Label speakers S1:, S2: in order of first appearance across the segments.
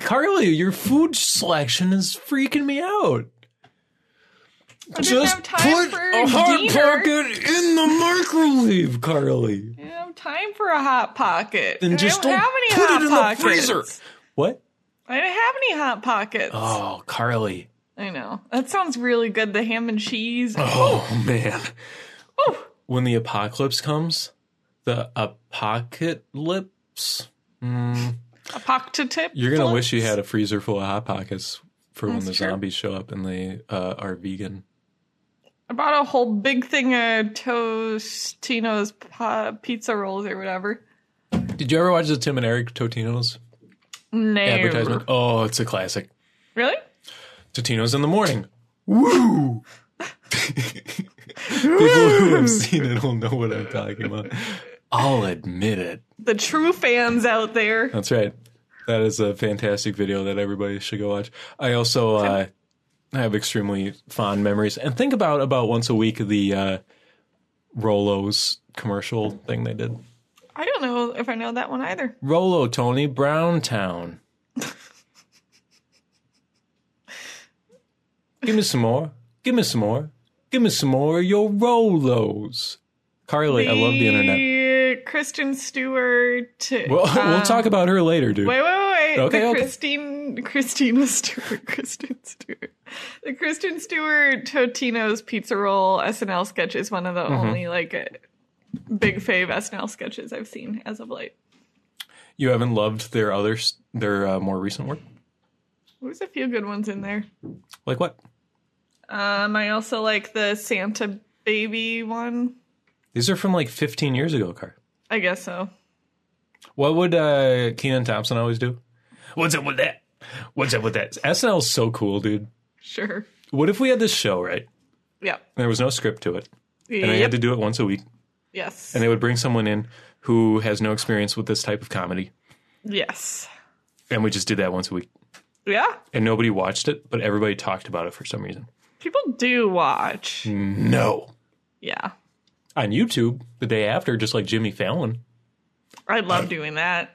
S1: Carly, your food selection is freaking me out.
S2: I didn't have time
S1: put
S2: for
S1: a hot
S2: dinner.
S1: pocket in the microwave, Carly,
S2: I don't have time for a hot pocket.
S1: and
S2: I
S1: just
S2: don't,
S1: don't,
S2: have any
S1: put
S2: hot
S1: it in
S2: pockets.
S1: the freezer. What?
S2: I don't have any hot pockets.
S1: Oh, Carly.
S2: I know. That sounds really good. The ham and cheese.
S1: Oh man.
S2: Oh.
S1: When the apocalypse comes, the apocalypse. Mm,
S2: A pocket tip.
S1: you're gonna wish you had a freezer full of hot pockets for when
S2: That's
S1: the
S2: true.
S1: zombies show up and they uh, are vegan.
S2: I bought a whole big thing of Tostino's pa- pizza rolls or whatever.
S1: Did you ever watch the Tim and Eric Totino's
S2: No.
S1: advertisement? Oh, it's a classic.
S2: Really?
S1: Totino's in the morning. Woo! People who have seen it will know what I'm talking about. I'll admit it.
S2: The true fans out there.
S1: That's right. That is a fantastic video that everybody should go watch. I also uh, have extremely fond memories and think about about once a week the uh, Rolos commercial thing they did.
S2: I don't know if I know that one either.
S1: Rolo Tony Brown Town. Give me some more. Give me some more. Give me some more of your Rolos. Carly, I love the internet.
S2: Kristen Stewart.
S1: We'll, we'll
S2: um,
S1: talk about her later, dude.
S2: Wait, wait, wait.
S1: Okay,
S2: the
S1: okay.
S2: Christine, Christina Stewart, Kristen Stewart. The Kristen Stewart Totino's Pizza Roll SNL sketch is one of the
S1: Mm-hmm.
S2: only like big fave SNL sketches I've seen as of late.
S1: You haven't loved their other, s- their uh, more recent work?
S2: There's a few good ones in there.
S1: Like what?
S2: Um, I also like the Santa Baby one.
S1: These are from like 15 years ago, Car.
S2: I guess so.
S1: What would uh, Keenan Thompson always do? What's up with that? What's up with that? SNL's so cool, dude.
S2: Sure.
S1: What if we had this show, right?
S2: Yep.
S1: There was no script to it, and I
S2: Yep.
S1: had to do it once a week.
S2: yes.
S1: And they would bring someone in who has no experience with this type of comedy,
S2: yes.
S1: and we just did that once a week.
S2: Yeah.
S1: And nobody watched it, but everybody talked about it for some reason.
S2: People do watch.
S1: Mm. No,
S2: Yeah.
S1: on YouTube the day after, just like Jimmy Fallon,
S2: I love doing that.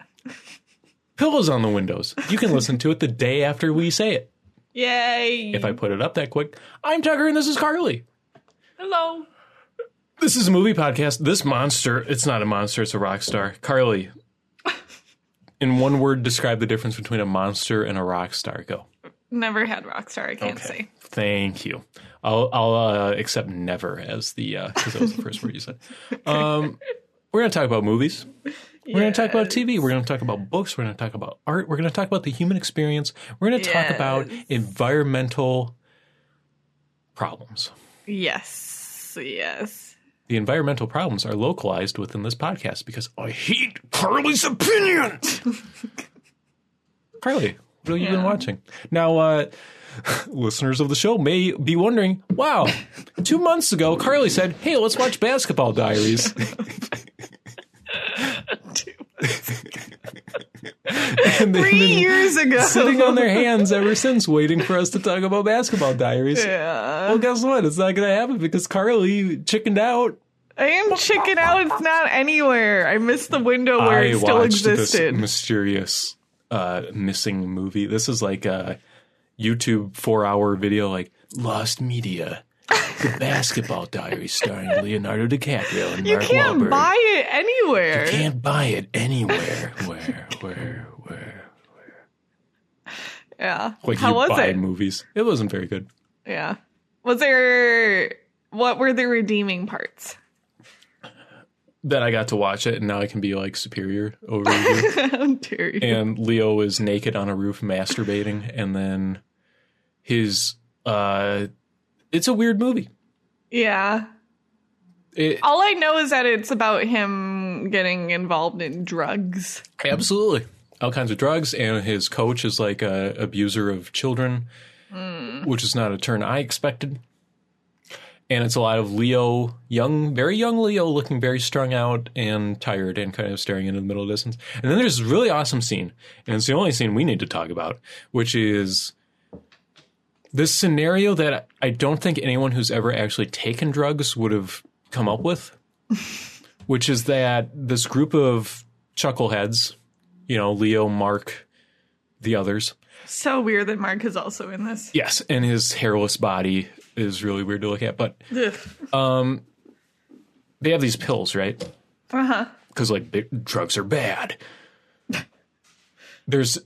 S1: pillows on the windows. You can listen to it the day after we say it.
S2: Yay.
S1: If I put it up that quick, I'm Tucker, and this is Carly.
S2: Hello.
S1: This is a movie podcast. This monster, it's not a monster, it's a rock star. Carly, in one word, describe the difference between a monster and a rock star. Go.
S2: Never had Rockstar, I can't say.
S1: Thank you. I'll, I'll uh, accept never as the, because that was the first word you said. Um, we're going to talk about movies. We're going to talk about TV. We're going to talk about books. We're going to talk about art. We're going to talk about the human experience. We're going to talk about environmental problems.
S2: Yes. Yes.
S1: the environmental problems are localized within this podcast because I hate Carly's opinion. Carly, what have you been
S2: Yeah.
S1: watching? Now, uh, listeners of the show may be wondering wow, two months ago, Carly said, hey, let's watch Basketball Diaries. and they've
S2: Three
S1: been
S2: years ago.
S1: sitting on their hands ever since, waiting for us to talk about Basketball Diaries.
S2: yeah.
S1: Well, guess what? It's not going to happen because Carly chickened out.
S2: I am checking out. It's not anywhere. I missed the window where
S1: I
S2: it still
S1: watched
S2: existed.
S1: this mysterious uh, missing movie. This is like a YouTube four-hour video, like Lost Media, The Basketball Diaries, starring Leonardo DiCaprio and
S2: you
S1: Mark
S2: can't
S1: Wahlberg.
S2: buy it anywhere.
S1: can't buy it anywhere. Where, where, where?
S2: Yeah.
S1: Like
S2: How
S1: you
S2: was
S1: buy
S2: it?
S1: movies. It wasn't very good.
S2: Yeah. Was there. What were the redeeming parts?
S1: That I got to watch it, and now I can be like superior over you.
S2: How dare you?
S1: and Leo is naked on a roof masturbating, and then his uh, it's a weird movie.
S2: yeah.
S1: It,
S2: All I know is that it's about him getting involved in drugs.
S1: Absolutely. All kinds of drugs, and his coach is like a abuser of children, which is not a turn I expected. And it's a lot of Leo, young, very young Leo, looking very strung out and tired and kind of staring into the middle distance. And then there's this really awesome scene, and it's the only scene we need to talk about, which is this scenario that I don't think anyone who's ever actually taken drugs would have come up with which is that this group of chuckleheads, you know, Leo, Mark, the others.
S2: So weird that Mark is also in this.
S1: Yes, and his hairless body is really weird to look at. But
S2: Ugh.
S1: um, they have these pills, right?
S2: Uh huh.
S1: Because like they, drugs are bad. There's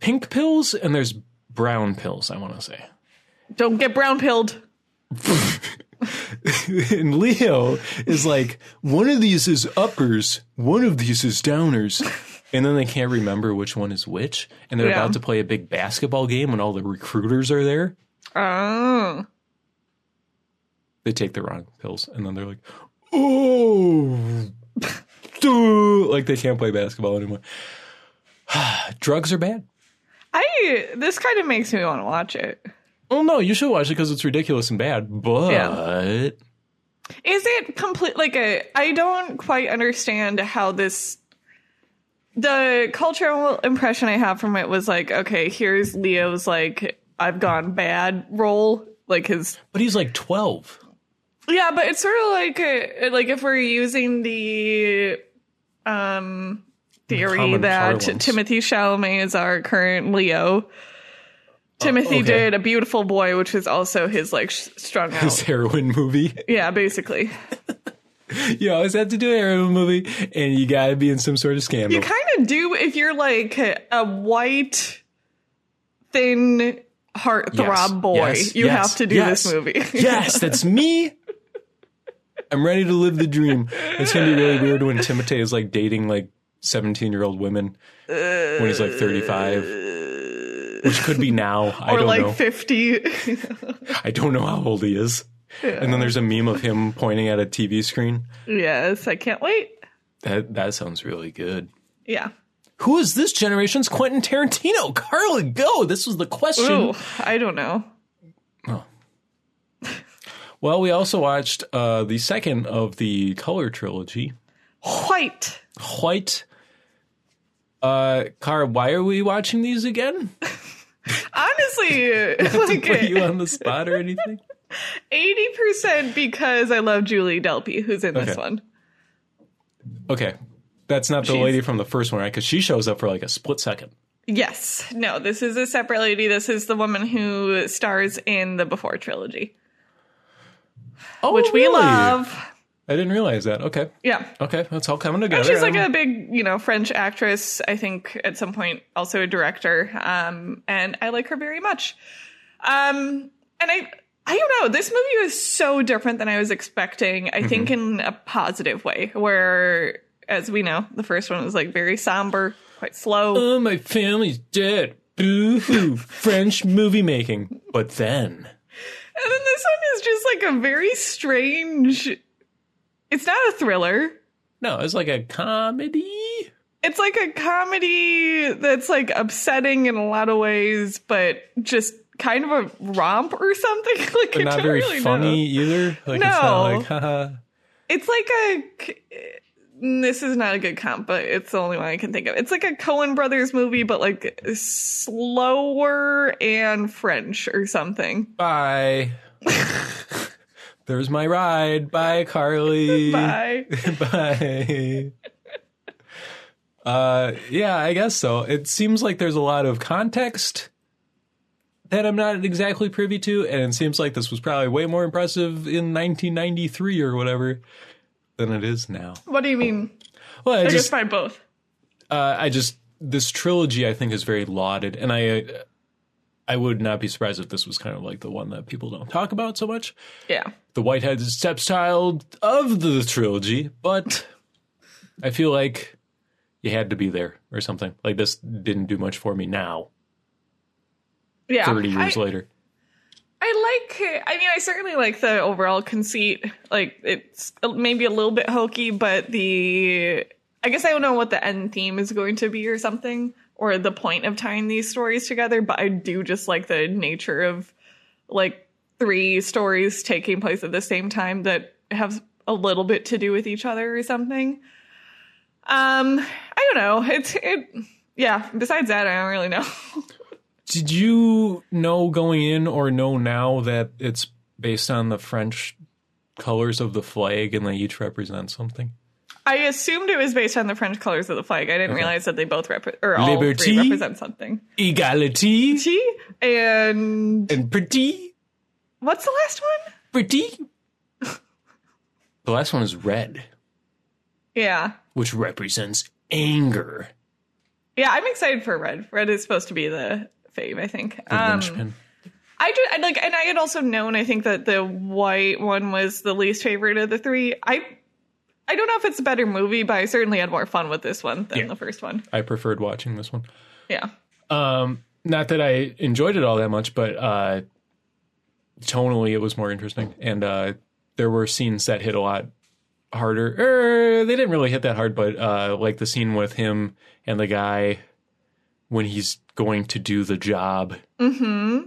S1: pink pills and there's brown pills. I want to say.
S2: Don't get brown pilled.
S1: and Leo is like, one of these is uppers, one of these is downers. And then they can't remember which one is which. And they're
S2: Yeah.
S1: about to play a big basketball game when all the recruiters are there.
S2: Oh.
S1: They take the wrong pills. And then they're like, oh, duh. like they can't play basketball anymore. Drugs are bad.
S2: I this kind of makes me want to watch it.
S1: Well, no, you should watch it because it's ridiculous and bad. But
S2: Is it complete like a I don't quite understand how this the cultural impression I have from it was like, okay, here's Leo's like I've gone bad role, like his
S1: but he's like 12.
S2: Yeah, but it's sort of like a, like if we're using the um theory
S1: Common
S2: that
S1: parlance.
S2: Timothy Chalamet is our current Leo. Timothy
S1: Oh, okay.
S2: did a beautiful boy, which was also his like sh- strung out.
S1: His heroin movie.
S2: yeah, basically.
S1: You always have to do a heroin movie, and you gotta be in some sort of scandal.
S2: You kind of do if you're like a white, thin heartthrob
S1: Yes,
S2: boy.
S1: yes,
S2: you
S1: yes,
S2: have to do
S1: yes.
S2: this movie.
S1: yes, that's me. I'm ready to live the dream. It's gonna be really weird when Timotei is like dating like 17 year old women when he's like 35, which could be now. I
S2: or
S1: don't
S2: like
S1: know.
S2: fifty.
S1: I don't know how old he is. And then there's a meme of him pointing at a TV screen.
S2: yes, I can't wait.
S1: That that sounds really good.
S2: Yeah.
S1: Who is this generation's Quentin Tarantino? Carla, go. This was the question.
S2: Ooh, I don't know.
S1: Well, we also watched uh, the second of the color trilogy,
S2: White.
S1: White. Uh, Cara, why are we watching these again?
S2: Honestly,
S1: Are you
S2: like
S1: on the spot or anything?
S2: eighty percent because I love Julie Delpy, who's in this
S1: Okay.
S2: one.
S1: Okay, that's not the
S2: She's-
S1: lady from the first one, right? Because she shows up for like a split second.
S2: Yes, no, this is a separate lady. This is the woman who stars in the Before trilogy,
S1: Oh,
S2: which we
S1: really?
S2: love.
S1: I didn't realize that. Okay,
S2: Yeah,
S1: okay, that's all coming together.
S2: And she's like a big, you know, French actress. I think at some point also a director. Um, and I like her very much. Um, and I, I don't know. This movie was so different than I was expecting. I think in a positive way, where as we know, the first one was like very somber, quite slow.
S1: oh, my family's dead. Boo hoo! French movie making. But then,
S2: And then this one is just like a very strange. It's not a thriller.
S1: no, it's like a comedy.
S2: it's like a comedy that's like upsetting in a lot of ways, but just kind of a romp or something. Like I
S1: but not
S2: don't
S1: very
S2: really
S1: funny
S2: Know.
S1: either. Like it's not
S2: No.
S1: like haha.
S2: It's like a. c- This is not a good comp, but it's the only one I can think of. It's like a Cohen Brothers movie, but like slower and French or something.
S1: Bye. There's my ride. Bye, Carly.
S2: Bye.
S1: Bye. Uh, yeah, I guess so. It seems like there's a lot of context that I'm not exactly privy to, and it seems like this was probably way more impressive in 1993 or whatever than it is now.
S2: What do you mean?
S1: Well, I
S2: I
S1: just
S2: guess by both.
S1: uh, I just this trilogy I think is very lauded, and I uh, I would not be surprised if this was kind of like the one that people don't talk about so much.
S2: Yeah.
S1: The Whitehead is stepchild of the trilogy, but I feel like you had to be there or something. Like this didn't do much for me now,
S2: Yeah.
S1: thirty years
S2: I-
S1: later.
S2: I like. I mean, I certainly like the overall conceit. Like it's maybe a little bit hokey, but the I guess I don't know what the end theme is going to be or something, or the point of tying these stories together. But I do just like the nature of like three stories taking place at the same time that have a little bit to do with each other or something. Um, I don't know. It's it. Yeah. Besides that, I don't really know.
S1: Did you know going in or know now that it's based on the French colors of the flag and they each represent something?
S2: I assumed it was based on the French colors of the flag. I didn't realize that they both represent or all
S1: Liberty.
S2: three represent something.
S1: Egality
S2: T and
S1: and pretty,
S2: what's the last one?
S1: pretty. the last one is red,
S2: Yeah,
S1: which represents anger.
S2: yeah. I'm excited for red. Red is supposed to be the fave, I think.
S1: The
S2: Um,
S1: linchpin.
S2: I just I, like, and I had also known. I think that the white one was the least favorite of the three. I I don't know if it's a better movie, but I certainly had more fun with this one than
S1: Yeah.
S2: the first one.
S1: I preferred watching this one.
S2: Yeah.
S1: Um, not that I enjoyed it all that much, but uh, tonally it was more interesting, and uh, there were scenes that hit a lot harder. Er, they didn't really hit that hard, but uh, like the scene with him and the guy when he's going to do the job.
S2: Hmm.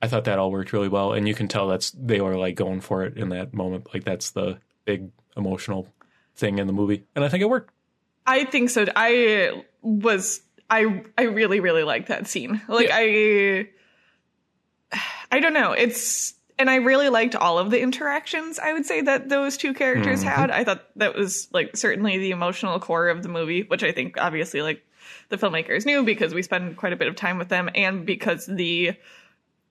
S1: I thought that all worked really well, and you can tell that's they were like going for it in that moment. Like that's the big emotional thing in the movie, and I think it worked.
S2: I think so. I was I I really really like that scene. Like I I don't know. It's and I really liked all of the interactions I would say that those two characters
S1: Mhm.
S2: had. I thought that was like certainly the emotional core of the movie, which I think obviously like the filmmakers knew because we spend quite a bit of time with them and because the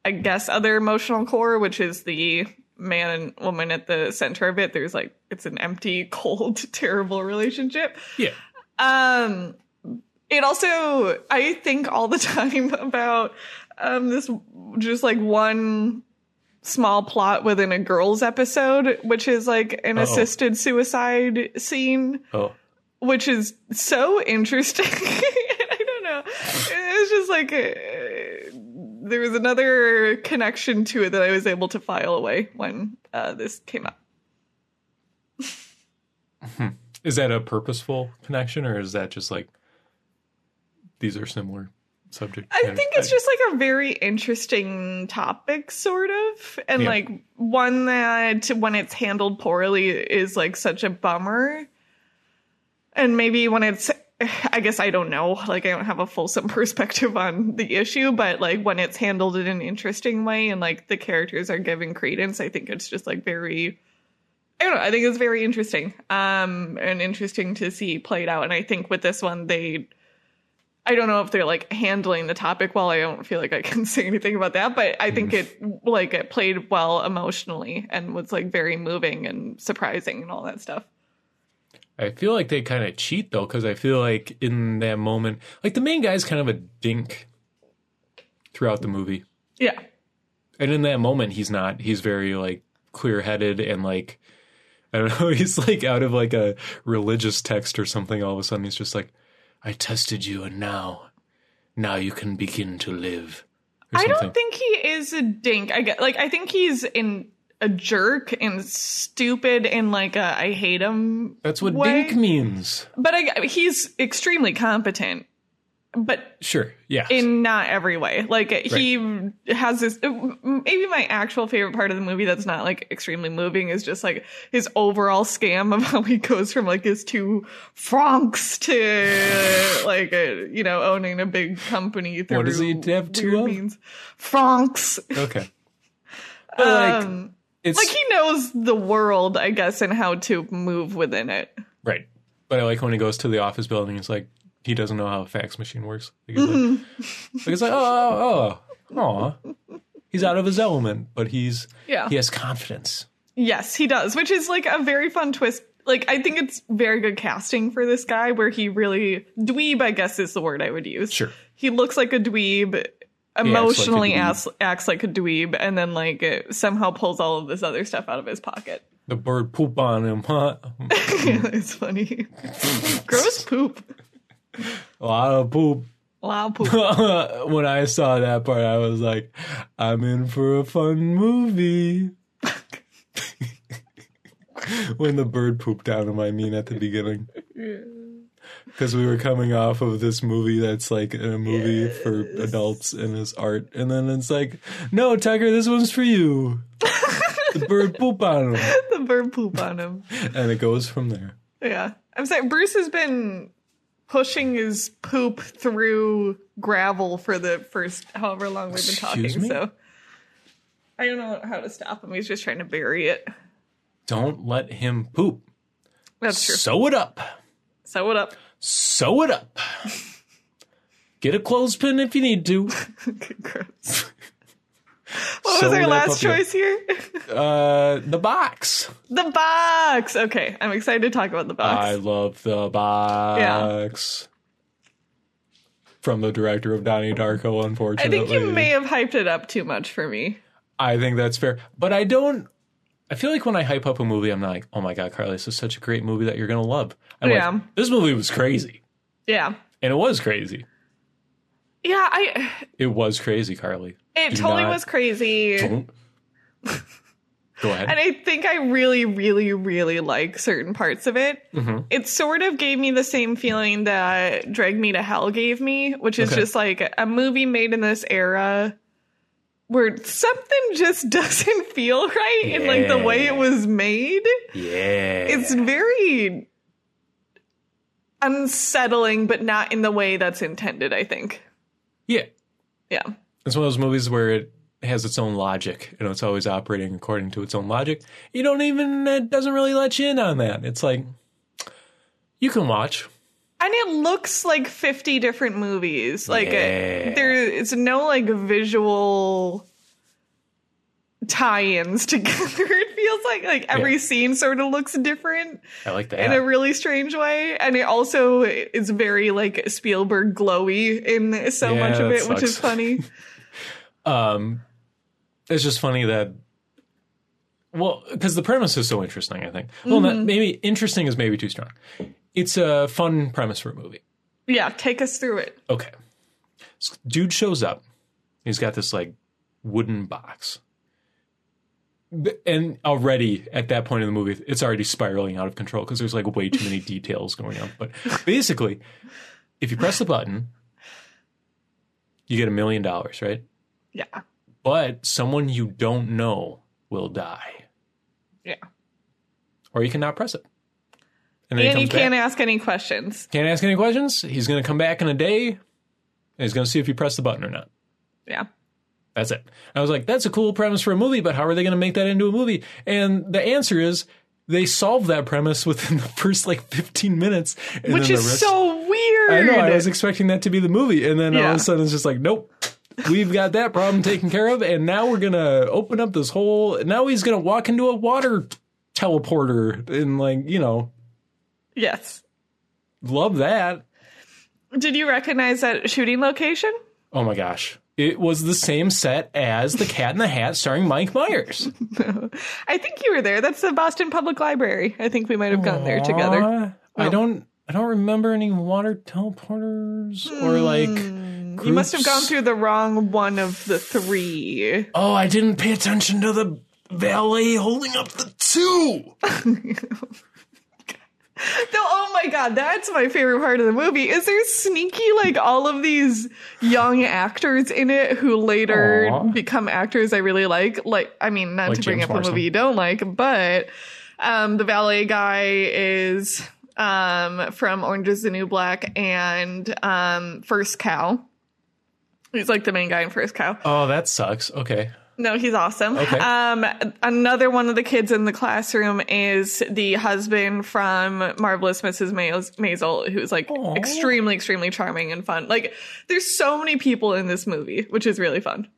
S2: I guess other emotional core, which is the man and woman at the center of it, there's like it's an empty, cold, terrible relationship.
S1: Yeah,
S2: Um, it also, I think all the time about um, this just like one small plot within a girls episode, which is like an
S1: Uh-oh.
S2: assisted suicide scene,
S1: oh,
S2: which is so interesting. I don't know. It's just like uh, there was another connection to it that I was able to file away when uh, this came up.
S1: is that a purposeful connection, or is that just like these are similar subject?
S2: I
S1: matter?
S2: think it's just like a very interesting topic, sort of, and
S1: Yeah.
S2: like one that when it's handled poorly is like such a bummer. And maybe when it's, I guess I don't know, like I don't have a fulsome perspective on the issue, but like when it's handled in an interesting way and like the characters are given credence, I think it's just like very. I don't know. I think it's very interesting, um, and interesting to see played out. And I think with this one, they I don't know if they're like handling the topic well. I don't feel like I can say anything about that, but I think it like it played well emotionally and was like very moving and surprising and all that stuff.
S1: I feel like they kind of cheat though, because I feel like in that moment, like the main guy's kind of a dink throughout the movie,
S2: Yeah.
S1: and in that moment, he's not. He's very like clear headed and like. I don't know. He's like out of like a religious text or something. All of a sudden, he's just like, "I tested you, and now, now you can begin to live." Or
S2: I
S1: something.
S2: don't think he is a dink. I get like I think he's in a jerk and stupid and like a I hate him.
S1: That's what
S2: way.
S1: dink means.
S2: But I, he's extremely competent. But
S1: Sure. Yeah.
S2: in not every way. Like he has this. Maybe my actual favorite part of the movie that's not like extremely moving is just like his overall scam of how he goes from like his two francs to like a, you know owning a big company. Through
S1: What does he have two
S2: weird
S1: of?
S2: Means. Francs.
S1: okay. But like,
S2: um,
S1: it's
S2: like he knows the world, I guess, and how to move within it.
S1: right. But I like when he goes to the office building. He's like, he doesn't know how a fax machine works. Like, he's, like,
S2: Mm-hmm.
S1: like, he's like, oh, oh, oh, aw. He's out of his element, but he's
S2: Yeah.
S1: he has confidence.
S2: Yes, he does, which is like a very fun twist. Like, I think it's very good casting for this guy where he really. Dweeb, I guess, is the word I would use.
S1: Sure.
S2: He looks like a dweeb, emotionally acts, acts like a dweeb, and then, like, it somehow pulls all of this other stuff out of his pocket.
S1: The bird poop on him, huh?
S2: it's funny. Gross poop.
S1: A lot of poop.
S2: Loud poop.
S1: when I saw that part, I was like, I'm in for a fun movie. when the bird pooped on him, I mean, at the beginning. Because we were coming off of this movie that's like a movie for adults and is art. And then it's like, no, Tucker, this one's for you. the bird pooped on him.
S2: the bird poop on him.
S1: And it goes from there.
S2: Yeah. I'm saying Bruce has been pushing his poop through gravel for the first however long we've been talking.
S1: Excuse me?
S2: So I don't know how to stop him. He's just trying to bury it.
S1: Don't let him poop.
S2: That's true.
S1: Sew it up.
S2: So what up?
S1: Sew it up. Get a clothespin if you need to.
S2: Okay, gross. What
S1: Sew
S2: was our
S1: that
S2: last
S1: puppy up.
S2: choice here?
S1: Uh, the box.
S2: the box. Okay, I'm excited to talk about the box.
S1: I love the box. From the director of Donnie Darko,
S2: I
S1: unfortunately.
S2: think you may have hyped it up too much for me.
S1: I think that's fair. But I don't. I feel like when I hype up a movie, I'm not like, oh my God, Carly, this is such a great movie that you're going to love. I'm
S2: Yeah.
S1: like, this movie was crazy.
S2: Yeah.
S1: And it was crazy.
S2: Yeah, I
S1: It was crazy, Carly.
S2: it
S1: Do
S2: totally
S1: not-
S2: was crazy.
S1: Don't. Go ahead.
S2: And I think I really, really, really like certain parts of it.
S1: Mhm.
S2: It sort of gave me the same feeling that Drag Me to Hell gave me, which is
S1: Okay.
S2: just like a movie made in this era where something just doesn't feel right in like the way it
S1: Yeah.
S2: was made.
S1: yeah.
S2: It's very unsettling, but not in the way that's intended, I think.
S1: yeah.
S2: Yeah.
S1: It's one of those movies where it has its own logic. You know, it's always operating according to its own logic. You don't even, it doesn't really let you in on that. It's like, you can watch.
S2: and it looks like 50 different movies like uh,
S1: Yeah.
S2: there is no like visual tie-ins together it feels like like every
S1: Yeah.
S2: scene sort of looks different
S1: I like that.
S2: in a really strange way and it also is very like spielberg glowy in so
S1: Yeah,
S2: much of
S1: that
S2: it which is
S1: sucks.
S2: funny
S1: um it's just funny that well because the premise is so interesting i think well not, maybe interesting is maybe too strong it's a fun premise for a movie
S2: yeah take us through it
S1: okay S- dude shows up he's got this like wooden box B- and already at that point in the movie it's already spiraling out of control because there's like way too many details going on but basically if you press the button you get a million dollars right
S2: yeah
S1: but someone you don't know will die.
S2: Yeah.
S1: Or you cannot press it. And then
S2: and
S1: he
S2: you
S1: comes back.
S2: can't ask any questions
S1: Can't ask any questions. He's going to come back in a day and he's going to see if you press the button or not.
S2: yeah
S1: That's it. I was like, that's a cool premise for a movie, but how are they going to make that into a movie? And the answer is they solve that premise within the first like 15 minutes. And
S2: which
S1: then
S2: is
S1: the rest,
S2: so weird
S1: I know. I was expecting that to be the movie, and then all
S2: Yeah.
S1: of a sudden it's just like, nope, we've got that problem taken care of, and now we're gonna open up this whole. Now he's gonna walk into a water teleporter, and like you know,
S2: yes
S1: love that.
S2: did you recognize that shooting location
S1: Oh my gosh, it was the same set as The Cat in the Hat, starring Mike Myers.
S2: I think you were there. That's the Boston Public Library. I think we might have gone there together.
S1: Aw, I don't. I don't remember any water teleporters or like.
S2: Hmm. You must have
S1: groups.
S2: gone through the wrong one of the three.
S1: Oh, I didn't pay attention to the valet holding up the two.
S2: No, oh my god, that's my favorite part of the movie. Is there sneaky like all of these young actors in it who later
S1: Aw.
S2: become actors I really like? Like, I mean, not
S1: Like
S2: to bring
S1: James
S2: up a
S1: Marsden.
S2: movie you don't like, but um, the valet guy is um, from Orange Is the New Black and um, First Cow. He's like the main guy in First Cow.
S1: Oh, that sucks. Okay.
S2: No, he's awesome.
S1: Okay.
S2: Um, another one of the kids in the classroom is the husband from Marvelous Mrs. Mays- Maisel, who's like
S1: Aw.
S2: extremely, extremely charming and fun. Like, there's so many people in this movie, which is really fun.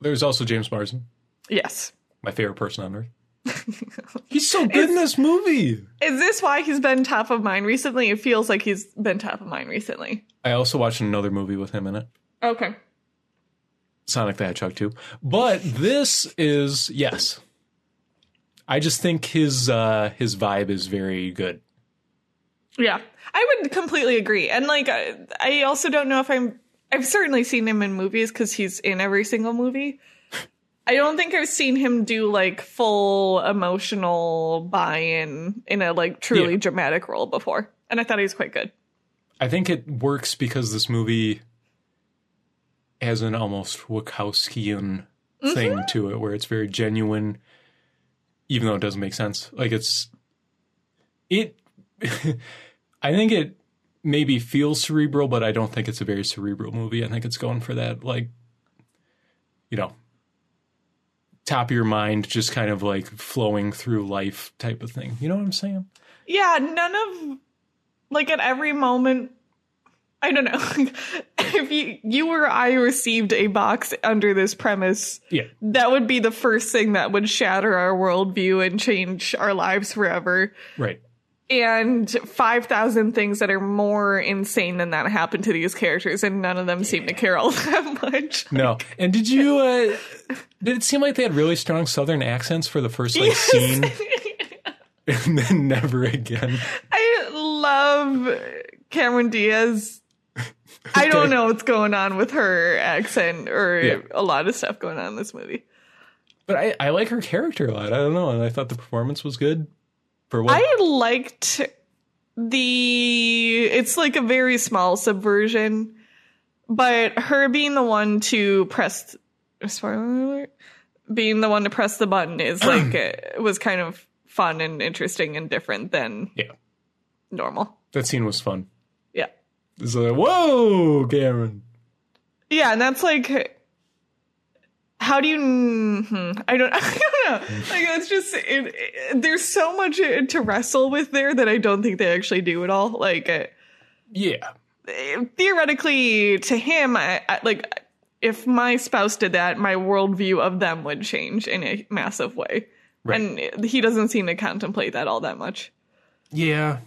S1: There's also James Marsden,
S2: Yes.
S1: my favorite person on earth. He's so good in this movie.
S2: Is this why he's been top of mind recently? It feels like he's been top of mind recently.
S1: I also watched another movie with him in it,
S2: Okay.
S1: Sonic the Hedgehog 2. But this is yes. I just think his uh, his vibe is very good.
S2: Yeah, I would completely agree. And like, I, I also don't know if I'm. I've certainly seen him in movies because he's in every single movie. I don't think I've seen him do like full emotional buy-in in a like truly
S1: Yeah.
S2: dramatic role before, and I thought he was quite good.
S1: I think it works because this movie has an almost Wachowskian thing to it, where it's very genuine, even though it doesn't make sense. Like it's, it, I think it maybe feels cerebral, but I don't think it's a very cerebral movie. I think it's going for that, like, you know, top of your mind, just kind of like flowing through life type of thing. You know what I'm saying?
S2: yeah, none of like at every moment I don't know. if you you or I received a box under this premise,
S1: Yeah.
S2: that would be the first thing that would shatter our worldview and change our lives forever.
S1: Right.
S2: And 5,000 things that are more insane than that happen to these characters, and none of them seem to care all that much.
S1: No. And did you uh did it seem like they had really strong southern accents for the first like scene and then never again?
S2: I love Cameron Diaz. I don't know what's going on with her accent or
S1: Yeah.
S2: a lot of stuff going on in this movie.
S1: But I, I like her character a lot. I don't know, and I thought the performance was good for what
S2: I liked the it's like a very small subversion, but her being the one to press spoiler alert being the one to press the button is like it was kind of fun and interesting and different than
S1: Yeah.
S2: normal.
S1: that scene was fun.
S2: Yeah.
S1: It's like, whoa, Cameron.
S2: Yeah, and that's like, how do you? hmm, I don't. I don't know. Like that's just. It, it- there's so much to wrestle with there that I don't think they actually do at all. Like uh,
S1: Yeah.
S2: theoretically, to him, I, I, like if my spouse did that, my worldview of them would change in a massive way,
S1: Right.
S2: and he doesn't seem to contemplate that all that much.
S1: Yeah.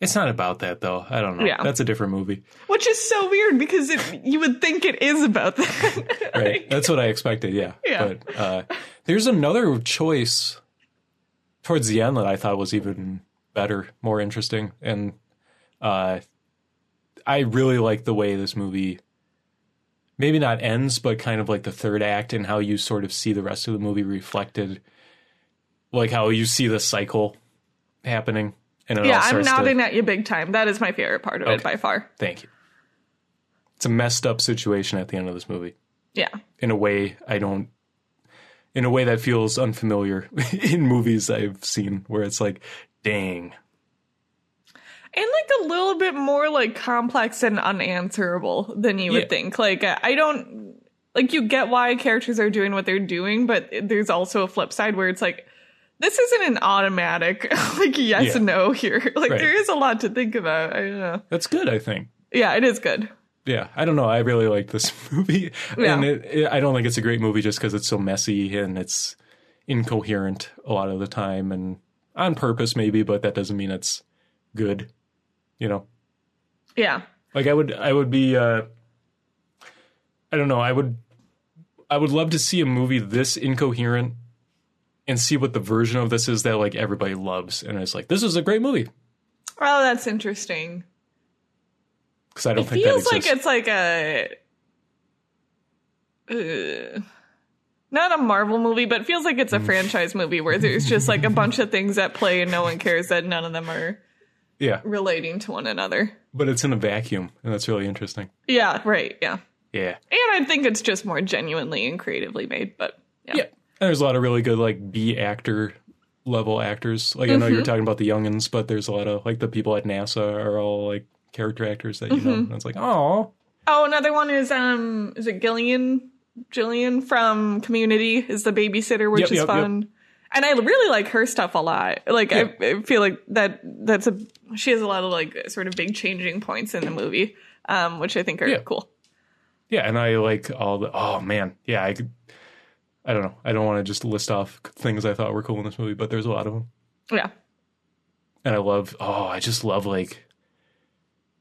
S1: It's not about that though. I don't know.
S2: Yeah.
S1: That's a different movie.
S2: Which is so weird because it, you would think it is about that.
S1: Right. That's what I expected, yeah.
S2: Yeah.
S1: But uh there's another choice towards the end that I thought was even better, more interesting. And uh I really like the way this movie maybe not ends, but kind of like the third act and how you sort of see the rest of the movie reflected. Like how you see the cycle happening and it
S2: yeah,
S1: all
S2: I'm
S1: starts to-
S2: nodding at you big time. That is my favorite part of it
S1: Okay.
S2: by far.
S1: Thank you. It's a messed up situation at the end of this movie.
S2: Yeah.
S1: In a way I don't in a way that feels unfamiliar in movies I've seen where it's like, dang.
S2: And like a little bit more like complex and unanswerable than you would
S1: Yeah.
S2: think. Like I I don't like you get why characters are doing what they're doing, but there's also a flip side where it's like this isn't an automatic like yes
S1: Yeah.
S2: and no here. Like
S1: Right.
S2: there is a lot to think about. I don't know.
S1: That's good, I think.
S2: Yeah, it is good.
S1: Yeah, I don't know. I really like this movie,
S2: Yeah.
S1: and it, it, I don't think it's a great movie just because it's so messy and it's incoherent a lot of the time, and on purpose maybe, but that doesn't mean it's good. You know,
S2: Yeah.
S1: Like I would I would be uh I don't know, I would I would love to see a movie this incoherent and see what the version of this is that like everybody loves and it's like this is a great movie
S2: Oh, that's interesting.
S1: cuz I don't
S2: It
S1: think that
S2: feels like
S1: exists.
S2: it's like a uh, not a Marvel movie, but it feels like
S1: Mm.
S2: it's a franchise movie where there's just like a bunch of things at play and no one cares that none of them are
S1: yeah,
S2: relating to one another.
S1: but it's in a vacuum and that's really interesting.
S2: Yeah, right. Yeah, and
S1: Yeah.
S2: I think it's just more genuinely and creatively made. But yeah,
S1: Yeah. And there's a lot of really good like B actor level actors. Like I know
S2: Mm-hmm.
S1: you're talking about the youngins, but there's a lot of like the people at NASA are all like character actors that you know.
S2: Mm-hmm.
S1: And it's like, "Oh,
S2: oh, another one is um, is it Gillian? Jillian from Community is the babysitter, which
S1: Yep,
S2: is
S1: yep, yep.
S2: fun. And I really like her stuff a lot. Like I, I feel like that that's a she has a lot of like sort of big changing points in the movie, um, which I think are
S1: Yeah.
S2: cool.
S1: Yeah, and I like all the. Oh man, yeah, I could. I don't know. I don't want to just list off things I thought were cool in this movie, but there's a lot of them,
S2: Yeah,
S1: and I love. Oh, I just love like.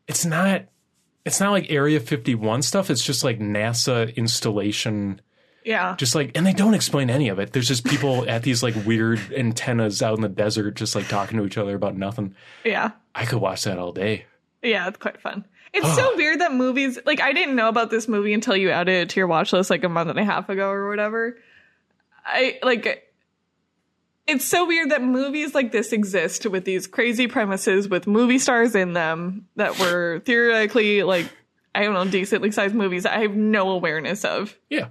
S1: It's not. It's not like Area 51 stuff. It's just like NASA installation.
S2: yeah,
S1: Just like, and they don't explain any of it. There's just people at these like weird antennas out in the desert, just like talking to each other about nothing.
S2: yeah.
S1: I could watch that all day.
S2: Yeah, it's quite fun. It's so weird that movies like I didn't know about this movie until you added it to your watch list like a month and a half ago or whatever. I like it's so weird that movies like this exist with these crazy premises with movie stars in them that were theoretically like I don't know decently sized movies I have no awareness of
S1: Yeah,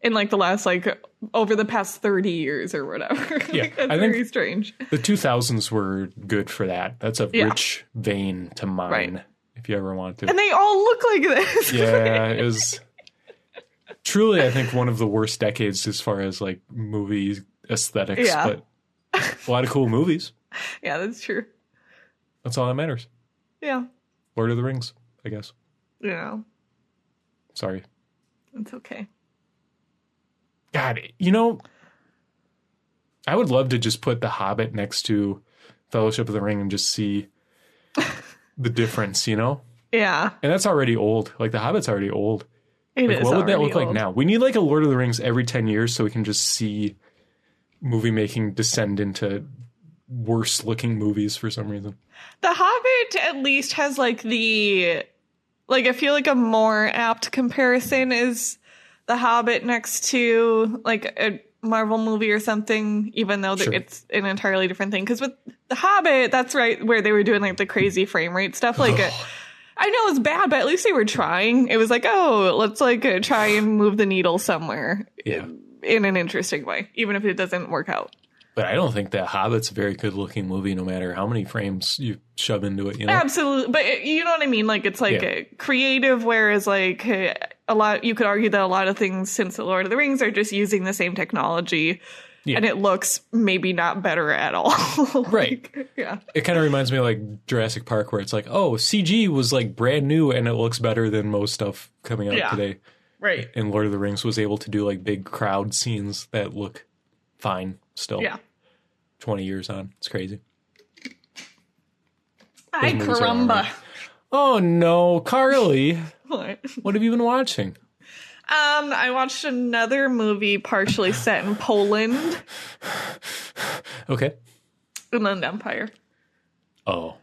S2: in like the last like over the past 30 years or whatever.
S1: Yeah,
S2: like, that's
S1: I think-
S2: very strange.
S1: the 2000s were good for that. That's a
S2: Yeah.
S1: rich vein to mine
S2: Right.
S1: if you ever want to.
S2: And they all look like this.
S1: yeah, it was truly, I think, one of the worst decades as far as like movie aesthetics,
S2: Yeah.
S1: but a lot of cool movies.
S2: Yeah, that's true.
S1: That's all that matters.
S2: Yeah.
S1: Lord of the Rings, I guess.
S2: You know,
S1: Sorry.
S2: it's okay.
S1: God, you know, I would love to just put The Hobbit next to Fellowship of the Ring and just see the difference, you know?
S2: Yeah.
S1: And that's already old. Like The Hobbit's already old.
S2: it is.
S1: Like, what would that
S2: already
S1: look like
S2: old.
S1: now? We need like a Lord of the Rings every 10 years so we can just see movie making descend into worse looking movies for some reason.
S2: The Hobbit at least has like the like I feel like a more apt comparison is The Hobbit next to like a Marvel movie or something, even though th-
S1: Sure.
S2: it's an entirely different thing. Because with The Hobbit, that's right where they were doing like the crazy frame rate stuff. Like, uh, I know it's bad, but at least they were trying. It was like, oh, let's like uh, try and move the needle somewhere
S1: Yeah.
S2: in an interesting way, even if it doesn't work out.
S1: But I don't think that Hobbit's a very good looking movie no matter how many frames you shove into it, you know?
S2: Absolutely, but it- you know what I mean. Like it's like
S1: Yeah.
S2: a creative, whereas like eh, a lot you could argue that a lot of things since the Lord of the Rings are just using the same technology,
S1: Yeah.
S2: and it looks maybe not better at all.
S1: Right.
S2: Like, yeah.
S1: It kind of reminds me of like Jurassic Park where it's like, oh, CG was like brand new and it looks better than most stuff coming out
S2: Yeah.
S1: today.
S2: Right.
S1: And Lord of the Rings was able to do like big crowd scenes that look fine still
S2: Yeah.
S1: 20 years on. It's crazy.
S2: Hi,
S1: movies are Oh no, Carly,
S2: What?
S1: what have you been watching?
S2: Um, I watched another movie partially set in Poland,
S1: Okay.
S2: Inland Empire.
S1: Oh.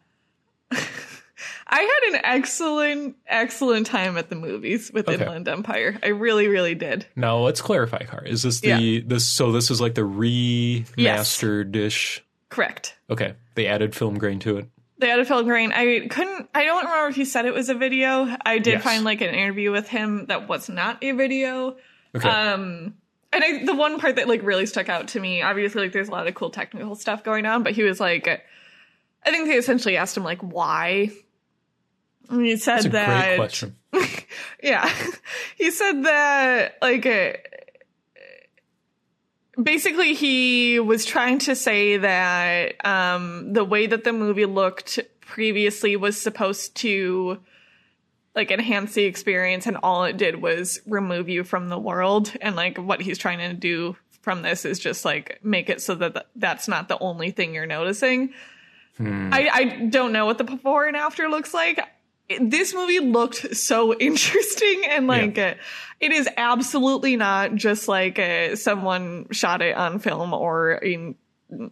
S2: I had an excellent, excellent time at the movies with
S1: Okay.
S2: Inland Empire. I really, really did.
S1: Now let's clarify, Car. Is this the
S2: Yeah.
S1: this so this is like the remastered dish?
S2: Correct.
S1: Okay. They added film grain to it.
S2: The Adafeld Grain. I couldn't. I don't remember if he said it was a video. I did
S1: Yes.
S2: find like an interview with him that was not a video.
S1: Okay.
S2: Um, and I, the one part that like really stuck out to me, obviously, like there's a lot of cool technical stuff going on, but he was like, I think they essentially asked him like why. And he said
S1: That's a
S2: that.
S1: great question.
S2: Yeah. He said that, like, uh, basically he was trying to say that um, the way that the movie looked previously was supposed to, like, enhance the experience, and all it did was remove you from the world. And, like, what he's trying to do from this is just, like, make it so that th- that's not the only thing you're noticing. I, I don't know what the before and after looks like. It- This movie looked so interesting, and like uh it is absolutely not just like uh someone shot it on film or in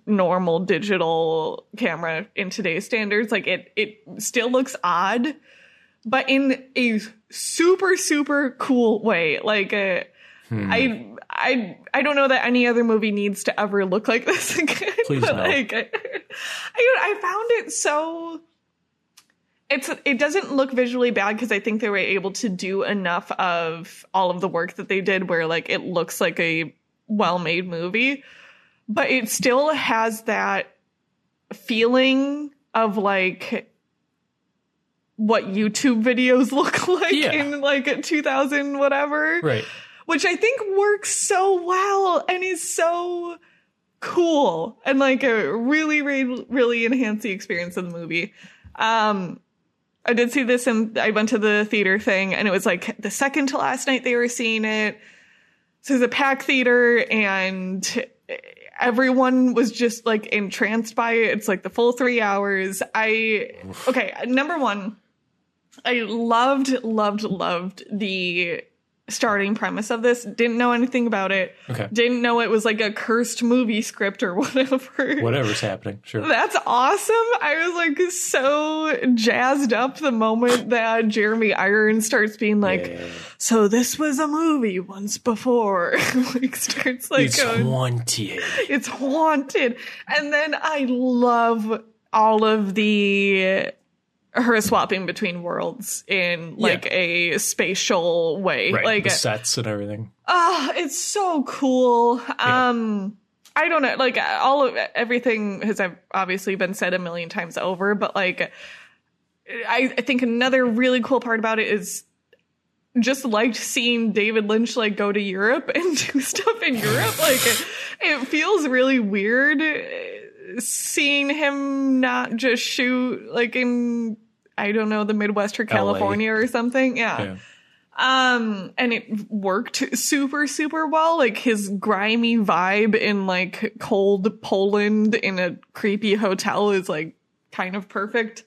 S2: normal digital camera in today's standards. Like it, it still looks odd, but in a super super cool way. Like uh
S1: Hmm.
S2: I I I don't know that any other movie needs to ever look like this again.
S1: Please
S2: but
S1: no.
S2: like I, I found it so it's it doesn't look visually bad because I think they were able to do enough of all of the work that they did where like it looks like a well-made movie, but it still has that feeling of like what YouTube videos look like
S1: Yeah.
S2: in like 2000 whatever
S1: Right.
S2: which I think works so well and is so cool and like a really, really, really enhance the experience of the movie. Um, I did see this and I went to the theater thing and it was like the second to last night they were seeing it. So it was a pack theater and everyone was just like entranced by it. It's like the full three hours. I, okay, number one, I loved, loved, loved the starting premise of this. Didn't know anything about it.
S1: Okay.
S2: Didn't know it was like a cursed movie script or whatever.
S1: Whatever's happening. Sure.
S2: That's awesome. I was like so jazzed up the moment that Jeremy Irons starts being like,
S1: Yeah.
S2: so this was a movie once before. like starts like um,
S1: it's
S2: going,
S1: haunted.
S2: it's haunted. And then I love all of the her swapping between worlds in like a spatial way.
S1: Right.
S2: Like uh,
S1: the sets and everything.
S2: Oh, it's so cool. Um, I don't know, like all of everything has obviously been said a million times over, but like, I, I think another really cool part about it is just liked seeing David Lynch like go to Europe and do stuff in Europe. Like, it, it feels really weird seeing him not just shoot like in I don't know the Midwest or California or something. Yeah.
S1: Yeah.
S2: Um, and it worked super super well. Like his grimy vibe in like cold Poland in a creepy hotel is like kind of perfect.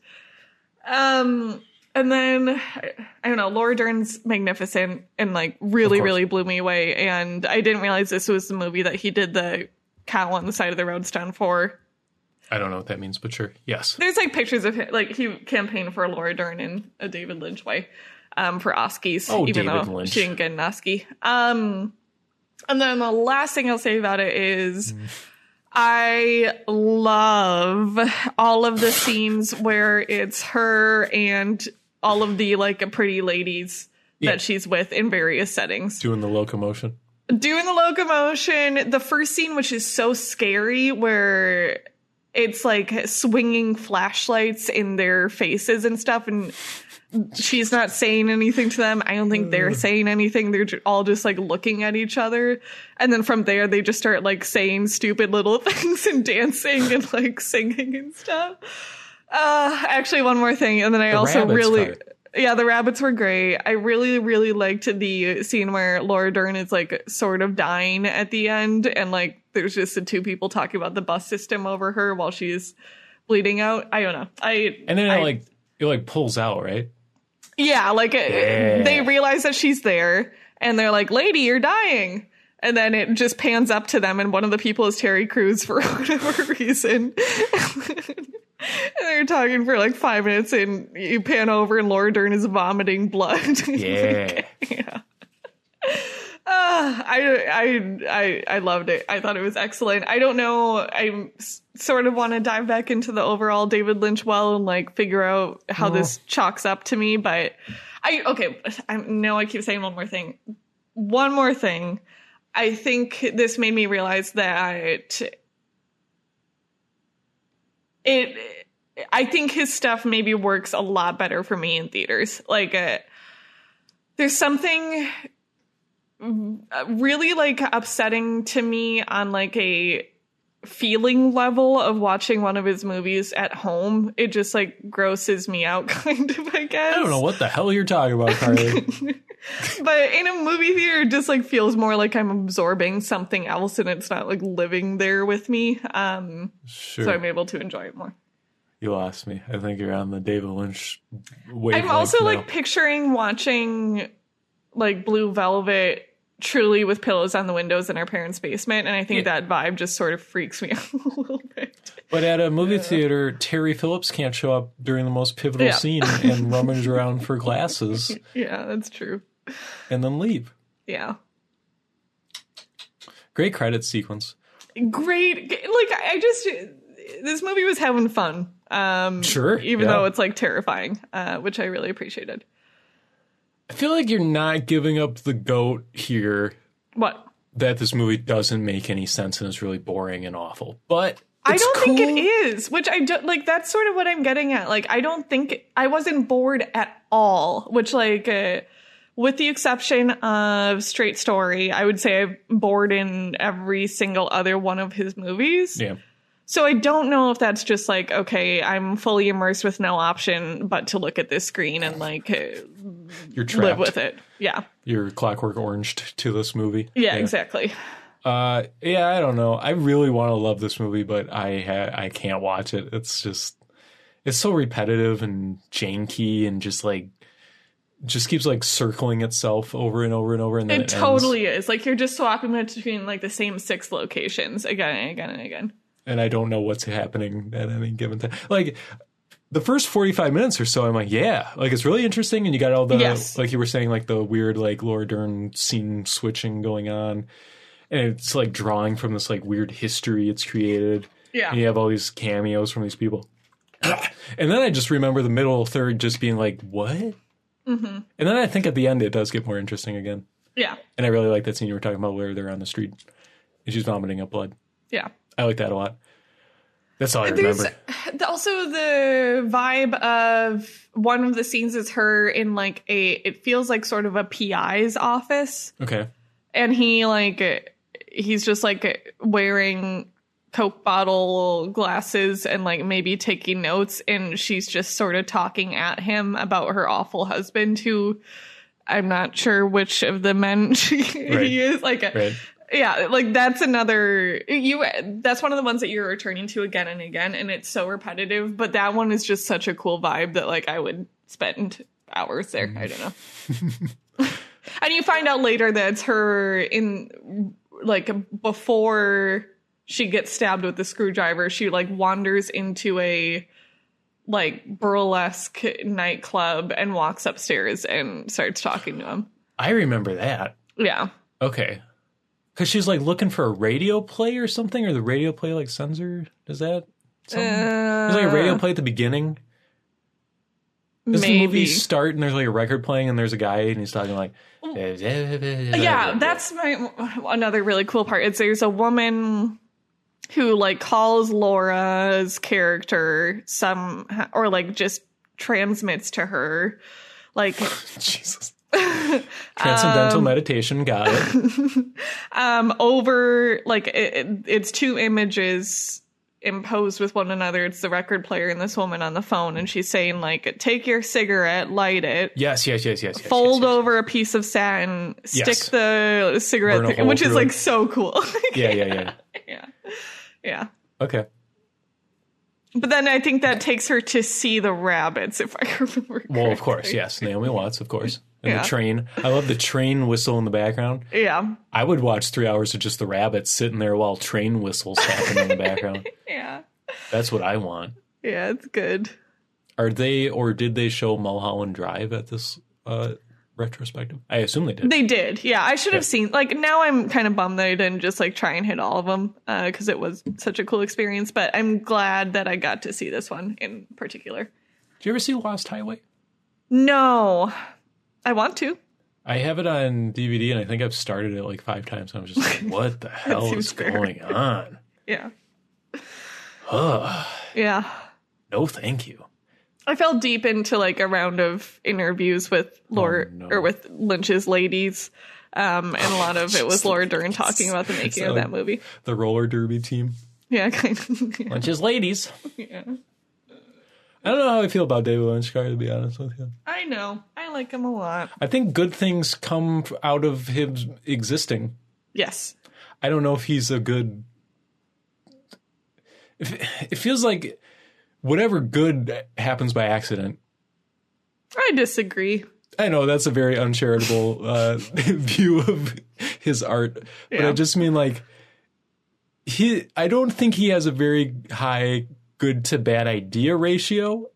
S2: Um. And then I I don't know, Laura Dern's magnificent and like really,
S1: course.
S2: really blew me away. And I didn't realize this was the movie that he did the cow on the side of the road stunt for.
S1: I don't know what that means, but sure. Yes.
S2: There's like pictures of him, like he campaigned for Laura Dern in a David Lynch way, um, for Oskies,
S1: Oh,
S2: even
S1: David
S2: though
S1: Lynch.
S2: she didn't get an Osky. Um, and then the last thing I'll say about it is,
S1: Mm.
S2: I love all of the scenes where it's her and all of the like pretty ladies
S1: Yeah.
S2: that she's with in various settings
S1: Doing the locomotion.
S2: doing the locomotion the first scene which is so scary where it's like swinging flashlights in their faces and stuff and she's not saying anything to them i don't think they're saying anything they're ju- all just like looking at each other and then from there they just start like saying stupid little things and dancing and like singing and stuff uh actually one more thing and then i
S1: The
S2: also
S1: rabbits
S2: really
S1: part.
S2: yeah, the rabbits were great. I really, really liked the scene where Laura Dern is like sort of dying at the end, and like there's just the two people talking about the bus system over her while she's bleeding out. I don't know. I
S1: And then
S2: I-
S1: it like it like pulls out, right?
S2: yeah, like it-
S1: Yeah.
S2: they realize that she's there, and they're like, "Lady, you're dying." And then it just pans up to them, and one of the people is Terry Crews for whatever reason. And they're talking for like five minutes, and you pan over, and Laura Dern is vomiting blood.
S1: Yeah.
S2: yeah. Uh, I, I I I loved it. I thought it was excellent. I don't know. I s- sort of want to dive back into the overall David Lynch well and like figure out how
S1: Oh.
S2: this chalks up to me. But I okay. I know I keep saying one more thing. One more thing. I think this made me realize that it. I think his stuff maybe works a lot better for me in theaters. Like, uh, there's something uh, really like upsetting to me on like a feeling level of watching one of his movies at home. It just like grosses me out, kind of. I guess
S1: I don't know what the hell you're talking about, Carly.
S2: but in a movie theater, it just like feels more like I'm absorbing something else, and it's not like living there with me. Um,
S1: Sure.
S2: so I'm able to enjoy it more.
S1: you lost me. I think you're on the David Lynch wave.
S2: I'm also like picturing watching like Blue Velvet truly with pillows on the windows in our parents' basement, and I think that vibe just sort of freaks me out a little bit.
S1: But at a movie theater, Terry Phillips can't show up during the most pivotal
S2: Yeah.
S1: scene and rummage around for glasses
S2: Yeah, that's true.
S1: and then leave.
S2: Yeah.
S1: Great credit sequence.
S2: great like i just this movie was having fun um
S1: Sure,
S2: even
S1: yeah.
S2: though it's like terrifying uh which i really appreciated
S1: I feel like you're not giving up the goat here
S2: what
S1: that this movie doesn't make any sense and is really boring and awful. But
S2: i
S1: it's
S2: don't think
S1: cool.
S2: it is which i don't like that's sort of what i'm getting at like i don't think i wasn't bored at all which like uh, with the exception of straight story i would say i'm bored in every single other one of his movies
S1: Yeah.
S2: So I don't know if that's just like okay, I'm fully immersed with no option but to look at this screen and like uh,
S1: You're
S2: live
S1: trapped.
S2: with it. Yeah.
S1: You're clockwork oranged to this movie.
S2: Yeah, exactly.
S1: Uh, yeah, I don't know. I really want to love this movie, but I ha- I can't watch it. It's just it's so repetitive and janky and just like just keeps like circling itself over and over and over and then
S2: It,
S1: it, ends.
S2: totally is. Like you're just swapping it between like the same six locations again and again and again.
S1: and I don't know what's happening at any given time. Like the first 45 minutes or so I'm like, yeah, like it's really interesting and you got all the
S2: Yes.
S1: like you were saying like the weird like Laura Dern scene switching going on and it's like drawing from this like weird history it's created.
S2: Yeah.
S1: And you have all these cameos from these people. and then I just remember the middle third just being like, what? Mm-hmm. And then I think at the end it does get more interesting again.
S2: Yeah.
S1: And I really like that scene you were talking about where they're on the street and she's vomiting up blood.
S2: Yeah.
S1: I like that a lot. That's all I
S2: There's
S1: remember.
S2: th- also the vibe of one of the scenes is her in like a it feels like sort of a PI's office
S1: Okay.
S2: and he like he's just like wearing Coke bottle glasses and like maybe taking notes. And she's just sort of talking at him about her awful husband, who I'm not sure which of the men she,
S1: Right.
S2: he is. Like,
S1: Right.
S2: yeah, like that's another you. That's one of the ones that you're returning to again and again, and it's so repetitive. But that one is just such a cool vibe that like I would spend hours there. I don't know. and you find out later that it's her in like before she gets stabbed with the screwdriver, she like wanders into a like burlesque nightclub and walks upstairs and starts talking to him.
S1: I remember that.
S2: Yeah.
S1: Okay. Because she's like looking for a radio play or something, or the radio play like censor. Does that? Something? there's like a
S2: Uh.
S1: radio play at the beginning. Does the movie start and there's like a record playing and there's a guy and he's talking like.
S2: yeah
S1: Yeah,
S2: that's my another really cool part is there's a woman who like calls laura's character some or like just transmits to her like
S1: Jesus. Transcendental meditation. Got it.
S2: um over like it, it- it's two images imposed with one another it's the record player and this woman on the phone and she's saying like take your cigarette light it
S1: Yes, yes, yes, yes. yes, yes,
S2: fold
S1: yes.
S2: over a piece of satin stick
S1: Yes.
S2: the cigarette
S1: Burn a
S2: through-
S1: hole
S2: which is
S1: through
S2: like
S1: it.
S2: so cool
S1: Yeah, yeah, yeah.
S2: yeah yeah
S1: Okay.
S2: But then I think that takes her to see the rabbits, if I remember. Correctly.
S1: Well, of course, yes. Naomi Watts, of course. And
S2: Yeah.
S1: the train. I love the train whistle in the background.
S2: Yeah,
S1: I would watch three hours of just the rabbits sitting there while train whistles happen in the background.
S2: yeah,
S1: That's what I want.
S2: yeah. It's good.
S1: Are they or did they show Mulholland Drive at this uh, retrospective? I assume they did.
S2: They did. Yeah, I should have seen. Like now, I'm kind of bummed that I didn't just like try and hit all of them because it was such a cool experience. But I'm glad that I got to see this one in particular.
S1: Did you ever see Lost Highway?
S2: No, I want to.
S1: I have it on DVD, and I think I've started it like five times. And I'm just like, what the hell
S2: seems
S1: is
S2: fair.
S1: going on?
S2: Yeah,
S1: Ugh,
S2: yeah.
S1: no, thank you.
S2: I fell deep into like a round of interviews with Laura
S1: Oh, no.
S2: or with Lynch's ladies, um, and a lot of it was Laura Dern talking about the making of
S1: So-
S2: that movie.
S1: The roller derby team,
S2: Yeah, kind of. Yeah.
S1: which is ladies. I don't know how I feel about David Lynch, Carr, to be honest with you.
S2: I know. I like him a lot.
S1: I think good things come f- out of him existing.
S2: Yes.
S1: I don't know if he's a good. It feels like whatever good happens by accident.
S2: I disagree.
S1: I know that's a very uncharitable uh, view of his art, but
S2: Yeah.
S1: I just mean like he. I don't think he has a very high good to bad idea ratio,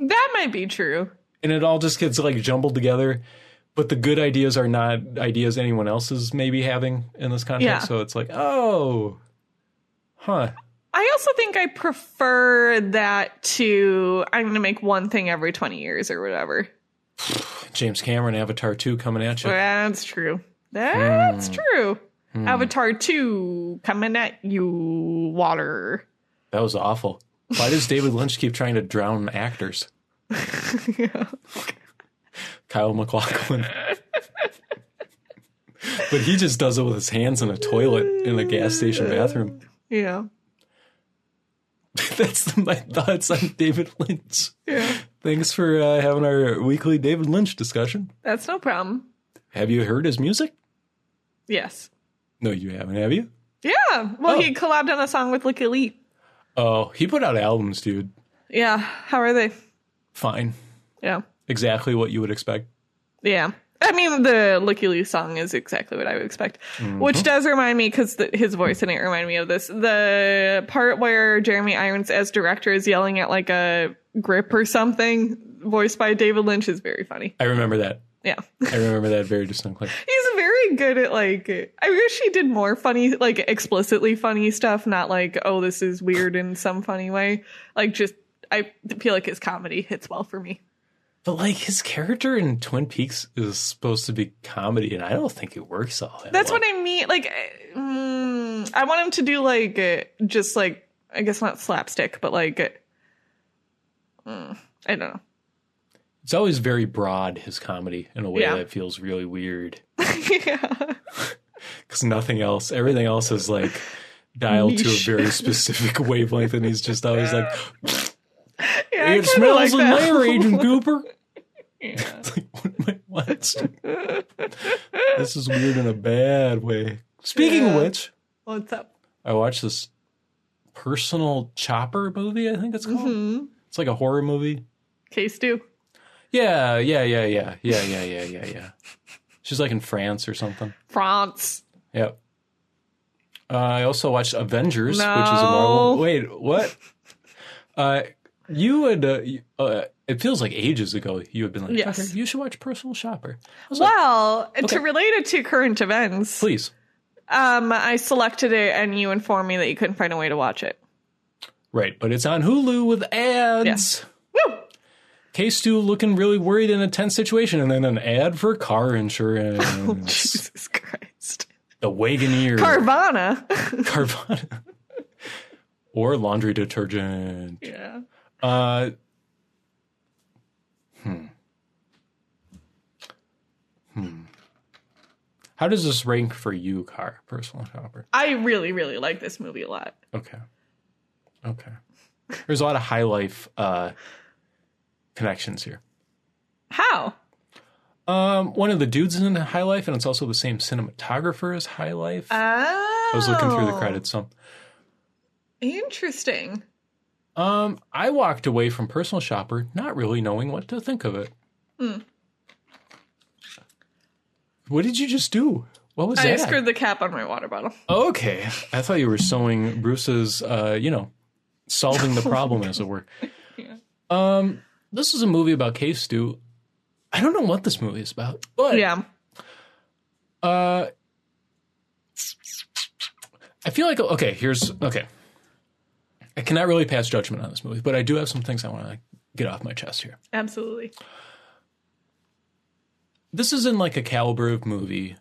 S2: That might be true.
S1: and it all just gets like jumbled together. But the good ideas are not ideas anyone else is maybe having in this context.
S2: Yeah.
S1: So it's like, oh, huh.
S2: I also think I prefer that to I'm going to make one thing every 20 years or whatever.
S1: James Cameron Avatar 2 coming at you.
S2: That's true. That's true. Avatar 2 coming at you water.
S1: That was awful. Why does David Lynch keep trying to drown actors?
S2: yeah.
S1: Kyle McLaughlin. but he just does it with his hands in a toilet in a gas station bathroom.
S2: Yeah.
S1: That's my thoughts on David Lynch.
S2: Yeah.
S1: Thanks for uh, having our weekly David Lynch discussion.
S2: That's no problem.
S1: Have you heard his music?
S2: Yes.
S1: No, you haven't, have you?
S2: Yeah. Well,
S1: Oh.
S2: he collabed on a song with Lick Elite.
S1: Oh, he put out albums, dude.
S2: Yeah. How are they?
S1: Fine.
S2: Yeah.
S1: Exactly what you would expect.
S2: Yeah. I mean, the Licky Lou song is exactly what I would expect, which does remind me because his voice in it reminded me of this. The part where Jeremy Irons as director is yelling at like a grip or something, voiced by David Lynch, is very funny.
S1: I remember that.
S2: Yeah.
S1: I remember that very distinctly.
S2: He's very good at like, I wish he did more funny, like explicitly funny stuff, not like, oh, this is weird in some funny way. Like, just, I feel like his comedy hits well for me.
S1: But like his character in Twin Peaks is supposed to be comedy, and I don't think it works all that.
S2: That's
S1: well.
S2: what I mean. Like, I- mm, I want him to do like uh, just like I guess not slapstick, but like uh, mm, I don't know.
S1: It's always very broad his comedy in a way
S2: Yeah.
S1: that feels really weird
S2: yeah,
S1: because nothing else, everything else is like dialed to a
S2: Niche.
S1: very specific wavelength, and he's just always like,
S2: Yeah, I
S1: "It
S2: kinda
S1: smells
S2: like
S1: of
S2: that
S1: layer, Agent
S2: one.
S1: Cooper."
S2: Yeah.
S1: It's like, what am I watching? this is weird in a bad way. Speaking
S2: Yeah.
S1: of which,
S2: What's up?
S1: I watched this personal chopper movie. I think it's called.
S2: Mm-hmm.
S1: It's like a horror movie.
S2: Case do.
S1: Yeah, yeah, yeah, yeah, yeah, yeah, yeah, yeah, yeah. She's like in France or something.
S2: France.
S1: Yep. Uh, I also watched Avengers, which is a
S2: No.
S1: Marvel. Wait, what? Uh, you would. Uh, you- uh, it feels like ages ago. You had been like,
S2: Yes.
S1: "Tucker, you should watch Personal Shopper. I was like,
S2: Well,
S1: Okay.
S2: to relate it to current events,
S1: please.
S2: um, I selected it and you informed me that you couldn't find a way to watch it.
S1: Right, but it's on Hulu with ads.
S2: Yeah. Woo!
S1: K Stu looking really worried in a tense situation, and then an ad for car insurance.
S2: Oh, Jesus Christ.
S1: the Wagoneer.
S2: Carvana.
S1: Carvana. or laundry detergent.
S2: yeah.
S1: Uh, hmm. Hmm. How does this rank for you, Car? Personal shopper.
S2: I really, really like this movie a lot.
S1: Okay. Okay. There's a lot of high life uh, connections here.
S2: How?
S1: Um, one of the dudes is in High Life, and it's also the same cinematographer as High Life.
S2: Oh.
S1: I was looking through the credits. Some.
S2: Interesting.
S1: Um, I walked away from Personal Shopper not really knowing what to think of it.
S2: Hmm.
S1: What did you just do? What was
S2: I
S1: that?
S2: screwed the cap on my water bottle.
S1: Okay, I thought you were sewing Bruce's. Uh, you know, solving the problem, as it were.
S2: Yeah.
S1: Um, this is a movie about cave stew. I don't know what this movie is about, but
S2: Yeah.
S1: uh, I feel like okay. Here's okay. I cannot really pass judgment on this movie, but I do have some things I want to get off my chest here.
S2: Absolutely.
S1: this isn't like a caliber of movie,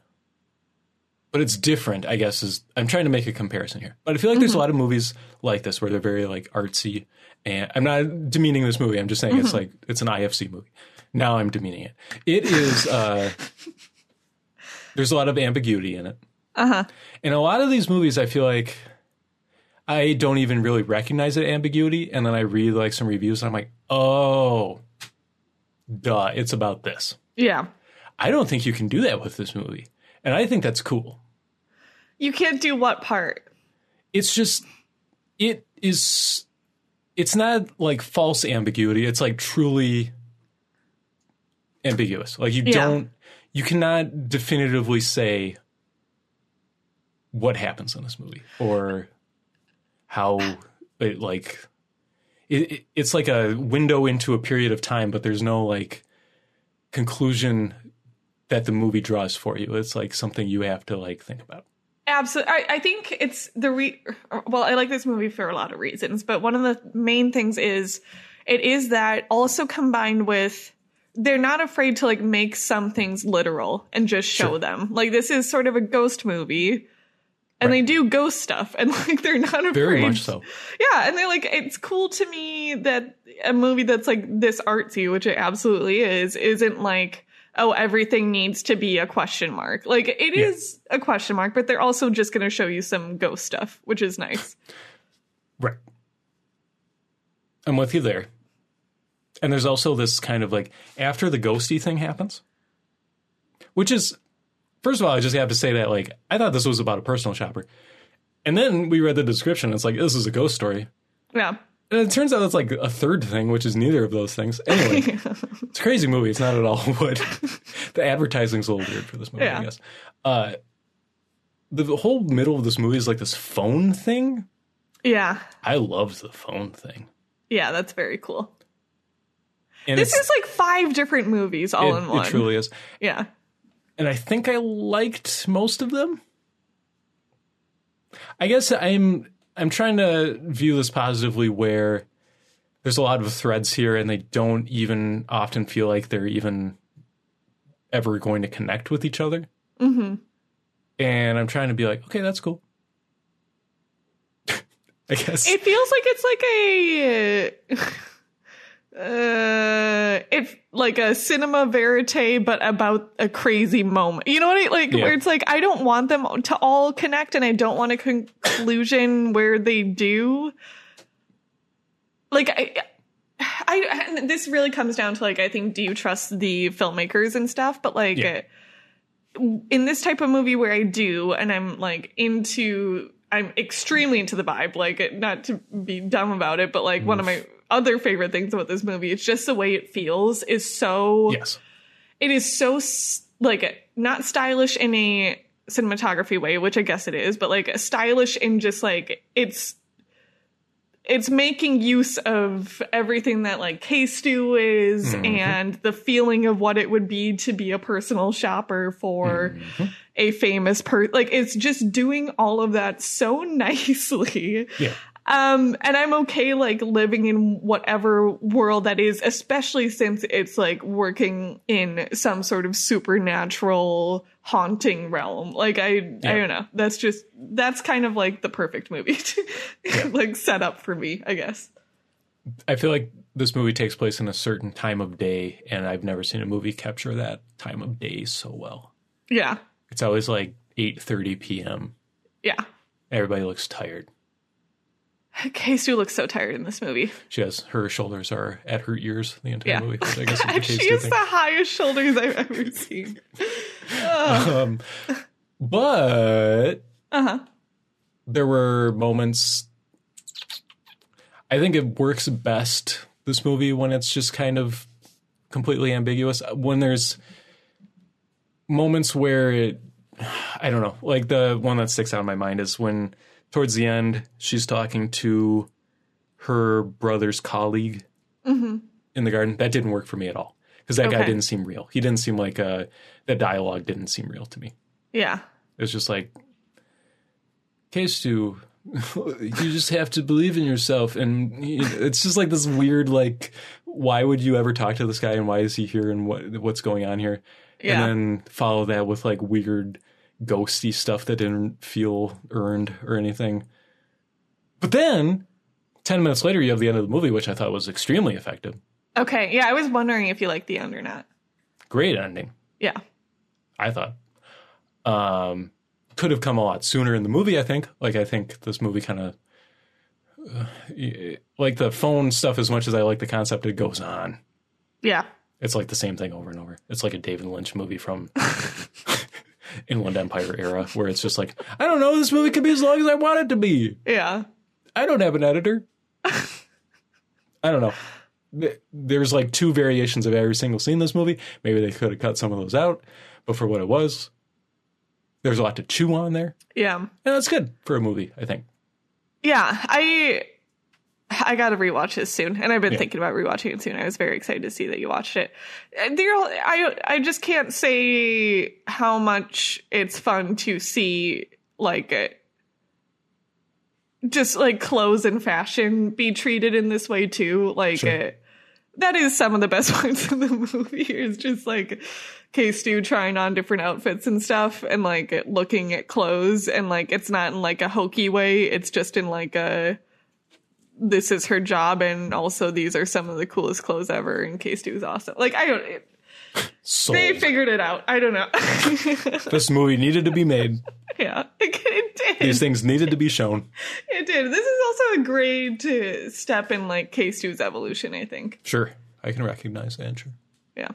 S1: but it's different, I guess. Is I'm trying to make a comparison here, but I feel like there's a lot of movies like this where they're very like artsy, and I'm not demeaning this movie. I'm just saying it's like it's an IFC movie. Now I'm demeaning it. It is. Uh, there's a lot of ambiguity in it,
S2: Uh huh.
S1: and a lot of these movies, I feel like. I don't even really recognize that ambiguity, and then I read like some reviews, and I'm like, "Oh, duh, it's about this."
S2: Yeah.
S1: I don't think you can do that with this movie. And I think that's cool.
S2: You can't do what part?
S1: It's just it is it's not like false ambiguity. It's like truly ambiguous. Like you
S2: Yeah.
S1: don't you cannot definitively say what happens in this movie or how it like it, it- it's like a window into a period of time but there's no like conclusion that the movie draws for you it's like something you have to like think about
S2: Absolutely. I, I think it's the re. Well, I like this movie for a lot of reasons, but one of the main things is it is that also combined with they're not afraid to like make some things literal and just show
S1: Sure.
S2: them. Like this is sort of a ghost movie.
S1: Right.
S2: And they do ghost stuff, and like they're not afraid.
S1: very much so
S2: Yeah, and they're like, it's cool to me that a movie that's like this artsy, which it absolutely is, isn't like, oh, everything needs to be a question mark. Like, it is
S1: Yeah.
S2: a question mark, but they're also just going to show you some ghost stuff, which is nice.
S1: Right. I'm with you there. And there's also this kind of like after the ghosty thing happens, which is, first of all, I just have to say that like I thought this was about a personal shopper. And then we read the description. It's like, this is a ghost story.
S2: Yeah.
S1: And it turns out it's like a third thing, which is neither of those things. Anyway, it's a crazy movie. It's not at all what the advertising's a little weird for this movie, I
S2: Yeah.
S1: guess. Uh, the, the whole middle of this movie is like this phone thing.
S2: yeah.
S1: I loved the phone thing.
S2: Yeah, that's very cool.
S1: And
S2: this
S1: it's-
S2: is like five different movies all
S1: it,
S2: in
S1: it
S2: one.
S1: truly is.
S2: yeah.
S1: And I think I liked most of them. I guess I'm I'm trying to view this positively where there's a lot of threads here and they don't even often feel like they're even ever going to connect with each other.
S2: hmm
S1: And I'm trying to be like, okay, that's cool. I guess.
S2: It feels like it's like a. uh, if like a cinema verite, but about a crazy moment. You know what I like?
S1: Yeah.
S2: Where it's like I don't want them to all connect, and I don't want a conclusion where they do. Like I. I, and this really comes down to like I think do you trust the filmmakers and stuff, but like
S1: Yeah.
S2: in this type of movie where I do and I'm like into I'm extremely into the vibe, like it- not to be dumb about it, but like one of my other favorite things about this movie, it's just the way it feels is so
S1: Yes.
S2: it is so s- like not stylish in a cinematography way which i guess it is but like stylish in just like it's it's making use of everything that like k-stew is and the feeling of what it would be to be a personal shopper for a famous per like it's just doing all of that so nicely
S1: Yeah.
S2: um, and I'm okay like living in whatever world that is, especially since it's like working in some sort of supernatural haunting realm. Like I, I
S1: Yeah.
S2: don't know. That's just that's kind of like the perfect movie, to, like set up for me, I guess.
S1: I feel like this movie takes place in a certain time of day, and I've never seen a movie capture that time of day so well.
S2: Yeah,
S1: It's always like 8:30 p.m.
S2: yeah.
S1: Everybody looks tired.
S2: Keisu looks so tired in this movie.
S1: She has her shoulders are at her ears the entire
S2: Yeah.
S1: movie. which I guess is the
S2: And
S1: case
S2: she
S1: too, I
S2: has
S1: think.
S2: the highest shoulders I've ever seen.
S1: um, but
S2: Uh huh.
S1: there were moments. I think it works best this movie when it's just kind of completely ambiguous. When there's moments where it, I don't know, like the one that sticks out in my mind is when towards the end she's talking to her brother's colleague in the garden. That didn't work for me at all because that guy
S2: Okay.
S1: didn't seem real. He didn't seem like a that dialogue didn't seem real to me.
S2: Yeah.
S1: It's just like, Kestu, you just have to believe in yourself. And you know, it's just like this weird, like, why would you ever talk to this guy and why is he here and what what's going on here?
S2: Yeah.
S1: And then follow that with like weird, ghosty stuff that didn't feel earned or anything. But then, 10 minutes later, you have the end of the movie, which I thought was extremely effective.
S2: Okay. Yeah, I was wondering if you liked the end or not.
S1: Great ending.
S2: Yeah.
S1: I thought. Um, could have come a lot sooner in the movie, I think. Like, I think this movie kind of. Like the phone stuff, as much as I like the concept, it goes on.
S2: Yeah.
S1: It's like the same thing over and over. It's like a David Lynch movie from Inland Empire era, where it's just like, I don't know, this movie could be as long as I want it to be.
S2: Yeah.
S1: I don't have an editor. I don't know. Th- There's like two variations of every single scene in this movie. Maybe they could have cut some of those out, but for what it was, there's a lot to chew on there.
S2: Yeah.
S1: And that's good for a movie, I think.
S2: Yeah, I I got to rewatch this soon, and I've been thinking about rewatching it soon. I was very excited to see that you watched it. Uh, There, I I just can't say how much it's fun to see like it. Just like clothes and fashion be treated in this way too, like
S1: Sure.
S2: uh, that is some of the best parts of the movie. Is just like K Stu trying on different outfits and stuff and like looking at clothes and like it's not in like a hokey way, it's just in like a this is her job and also these are some of the coolest clothes ever and K Stu is awesome. Like I don't it,
S1: So
S2: they figured it out. I don't know.
S1: this movie needed to be made.
S2: yeah. It, it did.
S1: These things needed to be shown.
S2: It did. This is also a great uh, step in like K Stu's evolution, I think.
S1: Sure, I can recognize that. Sure.
S2: Yeah.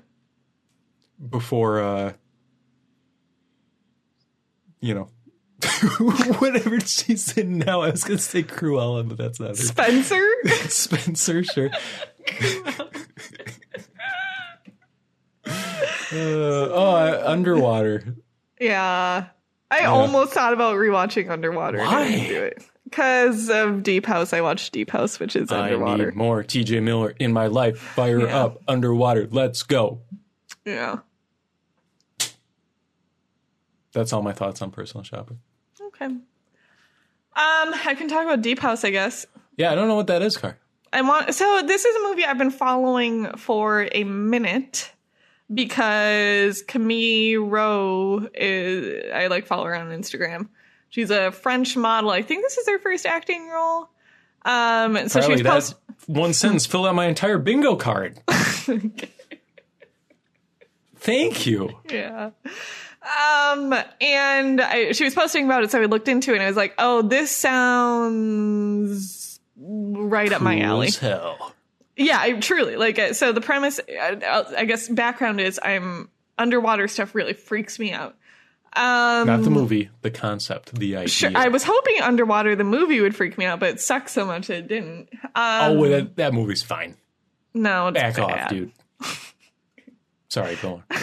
S1: Before, uh, you know, whatever she's in now, I was going to say Cruella, but that's not her.
S2: Spencer?
S1: Spencer, sure. Uh, oh, I, underwater.
S2: Yeah. I almost thought about rewatching Underwater. and I didn't
S1: Why?
S2: do it. Because of Deep House. I watched Deep House, which is
S1: I
S2: underwater.
S1: need more TJ Miller in my life. Fire
S2: Yeah.
S1: up, underwater. Let's go.
S2: Yeah.
S1: That's all my thoughts on personal shopping.
S2: Okay. Um, I can talk about Deep House, I guess.
S1: Yeah, I don't know what that is, Car.
S2: I want so this is a movie I've been following for a minute because Camille Rowe is I like follow her on Instagram. She's a French model. I think this is her first acting role. Um, so
S1: Probably
S2: she's
S1: that
S2: post
S1: one sentence filled out my entire bingo card. Thank you.
S2: Yeah. Um, and I, she was posting about it, so I looked into it and I was like, oh, this sounds right up my
S1: Cool
S2: alley.
S1: as hell.
S2: Yeah, I truly like it. So the premise, I, I guess, background is I'm underwater stuff really freaks me out. Um,
S1: Not the movie, the concept, the idea.
S2: sure, I was hoping underwater the movie would freak me out, but it sucked so much it didn't. Um,
S1: oh, wait, that, that movie's fine.
S2: no, it's
S1: Back
S2: bad.
S1: off, dude. Sorry, go on.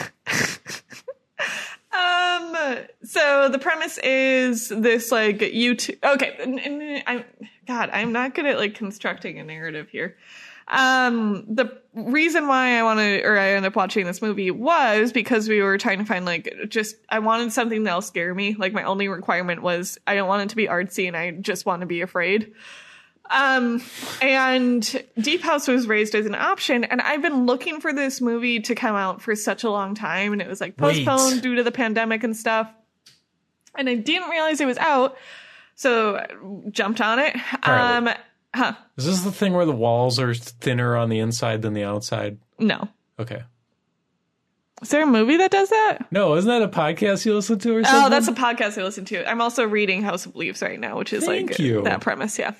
S2: Um. So the premise is this like YouTube. Okay. n- n- I'm God. I'm not good at like constructing a narrative here. Um. The reason why I want to or I ended up watching this movie was because we were trying to find like just I wanted something that'll scare me. Like my only requirement was I don't want it to be artsy and I just want to be afraid. Um, and Deep House was raised as an option, and I've been looking for this movie to come out for such a long time, and it was like
S1: Wait.
S2: postponed due to the pandemic and stuff. And I didn't realize it was out, so I jumped on it.
S1: Harley.
S2: Um, huh?
S1: Is this the thing where the walls are thinner on the inside than the outside?
S2: No,
S1: Okay.
S2: is there a movie that does that?
S1: No, isn't that a podcast you listen to or something?
S2: Oh, that's a podcast I listen to. I'm also reading House of Leaves right now, which is
S1: Thank
S2: like
S1: you.
S2: that premise. Yeah.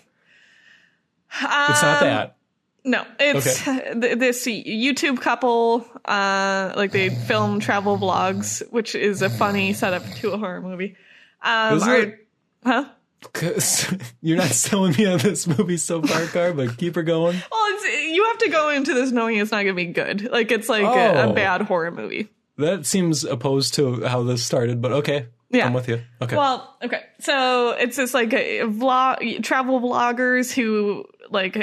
S1: It's not
S2: Um,
S1: that.
S2: No, it's th- this YouTube couple. Uh, like they film travel vlogs, which is a funny setup to a horror movie. Um,
S1: Is
S2: are-
S1: it?
S2: Huh?
S1: 'Cause you're not selling me on this movie so far, Car, but keep her going.
S2: Well, it's, you have to go into this knowing it's not going to be good. Like it's like a,
S1: Oh.
S2: a bad horror movie.
S1: That seems opposed to how this started, but okay.
S2: Yeah.
S1: I'm with you. Okay.
S2: Well, okay. So it's just like a vlog travel vloggers who like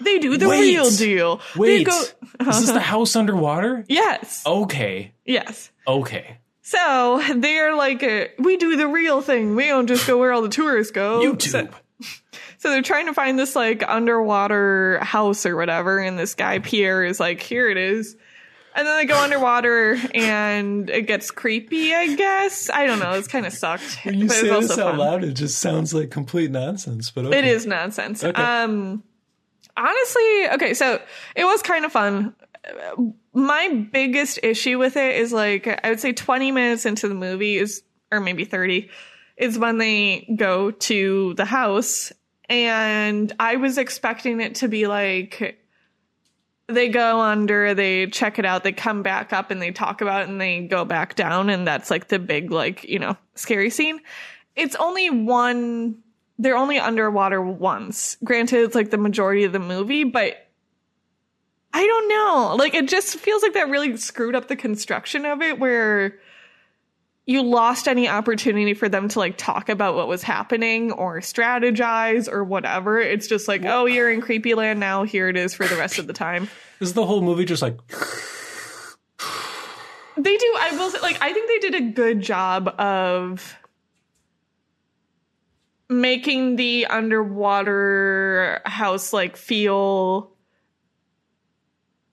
S2: they do the
S1: Wait.
S2: real deal. They
S1: Wait.
S2: go
S1: Is this the house underwater?
S2: Yes.
S1: Oh. Okay.
S2: Yes.
S1: Okay.
S2: So they're like a, we do the real thing. We don't just go where all the tourists go. So,
S1: YouTube.
S2: so they're trying to find this like underwater house or whatever and this guy Pierre is like here it is. And then they go underwater and it gets creepy, I guess. I don't know. It's kind of sucked.
S1: When you
S2: but it
S1: say
S2: was
S1: this out
S2: also fun.
S1: loud, it just sounds like complete nonsense, but okay.
S2: It is nonsense.
S1: Okay.
S2: Um, honestly, okay, so it was kind of fun. My biggest issue with it is like I would say 20 minutes into the movie is, or maybe 30, is when they go to the house, and I was expecting it to be like. They go under, they check it out, they come back up and they talk about it and they go back down and that's like the big like, you know, scary scene. It's only one they're only underwater once. Granted, it's like the majority of the movie, but I don't know. Like it just feels like that really screwed up the construction of it where you lost any opportunity for them to like talk about what was happening or strategize or whatever. It's just like, oh, you're in creepy land now. Here it is for the rest of the time.
S1: Is the whole movie just like
S2: They do. I will say, like. I think they did a good job of making the underwater house like feel.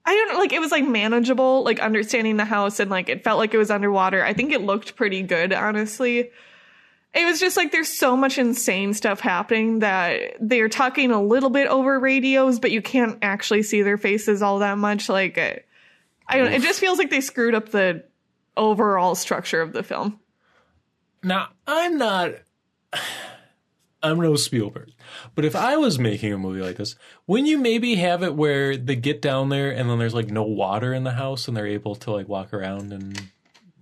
S2: I don't know, like it was like manageable, like understanding the house and like it felt like it was underwater. I think it looked pretty good, honestly. It was just like there's so much insane stuff happening that they're talking a little bit over radios, but you can't actually see their faces all that much. Like, it- I don't. It just feels like they screwed up the overall structure of the film.
S1: Now, I'm not. I'm no Spielberg. But if I was making a movie like this, wouldn't you maybe have it where they get down there and then there's like no water in the house and they're able to like walk around and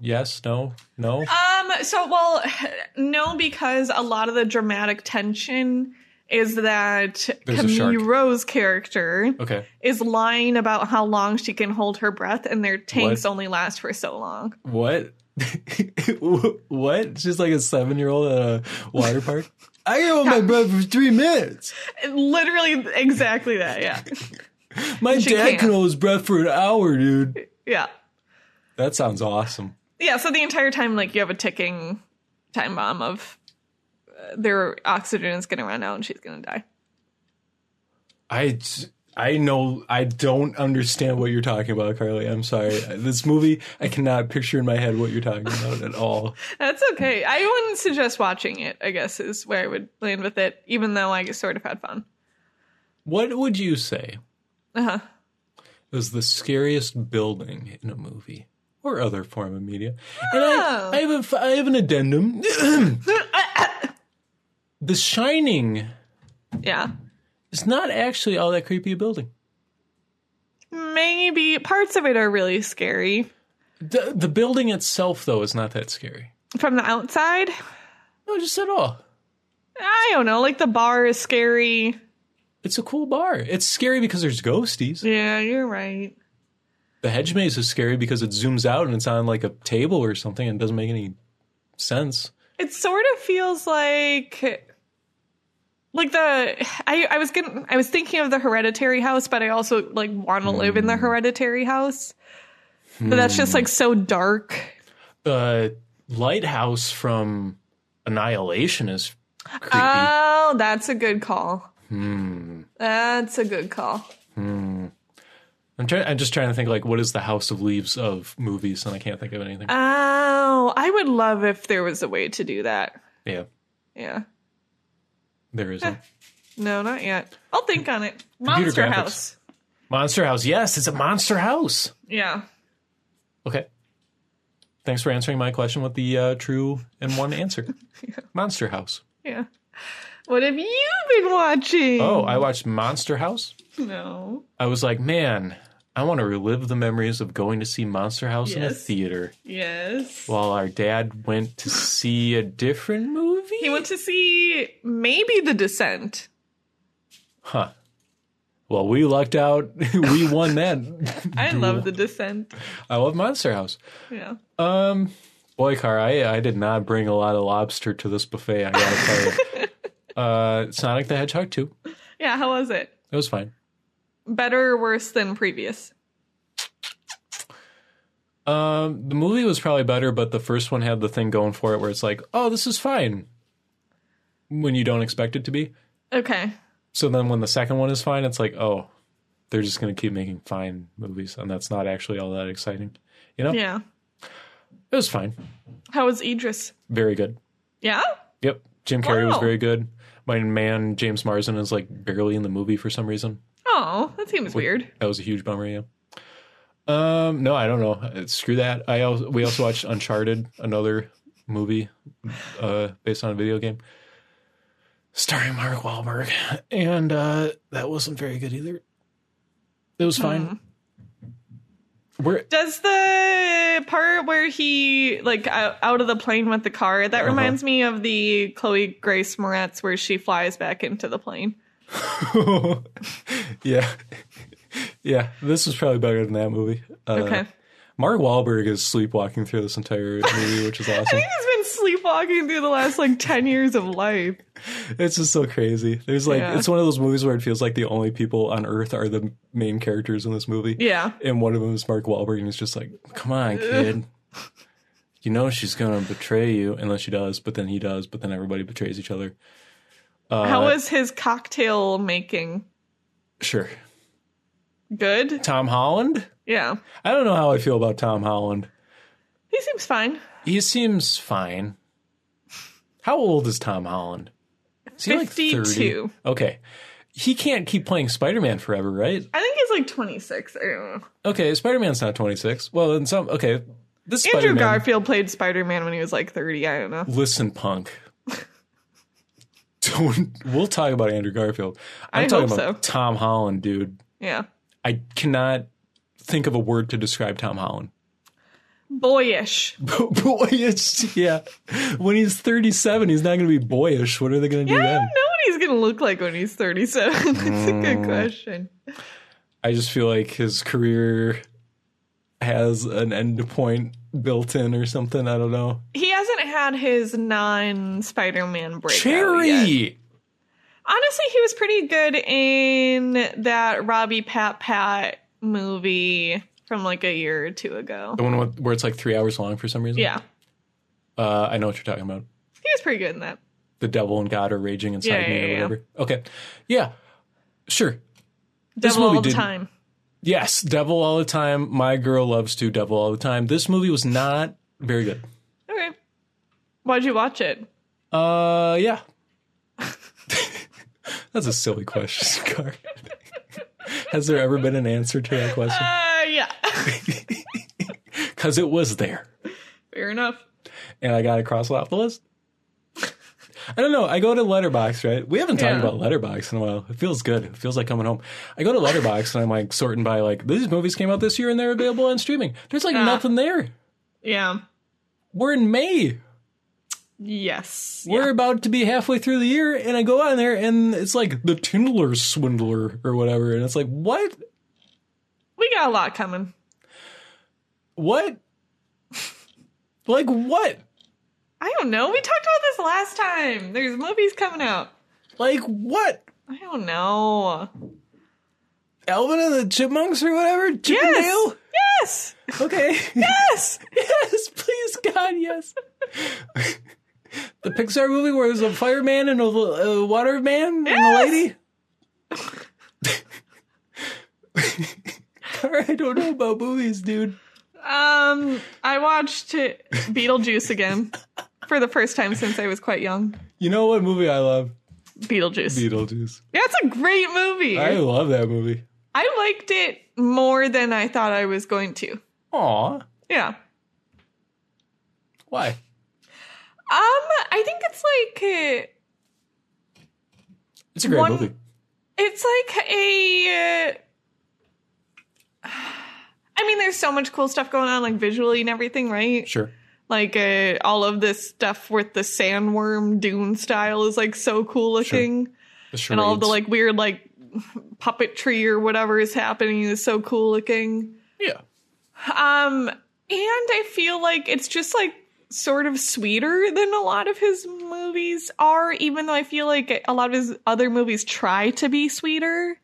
S1: yes, no, no?
S2: Um. So, well, no, because a lot of the dramatic tension is that
S1: There's a shark.
S2: Camille Rose character
S1: Okay.
S2: is lying about how long she can hold her breath, and their tanks only last for so long.
S1: What? what? Just like a seven year old at a water park? I got my breath for three minutes.
S2: Literally, exactly that. Yeah.
S1: My
S2: She
S1: dad
S2: can't.
S1: can hold his breath for an hour, dude.
S2: yeah.
S1: That sounds awesome.
S2: Yeah. So the entire time, like, you have a ticking time bomb of uh, their oxygen is going to run out and she's going to die.
S1: I I know I don't understand what you're talking about, Carly. I'm sorry. This movie, I cannot picture in my head what you're talking about at all.
S2: That's okay. I wouldn't suggest watching it, I guess, is where I would land with it, even though I sort of had fun.
S1: What would you say
S2: Uh-huh.
S1: is the scariest building in a movie or other form of media? And I,
S2: Oh.
S1: I, have, a, I have an addendum. the Shining
S2: Yeah.
S1: is not actually all that creepy a building.
S2: Maybe parts of it are really scary.
S1: The, the building itself, though, is not that scary.
S2: From the outside,
S1: No, just at all.
S2: I don't know. Like the bar is scary.
S1: It's a cool bar. It's scary because there's ghosties.
S2: Yeah, you're right.
S1: The hedge maze is scary because it zooms out and it's on like a table or something and doesn't make any sense.
S2: It sort of feels like like the I, I was getting I was thinking of the hereditary house, but I also like want to live in the hereditary house. But that's just like so dark.
S1: The lighthouse from Annihilation is creepy.
S2: Oh, that's a good call.
S1: Hmm.
S2: That's a good call.
S1: I'm, try- I'm just trying to think like what is the House of Leaves of movies, and I can't think of
S2: Uh,
S1: anything.
S2: Oh, I would love if there was a way to do that.
S1: yeah,
S2: Yeah.
S1: there isn't.
S2: No, not yet. I'll think on it.
S1: Computer
S2: Monster
S1: graphics.
S2: House.
S1: monster House. Yes, it's a monster house.
S2: Yeah.
S1: Okay. Thanks for answering my question with the uh, true and one answer. Monster House.
S2: Yeah. What have you been watching?
S1: Oh, I watched Monster House.
S2: no.
S1: I was like, man, I want to relive the memories of going to see Monster House in a
S2: Yes.
S1: theater
S2: Yes.
S1: while our dad went to see a different movie.
S2: He went to see maybe The Descent.
S1: huh. Well, we lucked out. we won that.
S2: I love The Descent.
S1: I love Monster House.
S2: Yeah.
S1: Um, boy, car, I I did not bring a lot of lobster to this buffet. I gotta tell you. Uh, Sonic the Hedgehog two.
S2: Yeah, how was it?
S1: It was fine.
S2: Better or worse than previous?
S1: Um, the movie was probably better, but the first one had the thing going for it where it's like, oh, this is fine when you don't expect it to be.
S2: Okay.
S1: So then when the second one is fine, it's like, oh, they're just going to keep making fine movies. And that's not actually all that exciting. You know?
S2: Yeah.
S1: It was fine.
S2: How was Idris?
S1: Very good.
S2: Yeah?
S1: Yep. Jim Carrey was
S2: Wow.
S1: very good. My man, James Marsden, is like barely in the movie for some reason.
S2: Oh, that seems weird.
S1: That was a huge bummer, yeah. Um, no, I don't know. Uh, Screw that. I also, we also watched Uncharted, another movie uh, based on a video game starring Mark Wahlberg, and uh, that wasn't very good either. It was fine.
S2: Mm-hmm.
S1: We're
S2: Hmm. Does the part where he like out, out of the plane with the car that
S1: Uh-huh.
S2: reminds me of the Chloe Grace Moretz where she flies back into the plane?
S1: yeah, yeah. This was probably better than that movie. Uh,
S2: Okay,
S1: Mark Wahlberg is sleepwalking through this entire movie, which is awesome.
S2: he's been sleepwalking through the last like ten years of life.
S1: It's just so crazy. There's like
S2: Yeah.
S1: it's one of those movies where it feels like the only people on Earth are the main characters in this movie.
S2: Yeah,
S1: And one of them is Mark Wahlberg, and he's just like, "Come on, kid. you know she's gonna betray you unless she does, but then he does, but then everybody betrays each other." Uh,
S2: how was his cocktail making?
S1: sure
S2: Good.
S1: Tom Holland?
S2: Yeah,
S1: I don't know how I feel about Tom Holland.
S2: he seems fine.
S1: He seems fine. How old is Tom Holland? Is he like 30?
S2: 52.
S1: Okay. He can't keep playing Spider-Man forever, right?
S2: I think he's like twenty six. I don't know.
S1: Okay, Spider Man's not 26. Well, then some. Okay, this
S2: Andrew
S1: Spider Man.
S2: Garfield played Spider Man when he was like thirty. I don't know.
S1: Listen, punk. Don't. We'll talk about Andrew Garfield. I'm
S2: I
S1: talking
S2: hope
S1: about
S2: so.
S1: Tom Holland, dude.
S2: Yeah,
S1: I cannot think of a word to describe Tom Holland.
S2: boyish.
S1: boyish, yeah. When he's 37, he's not going to be boyish. What are they going to do
S2: I don't know
S1: then?
S2: what he's gonna look like when he's thirty seven. That's a
S1: Mm.
S2: good question.
S1: I just feel like his career has an end point built in or something. I don't know.
S2: He hasn't had his non Spider Man break.
S1: Cherry.
S2: Honestly, he was pretty good in that Robbie Pat Pat movie from like a year or two ago.
S1: The one with- where it's like three hours long for some reason.
S2: Yeah.
S1: Uh, I know what you're talking about.
S2: He was pretty good in that.
S1: The devil and God are raging inside me
S2: Yeah, yeah,
S1: or
S2: yeah.
S1: whatever. Okay. Yeah. Sure.
S2: Devil
S1: movie
S2: all the
S1: didn't-
S2: time.
S1: Yes. Devil all the time. My girl loves to devil all the time. This movie was not very good.
S2: Okay. Why'd you watch it?
S1: Uh, yeah. That's a silly question, Scar. Has there ever been an answer to that question?
S2: Uh, yeah.
S1: Because it was there,
S2: Fair enough.
S1: and I got it crossed off the list. I don't know. I go to Letterbox, right? We haven't talked
S2: Yeah.
S1: about Letterbox in a while. It feels good. It feels like coming home. I go to Letterbox and I'm like sorting by like these movies came out this year and they're available on streaming. There's like
S2: Ah.
S1: nothing there.
S2: Yeah.
S1: We're in May.
S2: Yes.
S1: We're
S2: Yeah.
S1: about to be halfway through the year, and I go on there, and it's like the Tindler Swindler or whatever, and it's like, what?
S2: We got a lot coming.
S1: What? like what?
S2: I don't know. We talked about this last time. There's movies coming out.
S1: Like what?
S2: I don't know.
S1: Alvin and the Chipmunks or whatever? Chip and
S2: Yes.
S1: Dale?
S2: Yes.
S1: Okay.
S2: Yes.
S1: yes, please, God, yes. the Pixar movie where there's a fireman and a, a waterman and a lady? Car, I don't know about movies, dude.
S2: Um, I watched uh, Beetlejuice again for the first time since I was quite young.
S1: You know what movie I love?
S2: Beetlejuice.
S1: Beetlejuice.
S2: yeah, it's a great movie.
S1: I
S2: I,
S1: love that movie.
S2: liked it more than I thought I was going to.
S1: Aw.
S2: Yeah. Um,
S1: Why?
S2: I think it's like. Uh,
S1: It's a great
S2: One-
S1: movie.
S2: It's like a. Uh, I mean, there's so much cool stuff going on, like visually and everything, right?
S1: Sure.
S2: Like uh, all of this stuff with the sandworm dune style is like so cool looking, and all of the like weird like puppetry or whatever is happening is so cool looking.
S1: Yeah.
S2: Um, and I feel like it's just like sort of sweeter than a lot of his movies are, even though I feel like a lot of his other movies try to be sweeter.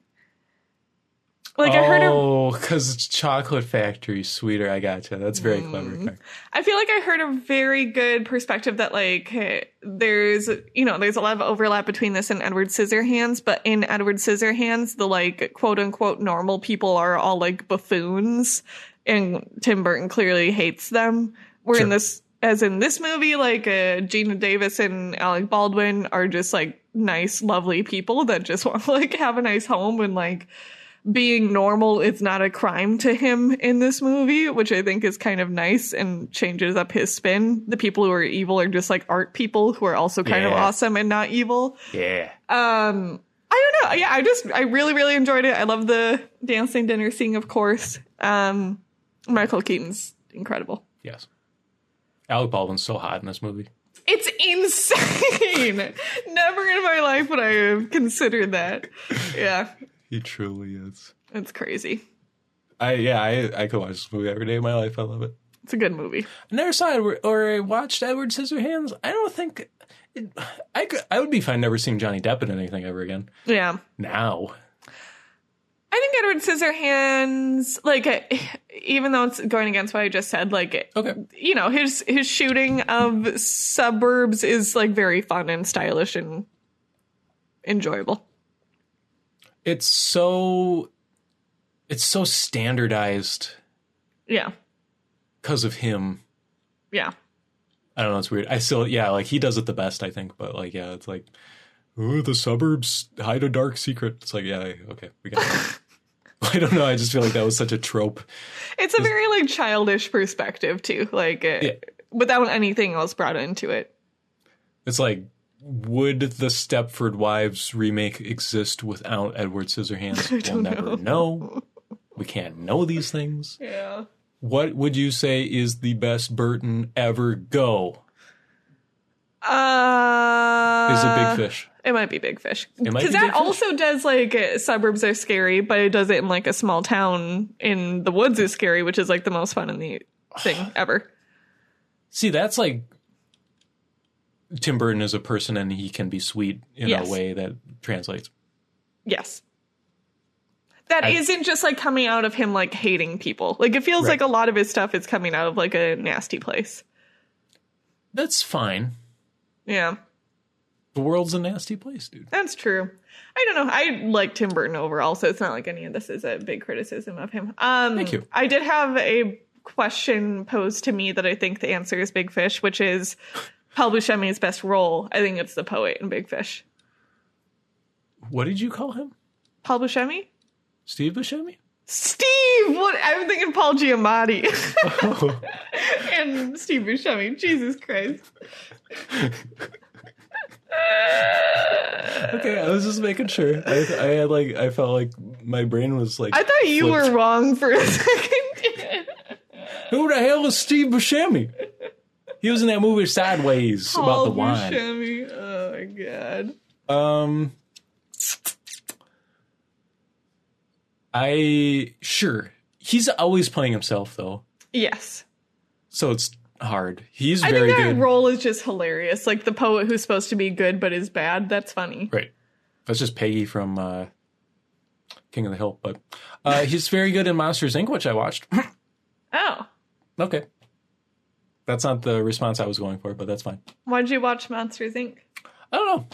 S2: Like I heard a,
S1: oh, because it's Chocolate Factory sweeter. I gotcha. That's very clever.
S2: Mm.
S1: Car.
S2: I feel like I heard a very good perspective that like eh, there's you know there's a lot of overlap between this and Edward Scissorhands, but in Edward Scissorhands the like quote unquote normal people are all like buffoons, and Tim Burton clearly hates them. Where
S1: Sure.
S2: in this as in this movie like uh, Gina Davis and Alec Baldwin are just like nice lovely people that just want to like have a nice home and like being normal is not a crime to him in this movie, which I think is kind of nice and changes up his spin. The people who are evil are just like art people who are also kind of
S1: Yeah.
S2: awesome and not evil.
S1: Yeah.
S2: Um, I don't know. Yeah, I just I really really enjoyed it. I love the dancing dinner scene, of course. Um, Michael Keaton's incredible.
S1: Yes. Alec Baldwin's so hot in this movie.
S2: It's insane. Never in my life would I have considered that. Yeah,
S1: He truly is.
S2: it's crazy.
S1: I yeah, I I could watch this movie every day of my life. I love it.
S2: It's a good movie.
S1: I never saw Edward, or I watched Edward Scissorhands. I don't think it, I could. I would be fine never seeing Johnny Depp in anything ever again.
S2: Yeah.
S1: Now,
S2: I think Edward Scissorhands, like, I- even though it's going against what I just said, like,
S1: okay,
S2: you know, his his shooting of suburbs is like very fun and stylish and enjoyable.
S1: it's so it's so standardized
S2: Yeah,
S1: because of him.
S2: yeah,
S1: I don't know. It's weird. I still, yeah, like he does it the best, I think. But like, yeah, it's like, ooh, the suburbs hide a dark secret. It's like, yeah, okay, we got. it. I don't know. I just feel like that was such a trope.
S2: it's a very like childish perspective too, like, uh,
S1: Yeah.
S2: without anything else brought into it.
S1: It's like, would the Stepford Wives remake exist without Edward Scissorhands? We'll
S2: don't
S1: never know. We can't know these things.
S2: Yeah,
S1: What would you say is the best Burton ever go?
S2: uh,
S1: Is it Big Fish?
S2: It might be Big Fish.
S1: It might be
S2: Because that
S1: Big Fish.
S2: also does like uh, suburbs are scary, but it does it in like a small town in the woods is scary, which is like the most fun in the thing ever.
S1: See, that's like Tim Burton is a person and he can be sweet in
S2: Yes.
S1: a way that translates.
S2: Yes. that
S1: I-
S2: not just like coming out of him like hating people. Like it feels
S1: Right.
S2: like a lot of his stuff is coming out of like a nasty place.
S1: That's fine.
S2: Yeah,
S1: The world's a nasty place, dude.
S2: that's true. I don't know. I like Tim Burton overall, so it's not like any of this is a big criticism of him. Um,
S1: Thank you.
S2: I did have a question posed to me that I think the answer is Big Fish, which is Paul Buscemi's best role. I think it's the poet in Big Fish.
S1: What did you call him?
S2: Paul Buscemi?
S1: Steve Buscemi?
S2: Steve! What? I'm thinking Paul Giamatti. and Steve Buscemi. Jesus Christ.
S1: Okay, I was just making sure. I, I had like I felt like my brain was like,
S2: I thought you
S1: Flipped.
S2: were wrong for a second.
S1: who the hell is Steve Buscemi? He was in that movie Sideways about the
S2: Paul
S1: wine.
S2: Buscemi. Oh, my God.
S1: Um, I sure he's always playing himself though,
S2: Yes.
S1: so it's hard. He's
S2: I
S1: very
S2: think that
S1: good.
S2: role is just hilarious. Like the poet who's supposed to be good but is bad. That's funny.
S1: Right. That's just Peggy from uh, King of the Hill, but uh, he's very good in Monsters Inc., which I watched.
S2: Oh.
S1: okay. That's not the response I was going for, but that's fine.
S2: Why'd you watch Monsters Inc.?
S1: I don't know.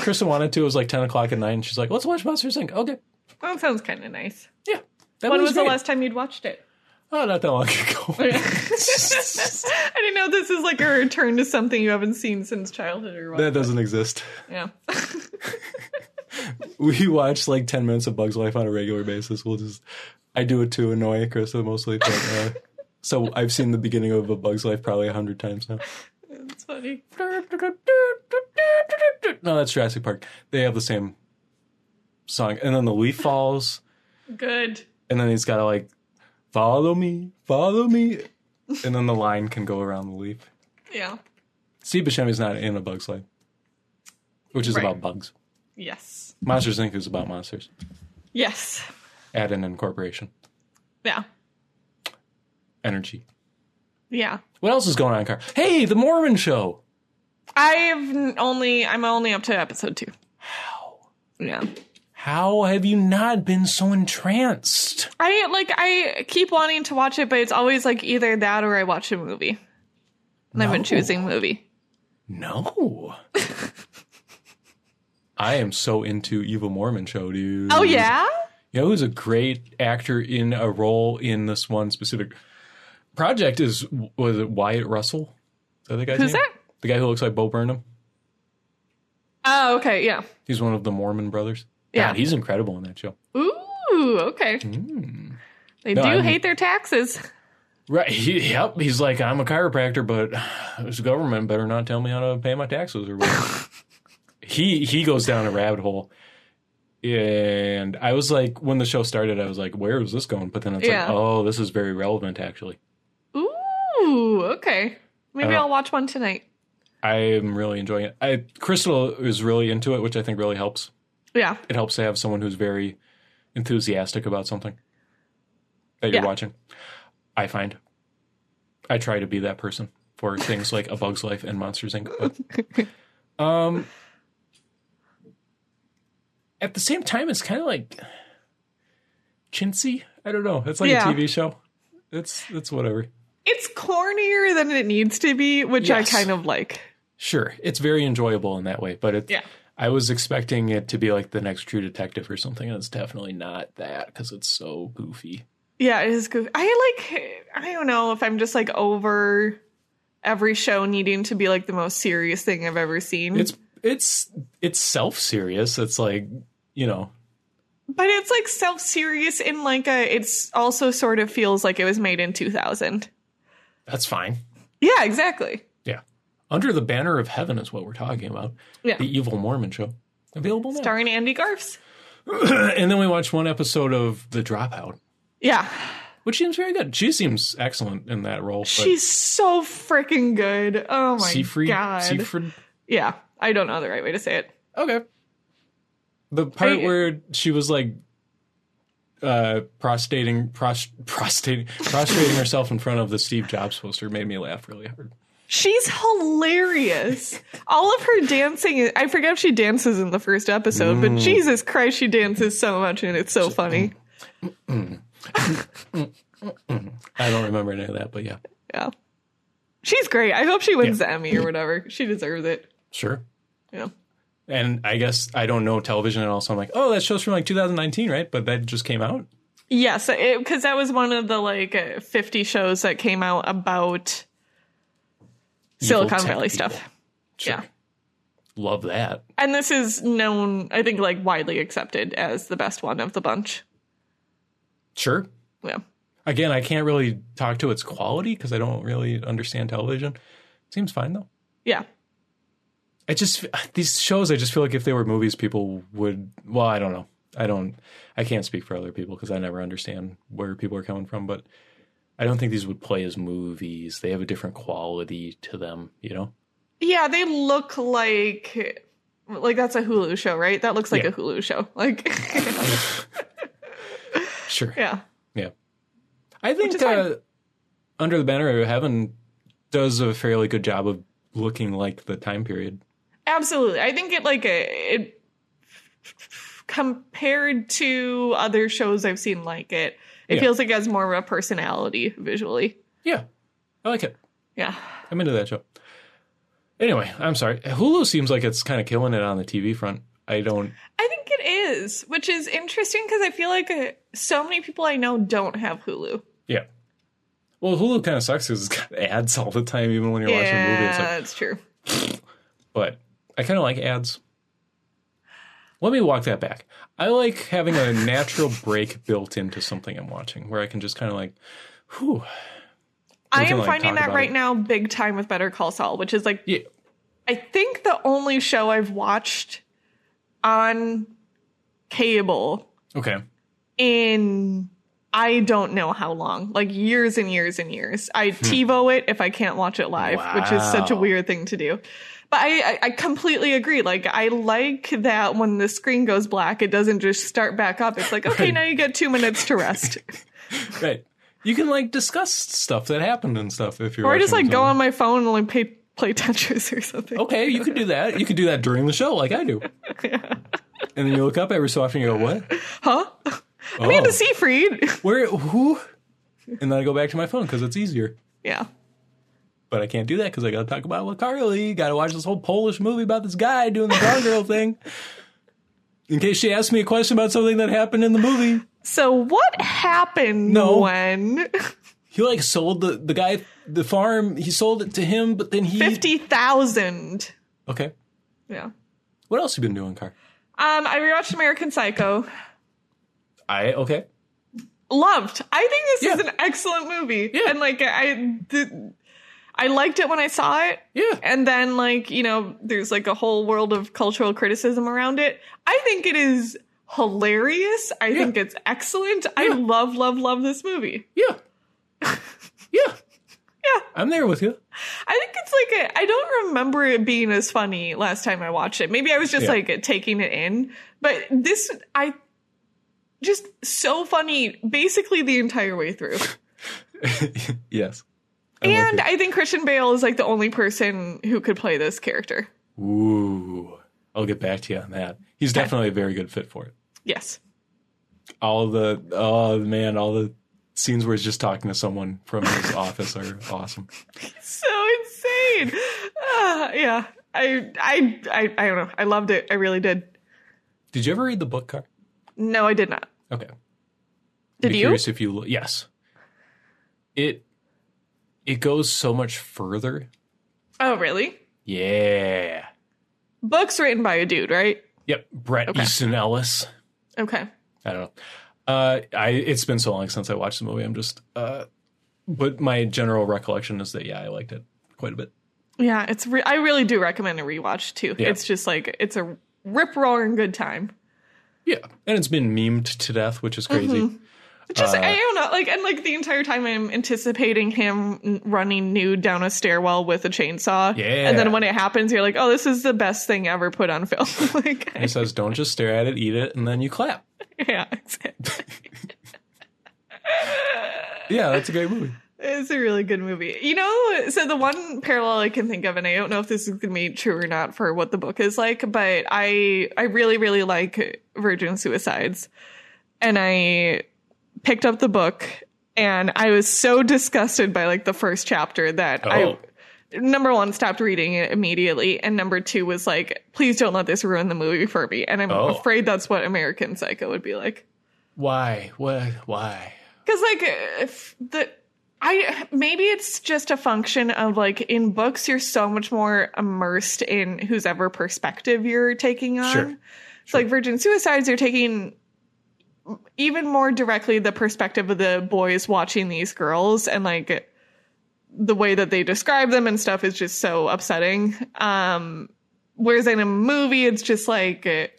S1: Krista wanted to. It was like 10 o'clock at night, and she's like, let's watch Monsters Inc. Okay.
S2: That sounds kind of nice.
S1: Yeah. That
S2: when
S1: movie's
S2: was the
S1: great.
S2: last time you'd watched it?
S1: Oh, not that long ago.
S2: I didn't know this is like a return to something you haven't seen since childhood or
S1: that
S2: what.
S1: doesn't exist.
S2: Yeah.
S1: We watch like 10 minutes of Bugs Life on a regular basis. We'll just, I do it to annoy Krista mostly. But, uh, so I've seen the beginning of A Bug's Life probably 100 times now.
S2: it's funny.
S1: No, that's Jurassic Park. They have the same song. And then the leaf falls,
S2: Good.
S1: and then he's got to like, follow me, follow me. And then the line can go around the leaf.
S2: Yeah.
S1: Steve Buscemi's not in A Bug's Life, which is
S2: Right.
S1: about bugs.
S2: Yes.
S1: Monsters Inc. is about monsters
S2: Yes.
S1: at an incorporation.
S2: Yeah.
S1: Energy.
S2: Yeah.
S1: What else is going on, Car? Hey, The Mormon Show.
S2: I've n- only I'm only up to episode two. Yeah.
S1: How have you not been so entranced?
S2: I like I keep wanting to watch it, but it's always like either that or I watch a movie. And I've been
S1: No.
S2: choosing movie.
S1: No. I am so into Evil Mormon show, dude.
S2: Oh yeah?
S1: You know who's a great actor in a role in this one specific project is was it Wyatt Russell? Is that the guy's
S2: Who's
S1: name?
S2: that?
S1: The guy who looks like Bo Burnham.
S2: Oh, okay, yeah.
S1: He's one of the Mormon brothers.
S2: Yeah.
S1: God, he's incredible in that show.
S2: Ooh, okay. They
S1: No,
S2: do
S1: I mean-
S2: hate their taxes.
S1: Right. He, yep. He's like, I'm a chiropractor, but this government better not tell me how to pay my taxes or whatever. he he goes down a rabbit hole. And I was like, when the show started, I was like, where is this going? But then it's
S2: Yeah.
S1: like, oh, this is very relevant, actually.
S2: Ooh, okay. Maybe
S1: Uh,
S2: I'll watch one tonight.
S1: I am really enjoying it. I, Crystal is really into it, which I think really helps.
S2: Yeah.
S1: It helps to have someone who's very enthusiastic about something that you're
S2: Yeah.
S1: watching. I find I try to be that person for things like A Bug's Life and Monsters Inc. But, um, at the same time, it's kind of like chintzy. I don't know. It's like
S2: Yeah.
S1: a TV show. It's it's whatever.
S2: It's cornier than it needs to be, which I
S1: Yes.
S2: kind of like.
S1: Sure, it's very enjoyable in that way, but it,
S2: Yeah.
S1: I was expecting it to be like the next True Detective or something, and it's definitely not that because it's so goofy.
S2: Yeah, it is goofy. I like I don't know if I'm just like over every show needing to be like the most serious thing I've ever seen.
S1: It's it's it's self serious. It's like you know,
S2: but it's like self serious in like a it's also sort of feels like it was made in two thousand.
S1: that's fine.
S2: Yeah, exactly.
S1: Yeah, Under the Banner of Heaven is what we're talking about.
S2: Yeah.
S1: the Evil Mormon Show available now.
S2: Starring Andy Garfs.
S1: and then we watched one episode of The Dropout,
S2: Yeah.
S1: which seems very good. She seems excellent in that role. But
S2: She's so freaking good. Oh my
S1: Siegfried,
S2: god.
S1: Siegfried
S2: Yeah. I don't know the right way to say it.
S1: Okay. The part
S2: Hey.
S1: where she was like uh prostating pros- prostating prostrating herself in front of the Steve Jobs poster made me laugh really hard.
S2: She's hilarious. All of her dancing, is- I forget if she dances in the first episode, but Jesus Christ, she dances so much and it's so funny.
S1: I don't remember any of that, but yeah.
S2: Yeah. She's great. I hope she wins the Emmy or whatever. She deserves it.
S1: Sure.
S2: Yeah.
S1: And I guess I don't know television at all, so I'm like, oh, that show's from like 2019, right? But that just came out.
S2: Yes, because that was one of the like uh, 50 shows that came out about Silicon
S1: Evil tech
S2: Valley
S1: people.
S2: stuff.
S1: Sure.
S2: Yeah.
S1: love that.
S2: And this is known, I think, like widely accepted as the best one of the bunch.
S1: Sure.
S2: Yeah.
S1: Again, I can't really talk to its quality because I don't really understand television. Seems fine though.
S2: Yeah.
S1: I just these shows. I just feel like if they were movies, people would. Well, I don't know. I don't. I can't speak for other people because I never understand where people are coming from. But I don't think these would play as movies. They have a different quality to them. You know.
S2: Yeah, they look like like that's a Hulu show, right? That looks like
S1: Yeah.
S2: a Hulu show. Like
S1: Sure.
S2: Yeah.
S1: I
S2: Which
S1: think
S2: is fine.
S1: uh, Under the Banner of Heaven does a fairly good job of looking like the time period.
S2: Absolutely. I think it like a, it compared to other shows I've seen like it, it
S1: Yeah.
S2: feels like it has more of a personality visually.
S1: Yeah, I like it.
S2: Yeah.
S1: I'm into that show. Anyway, I'm sorry. Hulu seems like it's kind of killing it on the TV front. I don't.
S2: I think it is, which is interesting because I feel like uh, so many people I know don't have Hulu.
S1: Yeah. Well, Hulu kind of sucks because it's got ads all the time, even when you're watching a movie. It's like,
S2: that's true.
S1: but I kind of like ads. Let me walk that back. I like having a natural break built into something I'm watching, where I can just kind of like, whew.
S2: I
S1: can,
S2: am
S1: like,
S2: finding
S1: talk
S2: that
S1: about
S2: right
S1: it.
S2: now big time with Better Call Saul, which is like
S1: Yeah,
S2: I think the only show I've watched on cable
S1: okay.
S2: in I don't know how long, like years and years and years. I TiVo it if I can't watch it live, which is such a
S1: Hmm. Wow.
S2: weird thing to do. But I, I, I completely agree. Like I like that when the screen goes black, it doesn't just start back up. It's like okay,
S1: Right.
S2: now you get two minutes to rest,
S1: Right. You can like discuss stuff that happened and stuff if you're
S2: or I just
S1: watching
S2: like go
S1: something.
S2: on my phone and like play, play Tetris or something.
S1: Okay, you could do that. You could do that during the show, like I do. And then you look up every so often and you go, "What?
S2: Huh?
S1: Oh,
S2: We had to Seafried.
S1: where? Who?" And then I go back to my phone because it's easier.
S2: yeah.
S1: But I can't do that because I got to talk about it with Carly. Got to watch this whole Polish movie about this guy doing the dog girl thing. In case she asks me a question about something that happened in the movie,
S2: So what happened
S1: No.
S2: when
S1: he like sold the the guy the farm. He sold it to him, but then he
S2: fifty thousand?
S1: Okay,
S2: Yeah. Um,
S1: what else you been doing, Car?
S2: I rewatched American Psycho.
S1: I okay.
S2: Loved. I think this is
S1: Yeah.
S2: an excellent movie.
S1: Yeah.
S2: And like I, the, I liked it when I saw it.
S1: Yeah.
S2: And then like you know, there's like a whole world of cultural criticism around it. I think it is hilarious. I think it's excellent. I
S1: Yeah.
S2: love, love, love this movie.
S1: Yeah. yeah.
S2: Yeah.
S1: I'm there with you.
S2: I think it's like a, I don't remember it being as funny last time I watched it. Maybe I was just
S1: Yeah.
S2: like taking it in, but this I just so funny basically the entire way through.
S1: yes. I'm with
S2: and I think Christian Bale is like the only person who could play this character.
S1: you. Ooh. I'll get back to you on that. He's definitely a very good fit for it.
S2: Yes.
S1: All the oh man, all the scenes where he's just talking to someone from his office are awesome.
S2: So insane. Ah, yeah. I, I I I don't know. I loved it. I really did.
S1: Did you ever read the book car?
S2: No, I did not.
S1: Okay.
S2: Did
S1: be
S2: you?
S1: curious if you yes. It it goes so much further.
S2: Oh, really?
S1: Yeah.
S2: Books written by a dude, right?
S1: Yep. Brett Easton Ellis.
S2: Okay.
S1: I don't know. Uh, I it's been so long since I watched the movie. I'm just, uh, but my general recollection is that yeah, I liked it quite a bit.
S2: Yeah, it's. Re- I really do recommend a rewatch too.
S1: Yeah.
S2: It's just like it's a rip roaring good time.
S1: Yeah, and it's been memed to death, which is crazy.
S2: Mm-hmm. It's just I don't know, like and like the entire time I'm anticipating him n- running nude down a stairwell with a chainsaw.
S1: Yeah.
S2: and then when it happens, you're like, oh, this is the best thing ever put on film. like,
S1: It says, "Don't just stare at it, eat it, and then you clap."
S2: yeah, exactly.
S1: Yeah, that's a great movie.
S2: It's a really good movie. You know, so the one parallel I can think of, and I don't know if this is going to be true or not for what the book is like, but I I really really like Virgin Suicides, and I picked up the book, and I was so disgusted by like the first chapter that
S1: Oh.
S2: I number one stopped reading it immediately, and number two was like, please don't let this ruin the movie for me, and I'm
S1: Oh.
S2: afraid that's what American Psycho would be like.
S1: Why? What? Why?
S2: Because like if the I maybe it's just a function of like in books you're so much more immersed in whose ever perspective you're taking on.
S1: Sure.
S2: So like Virgin Suicides, you're taking even more directly the perspective of the boys watching these girls and like the way that they describe them and stuff is just so upsetting. Um whereas in a movie it's just like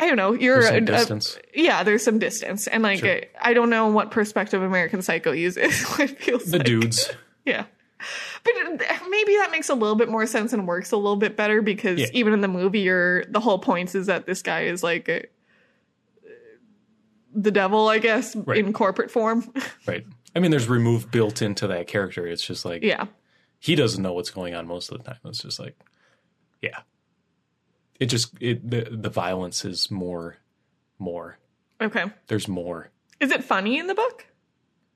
S2: I don't know, you're
S1: There's some
S2: a- a-
S1: distance.
S2: yeah, there's some distance. And like
S1: Sure.
S2: I don't know what perspective American Psycho uses. it feels
S1: The
S2: like-
S1: dudes.
S2: yeah. But maybe that makes a little bit more sense and works a little bit better because
S1: Yeah.
S2: even in the movie, you're, the whole point is that this guy is like a, the devil, I guess,
S1: Right.
S2: in corporate form.
S1: Right. I mean, there's remove built into that character. It's just like
S2: yeah.
S1: he doesn't know what's going on most of the time. It's just like, yeah. It just it the the violence is more, more.
S2: Okay.
S1: There's more.
S2: Is it funny in the book?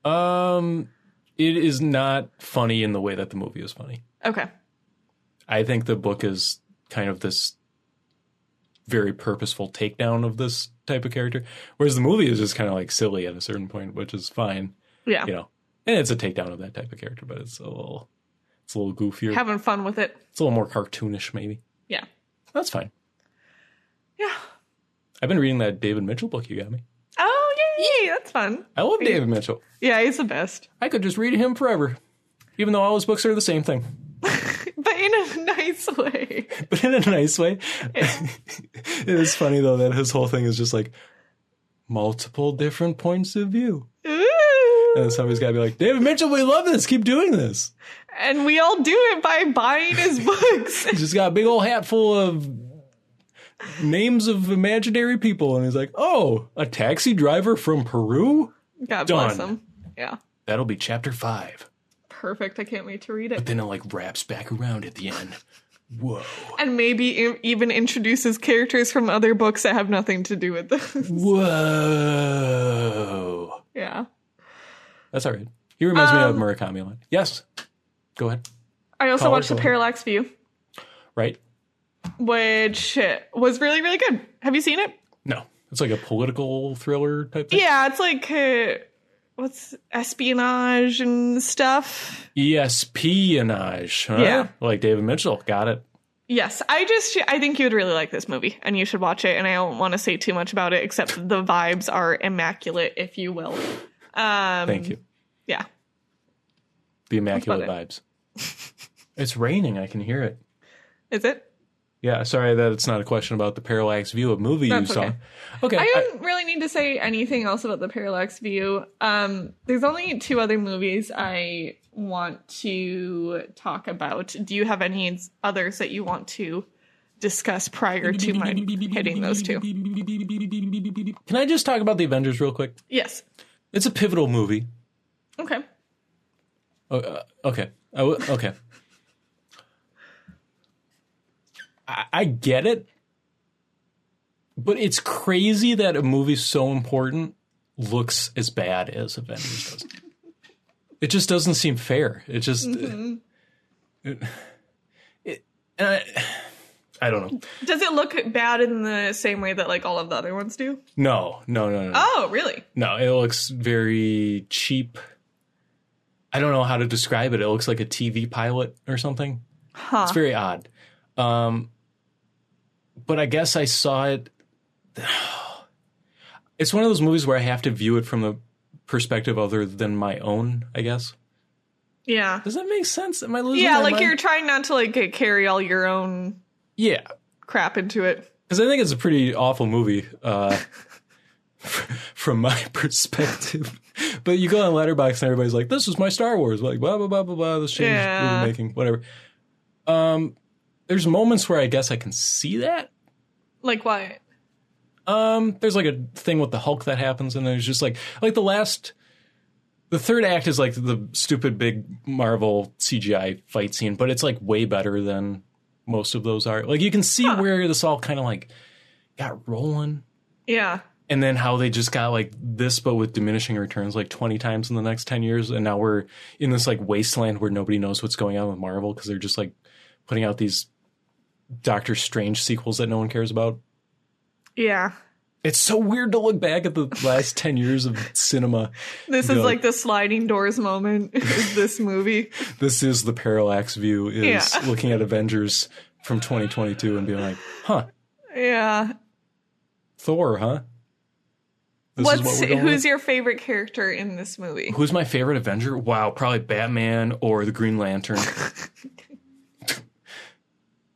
S1: Um, it is not funny in the way that the movie is funny.
S2: Okay.
S1: I think the book is kind of this very purposeful takedown of this type of character, whereas the movie is just kind of like silly at a certain point, which is fine,
S2: Yeah.
S1: you know. And it's a takedown of that type of character, but it's a little, it's a little goofier.
S2: Having fun with it.
S1: It's a little more cartoonish, maybe.
S2: Yeah.
S1: That's fine.
S2: Yeah.
S1: I've been reading that David Mitchell book you got me.
S2: Oh, yay. That's fun.
S1: I love David Mitchell.
S2: Yeah. He's the best.
S1: I could just read him forever, even though all his books are the same thing,
S2: But in a nice way.
S1: but in a nice way.
S2: Yeah.
S1: it is funny though that his whole thing is just like multiple different points of view,
S2: Ooh.
S1: and somebody's got to be like, David Mitchell, we love this. Keep doing this.
S2: And we all do it by buying his books.
S1: He's just got a big old hat full of names of imaginary people, and he's like, oh, a taxi driver from Peru.
S2: God bless
S1: Done.
S2: him. Yeah.
S1: That'll be chapter five.
S2: Perfect. I can't wait to read
S1: but
S2: it.
S1: then it like wraps back around at the end. Whoa.
S2: And maybe e- even introduces characters from other books that have nothing to do with this.
S1: Whoa.
S2: yeah.
S1: That's all right. He reminds me of
S2: Um,
S1: Murakami a lot. Yes. Go ahead.
S2: I also
S1: Color
S2: watched The
S1: coding.
S2: Parallax View,
S1: Right?
S2: which was really, really good. Have you seen it?
S1: No. It's like a political thriller type thing.
S2: Yeah, it's like uh, what's espionage and stuff.
S1: E Espionage. Huh?
S2: Yeah.
S1: Like David Mitchell. Got it.
S2: Yes, I just I think you would really like this movie and you should watch it and I don't want to say too much about it except the vibes are immaculate if you will. Um
S1: Thank you.
S2: Yeah.
S1: The immaculate
S2: about
S1: vibes. it's raining. I can hear it.
S2: Is it?
S1: Yeah. Sorry that it's not a question about the parallax view of movie
S2: That's
S1: you saw.
S2: okay.
S1: Okay.
S2: I
S1: I-
S2: don't really need to say anything else about the parallax view. Um, there's only two other movies I want to talk about. Do you have any others that you want to discuss prior to my hitting those two?
S1: can I just talk about the Avengers real quick?
S2: Yes.
S1: It's a pivotal movie.
S2: Okay.
S1: Oh, uh, okay. I w- okay. I-, I get it, but it's crazy that a movie so important looks as bad as Avengers does. it just doesn't seem fair. It just. It, it- and I, I don't know.
S2: Does it look bad in the same way that like all of the other ones do?
S1: No, no, no, no. no.
S2: Oh, really?
S1: No, it looks very cheap. I don't know how to describe it. It looks like a TV pilot or something.
S2: Huh.
S1: It's very odd. Um, but I guess I saw it. It's one of those movies where I have to view it from the perspective other than my own. I guess.
S2: Yeah.
S1: Does that make sense? Am I losing?
S2: Yeah,
S1: my
S2: like
S1: mind?
S2: you're trying not to like carry all your own
S1: Yeah,
S2: crap into it.
S1: because I think it's a pretty awful movie uh, from my perspective. but you go on Letterbox and everybody's like, "This is my Star Wars," like blah blah blah blah blah. This change
S2: Yeah.
S1: we were making, whatever. Um, there's moments where I guess I can see that.
S2: Like what?
S1: Um, there's like a thing with the Hulk that happens, and there's just like like the last, the third act is like the stupid big Marvel CGI fight scene, but it's like way better than most of those are. Like you can see
S2: Huh.
S1: where this all kind of like got rolling,
S2: Yeah.
S1: and then how they just got like this, but with diminishing returns, like twenty times in the next ten years, and now we're in this like wasteland where nobody knows what's going on with Marvel because they're just like putting out these Doctor Strange sequels that no one cares about.
S2: Yeah.
S1: It's so weird to look back at the last 10 years of cinema.
S2: This is
S1: Yeah.
S2: like the sliding doors moment. Is this movie?
S1: This is the parallax view is
S2: Yeah.
S1: looking at Avengers from 2022 and being like, huh,
S2: Yeah.
S1: Thor, huh? This is
S2: What's
S1: going
S2: who's
S1: with?
S2: your favorite character in this movie?
S1: Who's my favorite Avenger? Wow, probably Batman or the Green Lantern.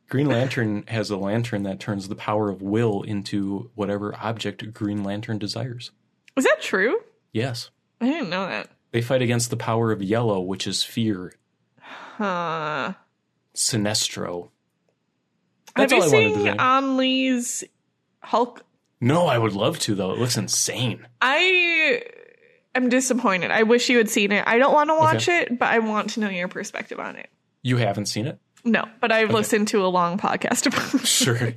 S1: Green Lantern has a lantern that turns the power of will into whatever object Green Lantern desires.
S2: Is that true?
S1: Yes.
S2: I didn't know that.
S1: They fight against the power of yellow, which is fear.
S2: Huh.
S1: Sinestro.
S2: Have
S1: That's
S2: you
S1: all I wanted to
S2: seen uh,
S1: say.
S2: An Lee's Hulk?
S1: No, I would love to though. It looks insane.
S2: I am disappointed. I wish you had seen it. I don't want to watch it, but I want to know your perspective on it.
S1: You haven't seen it?
S2: No, but I've listened to a long podcast about it.
S1: Sure.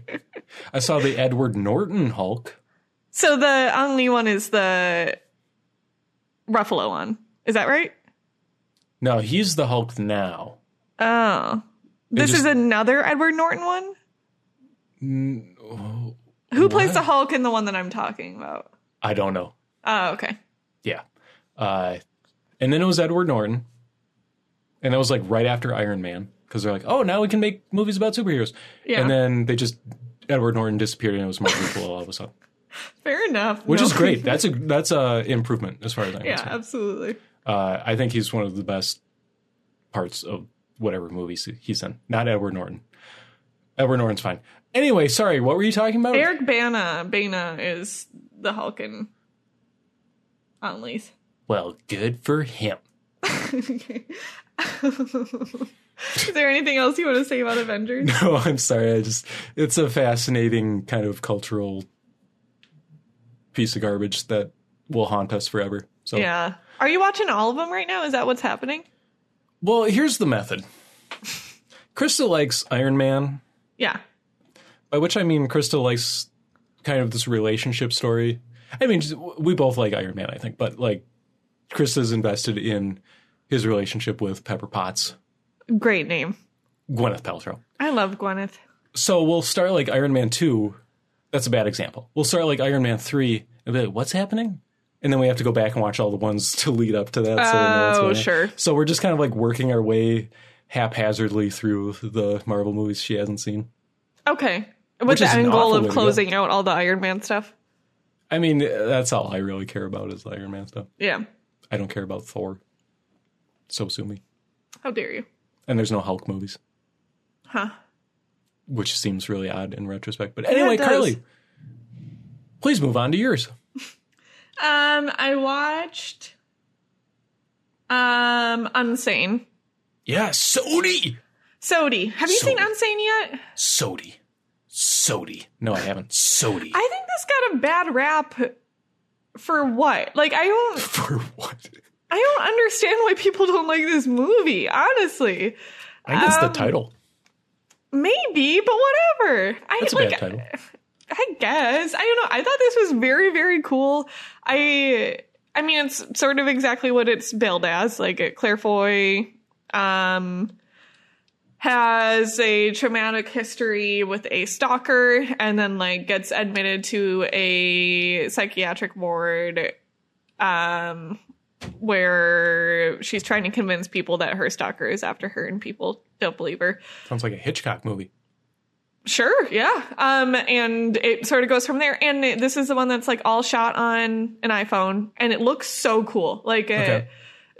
S1: I saw the Edward Norton Hulk.
S2: So the Ang Lee one is the Ruffalo one. Is that right?
S1: No, he's the Hulk now.
S2: Oh. This
S1: just-
S2: is another Edward Norton one? Mm. Who plays the Hulk in the one that I'm talking about?
S1: I don't know.
S2: Oh, okay.
S1: Yeah. Uh, and then it was Edward Norton. And that was like right after Iron Man because they're like, oh, now we can make movies about superheroes.
S2: Yeah.
S1: And then they just, Edward Norton disappeared and it was Mark Ruffalo all of a sudden,
S2: Fair enough.
S1: which
S2: No.
S1: is great. That's a that's a improvement as far as I'm
S2: Yeah,
S1: concerned.
S2: absolutely.
S1: Uh, I think he's one of the best parts of whatever movies he's in. Not Edward Norton. Edward Norton's fine. Anyway, sorry, what were you talking about?
S2: Eric Bana Bana is the Hulk in Ang Lee's.
S1: Well, good for him.
S2: Is there anything else you want to say about Avengers?
S1: Oh, I'm sorry. I just it's a fascinating kind of cultural piece of garbage that will haunt us forever. So,
S2: Yeah. Are you watching all of them right now? Is that what's happening?
S1: well, here's the method. Krista likes Iron Man,
S2: Yeah.
S1: by which I mean Krista likes kind of this relationship story. I mean, just- we both like Iron Man, I think, but like Krista's invested in his relationship with Pepper Potts,
S2: Great name.
S1: Gwyneth Paltrow.
S2: I love Gwyneth.
S1: So we'll start like Iron Man 2. That's a bad example. We'll start like Iron Man 3 and be like, what's happening? And then we have to go back and watch all the ones to lead up to that. so we know what's
S2: Oh,
S1: going on.
S2: sure.
S1: So we're just kind of like working our way haphazardly through the Marvel movies she hasn't seen.
S2: Okay. With
S1: Which
S2: the
S1: is an
S2: end goal
S1: awful way
S2: of
S1: to go.
S2: closing out all the Iron Man stuff.
S1: I mean, that's all I really care about is the Iron Man stuff.
S2: Yeah.
S1: I don't care about Thor. So sue me.
S2: How dare you?
S1: And there's no Hulk movies,
S2: Huh.
S1: which seems really odd in retrospect. But anyway,
S2: does.
S1: Carly, please move on to yours.
S2: Um, I watched um Unsane.
S1: Yeah, Sony.
S2: Sodi. Have you seen
S1: Sodi.
S2: Unsane yet?
S1: Sody. Sody. No, I haven't. Sody.
S2: I think this got a bad rap for what? Like I don't
S1: For what?
S2: I don't understand why people don't like this movie, honestly.
S1: I think it's the
S2: Um,
S1: title.
S2: Maybe, but whatever. I
S1: That's a
S2: like
S1: bad title.
S2: I guess. I don't know. I thought this was very, very cool. I I mean it's sort of exactly what it's billed as. Like uh, Claire Foy um has a traumatic history with a stalker and then like gets admitted to a psychiatric ward um where she's trying to convince people that her stalker is after her and people don't believe her.
S1: Sounds like a Hitchcock movie.
S2: Sure, yeah. Um, and it sort of goes from there. And it, this is the one that's like all shot on an iPhone, and it looks so cool. Like uh,
S1: Okay.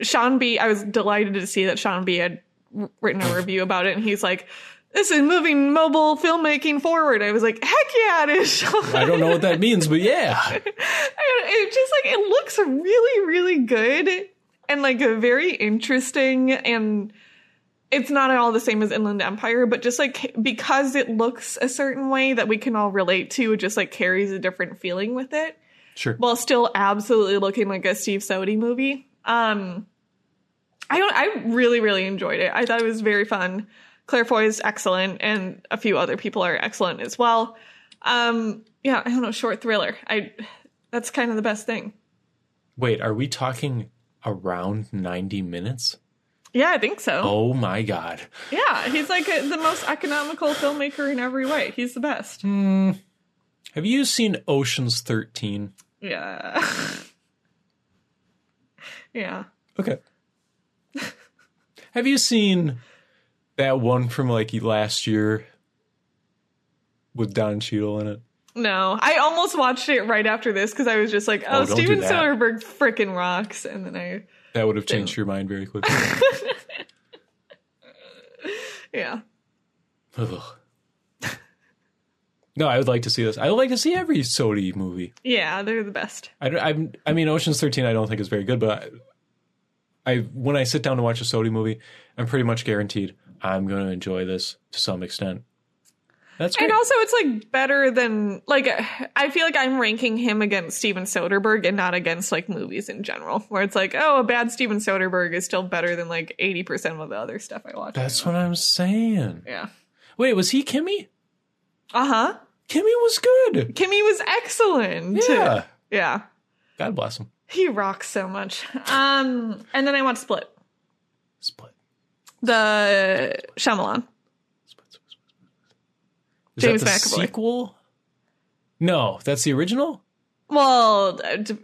S2: Sean B, I was delighted to see that Sean B had w- written a review about it, and he's like, "This is moving mobile filmmaking forward." I was like, "Heck yeah, it is!" Sean.
S1: I don't know what that means, but yeah.
S2: I don't- it just like it looks really really good and like a very interesting and it's not at all the same as inland empire but just like because it looks a certain way that we can all relate to it just like carries a different feeling with it
S1: Sure.
S2: while still absolutely looking like a steve Sodi movie um i don't i really really enjoyed it i thought it was very fun claire foy is excellent and a few other people are excellent as well um yeah i don't know short thriller i that's kind of the best thing
S1: Wait, are we talking around 90 minutes?
S2: yeah i think so
S1: Oh my god.
S2: yeah he's like a, the most economical filmmaker in every way he's the best
S1: Have you seen Ocean's 13?
S2: Yeah. yeah.
S1: Okay. Have you seen that one from like last year with Don Cheadle in it?
S2: No, I almost watched it right after this because I was just like,
S1: Oh,
S2: "Oh,
S1: don't do
S2: Steven
S1: that.
S2: Soderbergh freaking rocks," and then I,
S1: That would have changed your mind very quickly.
S2: yeah,
S1: Ugh. No, I would like to see this. I would like to see every Sodi movie.
S2: yeah, they're the best.
S1: I, don't- I'm, I mean, Ocean's 13 I don't think is very good, but I, I when I sit down to watch a Sodi movie, I'm pretty much guaranteed I'm going to enjoy this to some extent. That's great.
S2: And also, it's like better than like I feel like I'm ranking him against Steven Soderbergh and not against like movies in general, where it's like, oh, a bad Steven Soderbergh is still better than like eighty percent of the other stuff I watch.
S1: That's what I'm saying.
S2: yeah.
S1: Wait, was he Kimmy?
S2: Uh huh.
S1: Kimmy was good.
S2: Kimmy was excellent.
S1: Yeah.
S2: Yeah.
S1: God bless him.
S2: He rocks so much. Um, and then I want Split,
S1: Split.
S2: the Shyamalan.
S1: Split, split, split, split. Is
S2: James
S1: that the
S2: McAvoy.
S1: sequel? No, that's the original?
S2: Well, uh, d-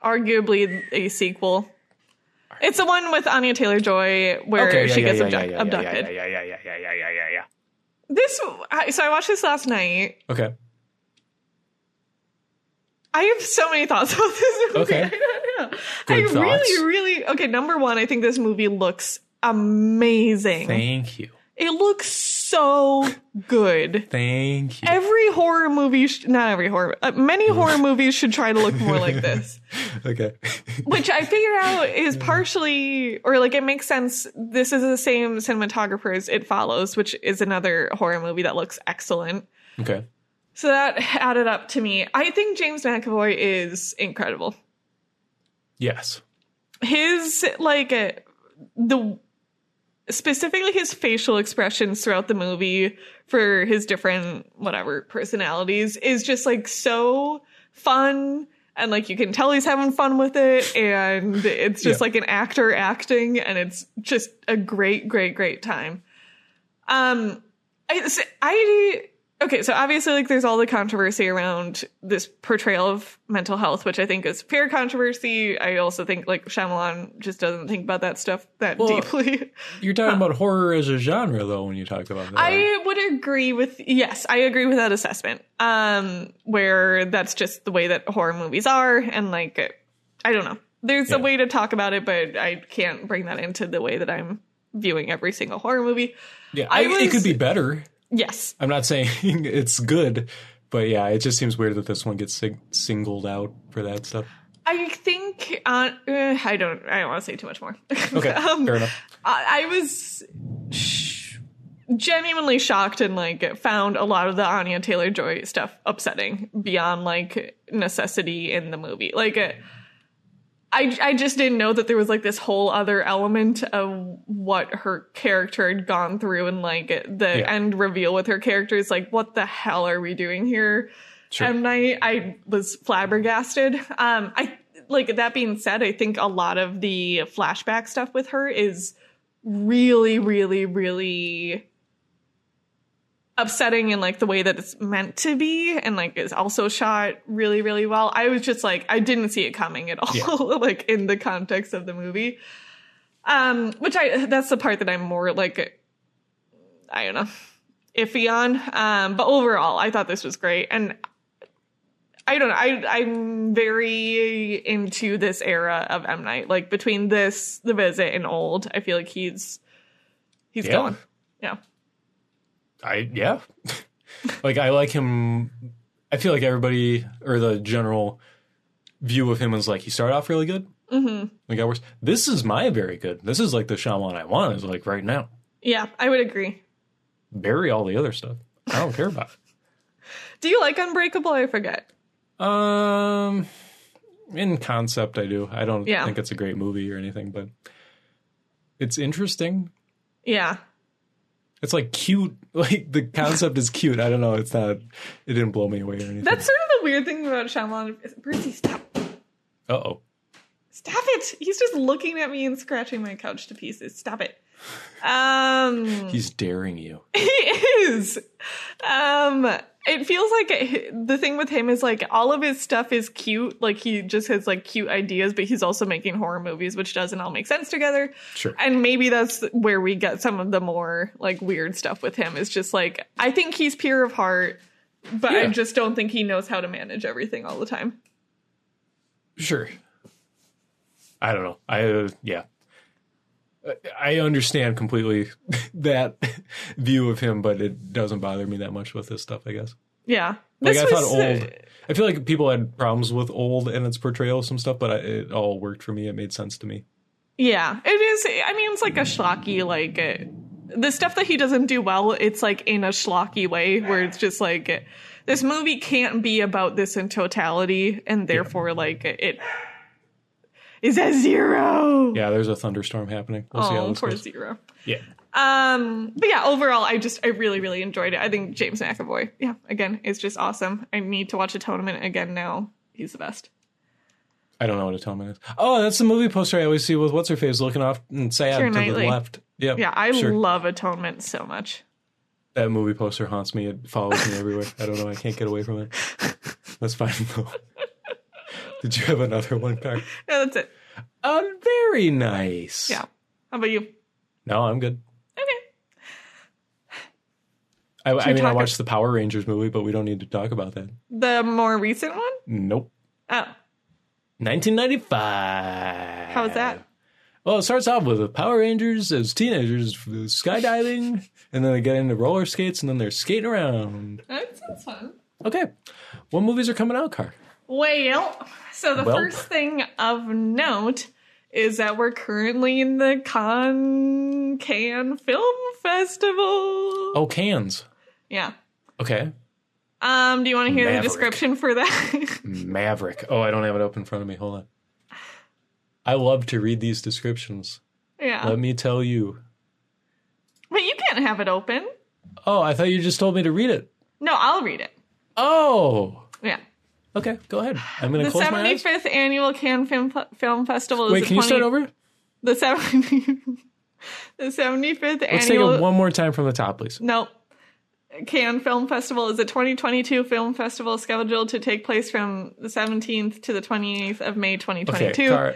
S2: arguably a sequel. It's the one with Anya Taylor Joy where
S1: Okay, yeah,
S2: she
S1: yeah,
S2: gets
S1: yeah,
S2: abduct-
S1: yeah, yeah,
S2: abducted.
S1: Yeah, yeah, yeah, yeah, yeah, yeah, yeah, yeah.
S2: This, I- so I watched this last night.
S1: Okay.
S2: I have so many thoughts about this movie.
S1: Okay.
S2: I don't know.
S1: Good
S2: I
S1: thoughts.
S2: really, really okay. Number one, I think this movie looks amazing.
S1: Thank you.
S2: it looks so good.
S1: Thank you.
S2: Every horror movie, sh- not every horror, uh, many horror movies should try to look more like this.
S1: Okay.
S2: which I figured out is partially, or like it makes sense. This is the same cinematographer as It Follows, which is another horror movie that looks excellent.
S1: okay.
S2: So that added up to me. I think James McAvoy is incredible.
S1: Yes.
S2: His like uh, the specifically his facial expressions throughout the movie for his different whatever personalities is just like so fun and like you can tell he's having fun with it and it's just
S1: Yeah.
S2: like an actor acting and it's just a great great great time um i s- I- okay so obviously like there's all the controversy around this portrayal of mental health which i think is fair controversy i also think like Shyamalan just doesn't think about that stuff that
S1: Well,
S2: deeply
S1: You're talking about horror as a genre, though, when you talk about that.
S2: I would agree with yes, I agree with that assessment. Um, where that's just the way that horror movies are, and like, it- I don't know. There's
S1: Yeah.
S2: a way to talk about it, but I can't bring that into the way that I'm viewing every single horror movie.
S1: yeah,
S2: I
S1: I, it could
S2: was-
S1: be better.
S2: Yes,
S1: I'm not saying it's good, but yeah, it just seems weird that this one gets sing- singled out for that stuff.
S2: I think uh, eh, I don't. I don't want to say too much more.
S1: Okay,
S2: Um,
S1: fair enough.
S2: I, I was sh- genuinely shocked and like found a lot of the Anya Taylor Joy stuff upsetting beyond like necessity in the movie. Like, uh, I I just didn't know that there was like this whole other element of what her character had gone through and like the
S1: Yeah.
S2: end reveal with her character is like, what the hell are we doing here?
S1: Sure.
S2: M Night, I was flabbergasted. Um, I like that being said, I think a lot of the flashback stuff with her is really, really, really upsetting in like the way that it's meant to be, and like is also shot really, really well. I was just like, I didn't see it coming at all,
S1: Yeah.
S2: like in the context of the movie. Um, which I that's the part that I'm more like, I don't know, iffy on. Um, but overall, I thought this was great, and I don't know. I I'm very into this era of M Night. Like between this, The Visit, and Old, I feel like he's he's
S1: Yeah.
S2: gone. Yeah,
S1: I yeah. like I like him. I feel like everybody or the general view of him is like he started off really good. Mm-hmm. Like got worse. This is my very good. This is like the Shyamalan I want. Is like right now.
S2: yeah, I would agree.
S1: Bury all the other stuff. I don't care about. it.
S2: Do you like Unbreakable? I forget.
S1: Um, in concept, I do. I don't
S2: Yeah.
S1: think it's a great movie or anything, but it's interesting.
S2: Yeah,
S1: It's like cute. Like the concept is cute. I don't know. It's not. It didn't blow me away or anything.
S2: that's sort of the weird thing about Shyamalan. Percy, stop,
S1: Uh oh.
S2: stop it! He's just looking at me and scratching my couch to pieces. Stop it. Um,
S1: He's daring you.
S2: he is. Um, it feels like it, the thing with him is like all of his stuff is cute. Like he just has like cute ideas, but he's also making horror movies, which doesn't all make sense together.
S1: Sure.
S2: And maybe that's where we get some of the more like weird stuff with him. Is just like I think he's pure of heart, but I
S1: Yeah.
S2: just don't think he knows how to manage everything all the time.
S1: Sure. I don't know. I uh, yeah. I I understand completely that view of him, but it doesn't bother me that much with this stuff. I guess.
S2: Yeah.
S1: Like I thought,
S2: uh,
S1: old. I feel like people had problems with old and its portrayal of some stuff, but I, it all worked for me. It made sense to me.
S2: Yeah, it is. I mean, it's like a schlocky, like uh, the stuff that he doesn't do well. It's like in a schlocky way, where it's just like uh, this movie can't be about this in totality, and therefore, like it is at zero.
S1: Yeah, there's a thunderstorm happening. We'll see how
S2: oh,
S1: this
S2: towards
S1: goes.
S2: zero.
S1: Yeah.
S2: Um, but yeah, overall, I just I really really enjoyed it. I think James McAvoy, yeah, again, is just awesome. I need to watch a tournament again now. He's the best.
S1: I don't know what a Tillman is. Oh, that's the movie poster I always see with what's her face looking off and sad
S2: Keira
S1: to
S2: Knightley.
S1: the left. Yep,
S2: Yeah, I
S1: sure.
S2: love Atonement so much.
S1: that movie poster haunts me. It follows me everywhere. I don't know. I can't get away from it. That's fine though. Did you have another one, Car?
S2: Yeah, that's it.
S1: Um, very nice.
S2: Yeah. How about you?
S1: No, I'm good.
S2: Okay.
S1: I, I
S2: we
S1: mean, I
S2: talk-
S1: watched the Power Rangers movie, but we don't need to talk about that.
S2: The more recent one?
S1: Nope.
S2: Oh,
S1: 1995.
S2: how was that?
S1: Well, it starts off with the Power Rangers as teenagers skydiving, and then they get into roller skates, and then they're skating around.
S2: That Uh, sounds fun.
S1: Okay. What movies are coming out, Car?
S2: Well, so the
S1: Well.
S2: first thing of note is that we're currently in the Con Can Film Festival.
S1: Oh, Cans.
S2: Yeah.
S1: Okay.
S2: Um, do you want to hear
S1: Maverick.
S2: the description for that?
S1: Maverick. Oh, I don't have it up in front of me. Hold on. I love to read these descriptions.
S2: yeah.
S1: Let me tell you.
S2: but you can't have it open.
S1: Oh, I thought you just told me to read it.
S2: No, I'll read it.
S1: Oh.
S2: Yeah.
S1: Okay, go ahead. I'm going to
S2: The
S1: close my eyes.
S2: 75th annual Cannes Film, Film Festival is
S1: Wait,
S2: the
S1: can you
S2: 20
S1: start over?
S2: The 70 The
S1: Let's
S2: 75th
S1: take
S2: annual
S1: it one more time from the top, please.
S2: Nope. Cannes Film Festival is a 2022 film festival scheduled to take place from the 17th to the 28th of May 2022.
S1: Okay, Car,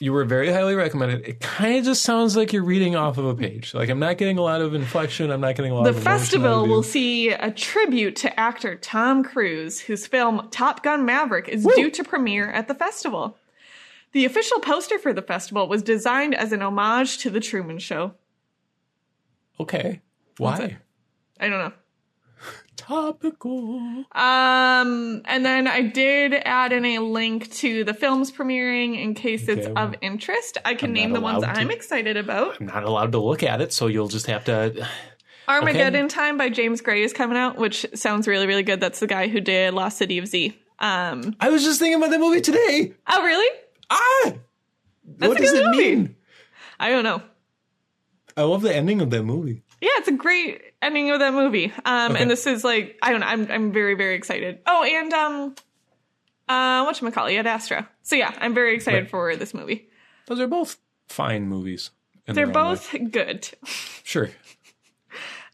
S1: you were very highly recommended. It kind of just sounds like you're reading off of a page. Like I'm not getting a lot of inflection. I'm not getting a lot
S2: the
S1: of emotion out
S2: festival
S1: of you.
S2: will see a tribute to actor Tom Cruise, whose film Top Gun Maverick is due to premiere at the festival. The official poster for the festival was designed as an homage to The Truman Show.
S1: Okay, why
S2: I don't know.
S1: topical?
S2: Um, and then I did add in a link to the films premiering in case it's
S1: Okay.
S2: of interest. I can
S1: I'm
S2: name
S1: not
S2: the ones
S1: allowed to.
S2: I'm excited about.
S1: I'm not allowed to look at it, so you'll just have to.
S2: Armageddon Time by James Gray is coming out, which sounds really, really good. That's the guy who did Lost City of Z. Um,
S1: I was just thinking about that movie today.
S2: oh, really?
S1: Ah, what
S2: a
S1: does
S2: good
S1: it
S2: movie.
S1: mean?
S2: I don't know.
S1: I love the ending of that movie.
S2: Yeah, it's a great ending of that movie. Um,
S1: Okay.
S2: and this is like, I don't know. I'm, I'm very, very excited. Oh, and, um, uh, whatchamacallit, Ad Astra. So yeah, I'm very excited
S1: Right.
S2: for this movie.
S1: Those are both fine movies. in
S2: They're
S1: their own way.
S2: both good.
S1: sure.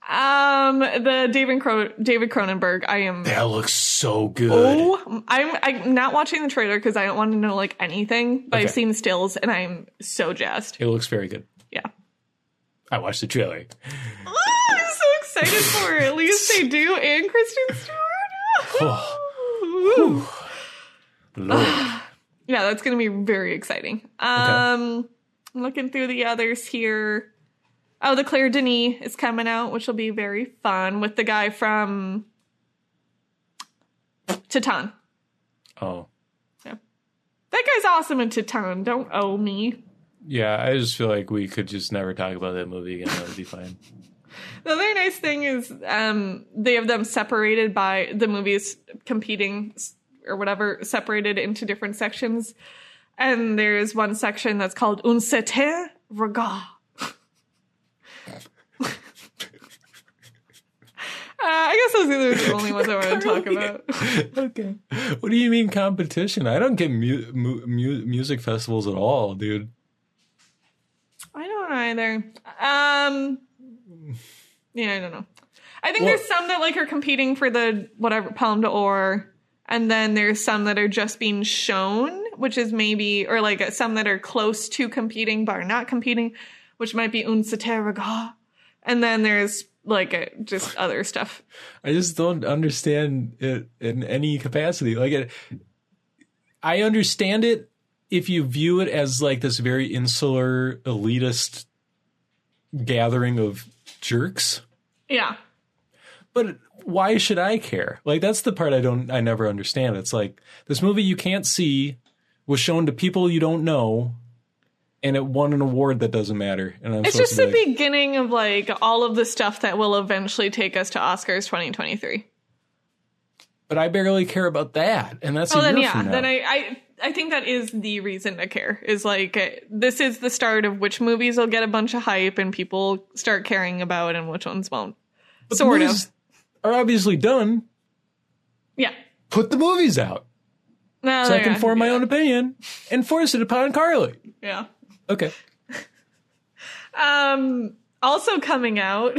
S2: Um, the David Cro- David Cronenberg. I am.
S1: That looks so good.
S2: Oh, I'm I'm not watching the trailer because I don't want to know like anything. But I've
S1: Okay.
S2: seen stills and I'm so jazzed.
S1: It looks very good.
S2: Yeah.
S1: I watched the trailer.
S2: Ah, I'm so excited for it. At least they do, and Kristen Stewart.
S1: Oh,
S2: Woo.
S1: Lord.
S2: yeah, that's gonna be very exciting. Um, I'm looking through the others here. Oh, the Claire Denis is coming out, which will be very fun with the guy from Titan.
S1: Oh.
S2: That guy's awesome in Titan. Don't owe me.
S1: Yeah, I just feel like we could just never talk about that movie again. That would be fine.
S2: The other nice thing is um, they have them separated by the movies competing s- or whatever, separated into different sections. And there's one section that's called Un certain regard. Uh, I guess those are the only ones I want to talk about.
S1: okay. What do you mean competition? I don't get mu- mu- mu- music festivals at all, dude.
S2: I don't either. Um, yeah, I don't know. I think
S1: Well-
S2: there's some that like are competing for the whatever palm d'or, and then there's some that are just being shown, which is maybe or like uh, some that are close to competing but are not competing, which might be un Saterraga. And then there's like uh, just other stuff.
S1: I just don't understand it in any capacity. Like, it, I understand it if you view it as like this very insular, elitist gathering of jerks.
S2: Yeah.
S1: But why should I care? Like, that's the part I don't, I never understand. It's like this movie you can't see was shown to people you don't know, and it won an award that doesn't matter. And I'm
S2: It's
S1: supposed
S2: just
S1: to
S2: the
S1: be. like,
S2: beginning of like all of the stuff that will eventually take us to Oscars 2023.
S1: but I barely care about that, and that's
S2: Oh,
S1: a year
S2: then
S1: from
S2: yeah,
S1: now.
S2: then I, I I think that is the reason to care is like uh, this is the start of which movies will get a bunch of hype and people start caring about and which ones won't.
S1: The
S2: sort of.
S1: movies Are obviously done.
S2: Yeah.
S1: put the movies out
S2: No,
S1: so I
S2: they're
S1: can
S2: not.
S1: form my
S2: Oh, Yeah.
S1: own opinion and force it upon Carly.
S2: Yeah.
S1: Okay.
S2: Um. Also coming out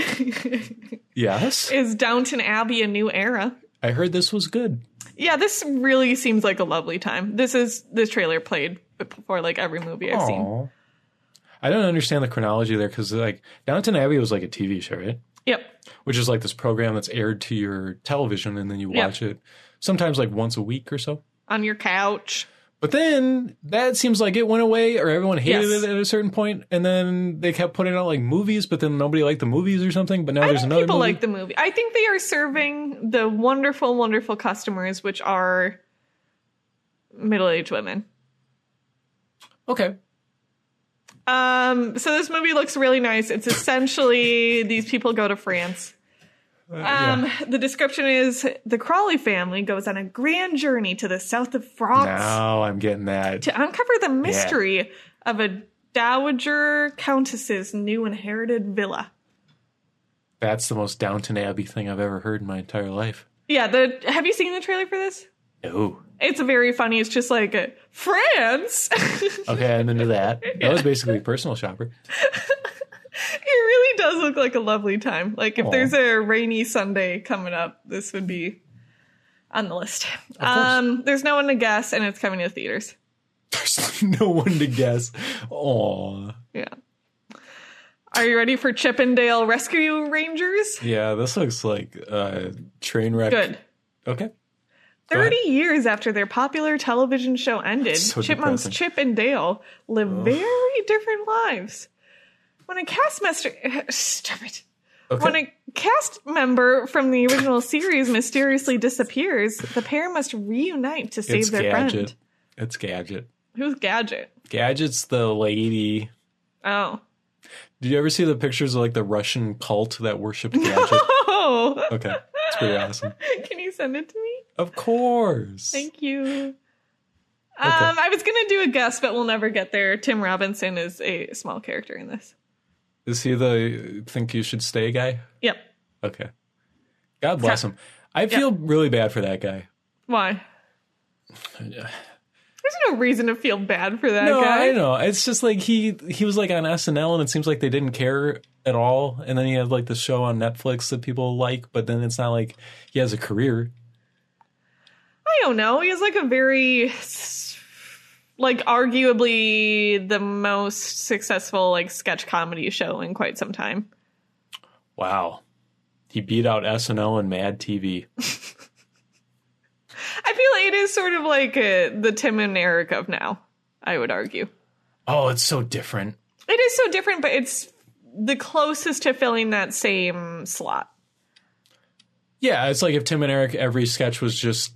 S1: Yes.
S2: is Downton Abbey: A New Era.
S1: I heard this was good.
S2: Yeah, this really seems like a lovely time. This is this trailer played before like every movie I've seen.
S1: Aw. I don't understand the chronology there because like Downton Abbey was like a TV show, right?
S2: Yep.
S1: Which is like this program that's aired to your television and then you
S2: Yeah.
S1: watch it sometimes like once a week or so.
S2: On your couch.
S1: But then that seems like it went away or everyone hated
S2: Yes.
S1: it at a certain point and then they kept putting out like movies, but then nobody liked the movies or something. But now
S2: I
S1: there's
S2: think
S1: another
S2: people
S1: movie.
S2: like the movie. I think they are serving the wonderful, wonderful customers, which are middle-aged women.
S1: okay.
S2: Um, so this movie looks really nice. It's essentially these people go to France.
S1: Uh,
S2: Um,
S1: yeah.
S2: The description is the Crawley family goes on a grand journey to the south of France
S1: Now I'm getting that.
S2: to uncover the mystery of a dowager countess's new inherited villa.
S1: That's the most Downton Abbey thing I've ever heard in my entire life.
S2: Yeah, the have you seen the trailer for this?
S1: No.
S2: It's very funny. It's just like uh, France. it
S1: Okay, I'm into that. That was basically personal shopper.
S2: really does look like a lovely time. Like if
S1: Aw.
S2: there's a rainy Sunday coming up, this would be on the list.
S1: course.
S2: Um, there's no one to guess, and it's coming to theaters.
S1: There's no one to guess. Aw.
S2: Yeah. Are you ready for Chippendale Rescue Rangers?
S1: Yeah, this looks like a train wreck.
S2: Good.
S1: Okay. Go ahead.
S2: 30 years after their popular television show ended,
S1: So
S2: Chipmunks
S1: depressing.
S2: Chip and Dale live very different lives. When a cast master. Stop it.
S1: Okay.
S2: When a cast member from the original series mysteriously disappears, the pair must reunite to save
S1: it's
S2: their
S1: Gadget.
S2: friend.
S1: It's Gadget.
S2: Who's Gadget?
S1: Gadget's the lady.
S2: Oh.
S1: Did you ever see the pictures of like the Russian cult that worshipped Gadget?
S2: Oh.
S1: okay. It's pretty awesome.
S2: Can you send it to me?
S1: Of course.
S2: Thank you. Um, I was going to do a guess, but we'll never get there. Tim Robinson is a small character in this.
S1: Is he the think you should stay guy?
S2: Yep.
S1: Okay. God bless him. I feel really bad for that guy.
S2: Why? There's no reason to feel bad for that
S1: No,
S2: guy.
S1: I know. It's just like he he was like on SNL, and it seems like they didn't care at all. And then he had like the show on Netflix that people like, but then it's not like he has a career.
S2: I don't know. He has like a very, like, arguably the most successful like sketch comedy show in quite some time.
S1: Wow, he beat out SNL and Mad TV.
S2: I feel it is sort of like uh the Tim and Eric of now. I would argue
S1: Oh, it's so different.
S2: it is so different, but it's the closest to filling that same slot.
S1: Yeah, it's like if Tim and Eric every sketch was just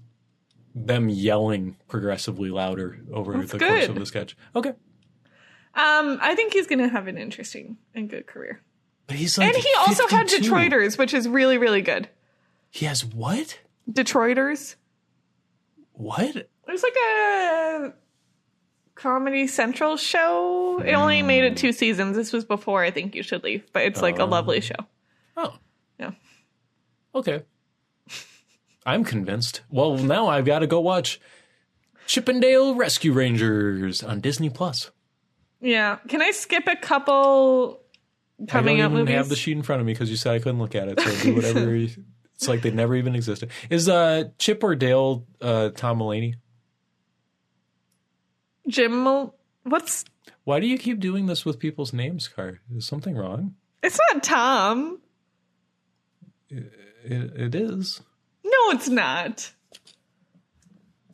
S1: them yelling progressively louder over the course
S2: good.
S1: of the sketch. Okay,
S2: Um, I think he's going to have an interesting and good career.
S1: but he's like
S2: And he also had
S1: 52.
S2: Detroiters, which is really really good.
S1: He has what?
S2: Detroiters.
S1: What?
S2: It was like a Comedy Central show. It only made it two seasons. This was before I think you should leave, but it's like a lovely show.
S1: Oh.
S2: Yeah.
S1: Okay. I'm convinced. Well, now I've got to go watch Chippendale Rescue Rangers on Disney Plus.
S2: Yeah. Can I skip a couple coming
S1: I
S2: out
S1: don't even
S2: movies.
S1: have the sheet in front of me because you said I couldn't look at it. So do whatever. you- it's like they never even existed. Is uh, Chip or Dale uh, Tom Mulaney?
S2: Jim, Mul- what's?
S1: Why do you keep doing this with people's names, Car? Is something wrong?
S2: It's not Tom.
S1: It, it is.
S2: No, it's not.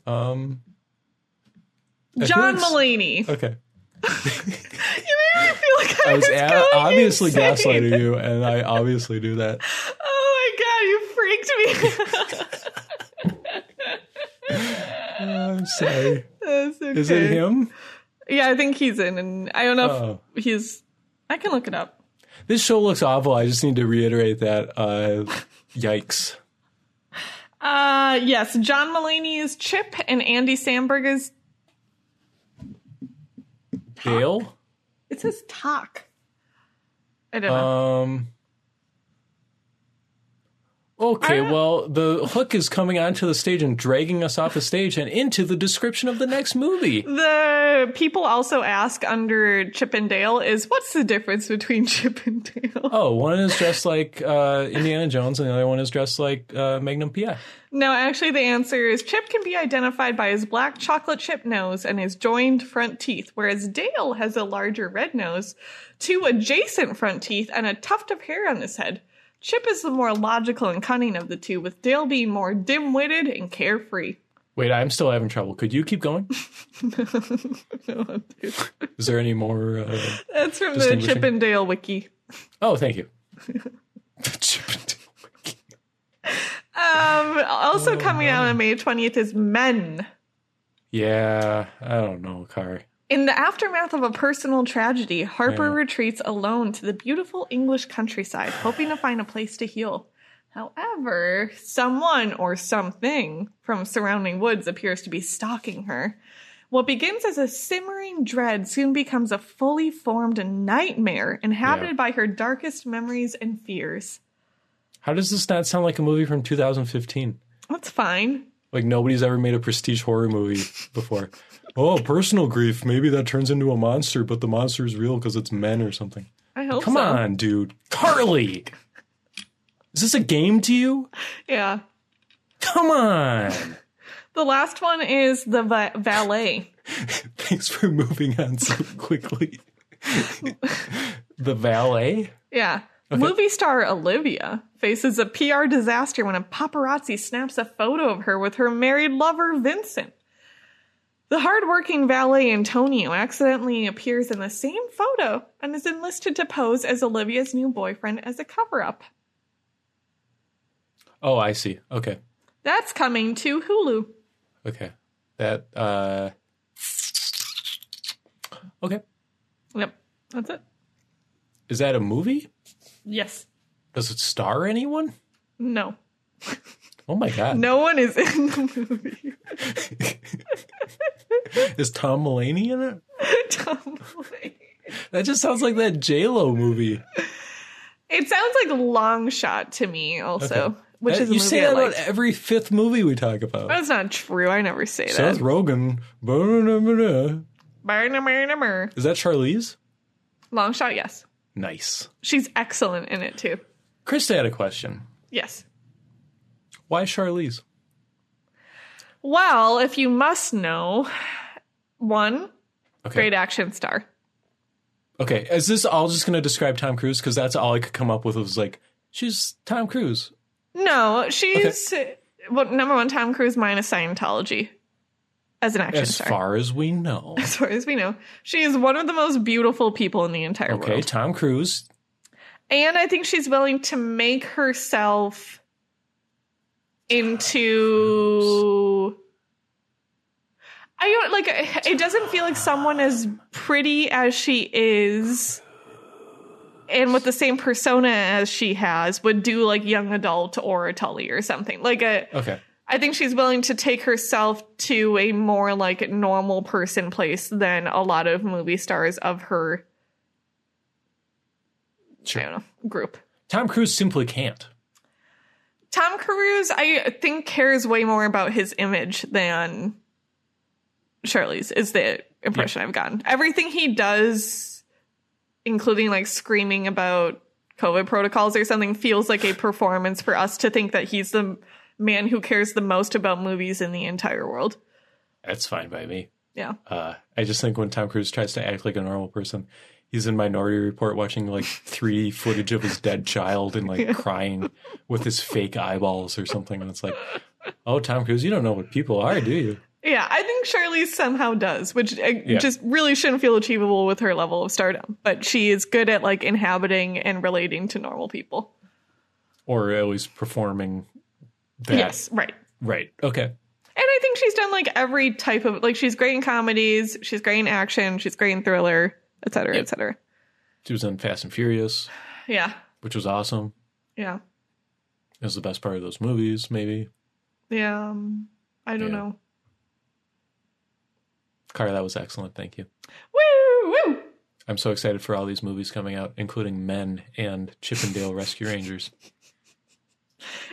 S1: Um, I feel
S2: John
S1: like-
S2: Mulaney.
S1: Okay.
S2: You made me feel like I,
S1: I was
S2: going
S1: a- obviously
S2: insane.
S1: gaslighting you, and I obviously do that.
S2: Oh my god, you freaked me.
S1: I'm sorry.
S2: That's okay.
S1: Is it him?
S2: Yeah, I think he's in, and I don't know
S1: Oh.
S2: if he's. I can look it up.
S1: This show looks awful. I just need to reiterate that. Uh, yikes.
S2: Uh, yes, John Mulaney is Chip, and Andy Samberg is.
S1: Dale?
S2: It says Talk. I don't know.
S1: Um. Okay,
S2: I-
S1: well, the hook is coming onto the stage and dragging us off the stage and into the description of the next movie.
S2: The people also ask under Chip and Dale is what's the difference between Chip and Dale?
S1: Oh, one is dressed like uh, Indiana Jones, and the other one is dressed like uh, Magnum PI.
S2: No, actually, the answer is Chip can be identified by his black chocolate chip nose and his joined front teeth, whereas Dale has a larger red nose, two adjacent front teeth, and a tuft of hair on his head. Chip is the more logical and cunning of the two, with Dale being more dim witted and carefree.
S1: Wait, I'm still having trouble. Could you keep going?
S2: No, dude.
S1: Is there any more? Uh...
S2: That's from the
S1: Distinguishing.
S2: Chip and Dale wiki.
S1: Oh, thank you. Chip and Dale.
S2: Um,
S1: Oh,
S2: also coming out on May 20th is Men.
S1: Yeah, I don't know, Car.
S2: In the aftermath of a personal tragedy, Harper
S1: Yeah.
S2: retreats alone to the beautiful English countryside, hoping to find a place to heal. However, someone or something from surrounding woods appears to be stalking her. What begins as a simmering dread soon becomes a fully formed nightmare inhabited
S1: Yeah.
S2: by her darkest memories and fears.
S1: How does this not sound like a movie from 2015?
S2: That's fine.
S1: Like nobody's ever made a prestige horror movie before. oh, personal grief. Maybe that turns into a monster, but the monster is real because it's men or something.
S2: I hope
S1: Come
S2: so.
S1: on, dude. Carly. Is this a game to you?
S2: Yeah.
S1: Come on.
S2: The last one is the va- valet.
S1: Thanks for moving on so quickly. the valet?
S2: Yeah. Movie star Olivia faces a PR disaster when a paparazzi snaps a photo of her with her married lover, Vincent. The hardworking valet Antonio accidentally appears in the same photo and is enlisted to pose as Olivia's new boyfriend as a cover up.
S1: Oh, I see. Okay.
S2: That's coming to Hulu.
S1: Okay. That uh Okay.
S2: Yep, that's it.
S1: Is that a movie?
S2: Yes.
S1: Does it star anyone?
S2: No.
S1: Oh my god.
S2: No one is in the movie.
S1: Is Tom Mulaney in it?
S2: Tom Lane.
S1: That just sounds like that J Lo movie.
S2: It sounds like long shot to me, also,
S1: Okay.
S2: which
S1: That-
S2: is a
S1: you
S2: movie
S1: say
S2: I
S1: that about
S2: liked.
S1: every fifth movie we talk about.
S2: That's not true. I never say
S1: Seth
S2: that.
S1: Rogen. Ba-da-da-ba-da.
S2: Burner, burner, burner.
S1: Is that Charlize?
S2: Long shot, yes.
S1: Nice.
S2: She's excellent in it too.
S1: Krista had a question.
S2: Yes.
S1: Why Charlize?
S2: Well, if you must know, one
S1: Okay.
S2: great action star.
S1: Okay. Is this all just going to describe Tom Cruise? Because that's all I could come up with was like, she's Tom Cruise.
S2: No, she's uh, well, number one. Tom Cruise minus Scientology as an action
S1: As
S2: star.
S1: far as we know.
S2: as far as we know, she is one of the most beautiful people in the entire
S1: Okay,
S2: world,
S1: Tom Cruise.
S2: and I think she's willing to make herself into I don't like it doesn't feel like someone as pretty as she is and with the same persona as she has would do like young adult or a Tully or something. Like a
S1: Okay.
S2: I think she's willing to take herself to a more like normal person place than a lot of movie stars of her I
S1: Sure.
S2: don't know, group.
S1: Tom Cruise simply can't.
S2: Tom Cruise, I think, cares way more about his image than Charlie's, is the impression I've gotten. Everything he does including like screaming about COVID protocols or something, feels like a performance for us to think that he's the man who cares the most about movies in the entire world.
S1: That's fine by me.
S2: Yeah.
S1: Uh, I just think when Tom Cruise tries to act like a normal person, he's in Minority Report watching like three footage of his dead child and like crying with his fake eyeballs or something. And it's like, oh, Tom Cruise, you don't know what people are, do you?
S2: Yeah, I think Shirley somehow does, which uh,
S1: Yeah.
S2: just really shouldn't feel achievable with her level of stardom. But she is good at like inhabiting and relating to normal people.
S1: Or at least performing that.
S2: Yes, right.
S1: Right. Okay.
S2: And I think she's done like every type of like she's great in comedies, she's great in action, she's great in thriller, et cetera, et cetera.
S1: She was in Fast and Furious,
S2: Yeah,
S1: which was awesome.
S2: yeah,
S1: It was the best part of those movies, maybe.
S2: yeah. Um, I don't
S1: Yeah.
S2: know.
S1: Car, that was excellent. Thank you.
S2: Woo, woo.
S1: I'm so excited for all these movies coming out, including Men and Chippendale Rescue Rangers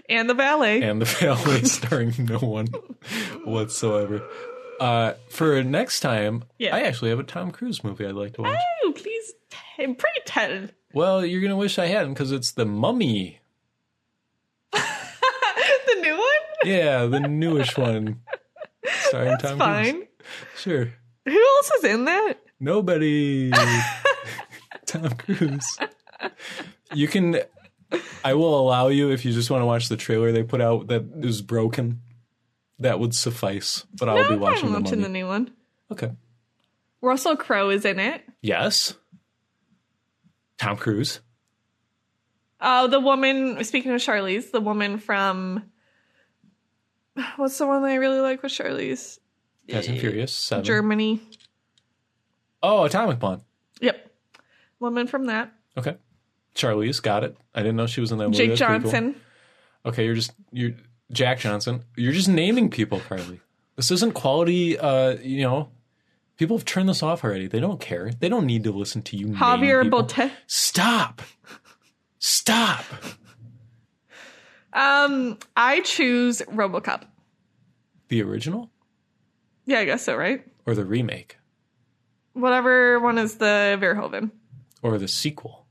S2: And the valet.
S1: and The Family, starring no one whatsoever. Uh, for next time,
S2: Yeah.
S1: I actually have a Tom Cruise movie I'd like to watch.
S2: Oh, please, t- pray tell.
S1: Well, you're gonna wish I hadn't because it's The Mummy.
S2: the new one?
S1: Yeah, the newish one, starring Tom Cruise.
S2: Fine.
S1: Sure,
S2: Who else is in that?
S1: nobody. Tom Cruise. You can. I will allow you if you just want to watch the trailer they put out that is broken. That would suffice. But I'll be
S2: I'm
S1: watching the
S2: watching
S1: mummy.
S2: the new one.
S1: okay.
S2: Russell Crowe is in it.
S1: Yes. Tom Cruise.
S2: Oh, the woman. Speaking of Charlize, the woman from what's the one that I really like with Charlize?
S1: Fast
S2: Eh,
S1: and Furious Seven.
S2: Germany.
S1: oh, Atomic Blonde.
S2: Yep, woman from that.
S1: Okay. Charlize got it. I didn't know she was in that movie.
S2: Jake
S1: That's pretty cool.
S2: Johnson.
S1: Okay, you're just you're Jack Johnson. You're just naming people, Carly. This isn't quality. Uh, you know, people have turned this off already. They don't care. They don't need to listen to you. name
S2: Javier
S1: people.
S2: Botet.
S1: Stop. Stop.
S2: Um, I choose RoboCop.
S1: The original
S2: Yeah, I guess so, right?
S1: or the remake
S2: Whatever one is the Verhoeven,
S1: or the sequel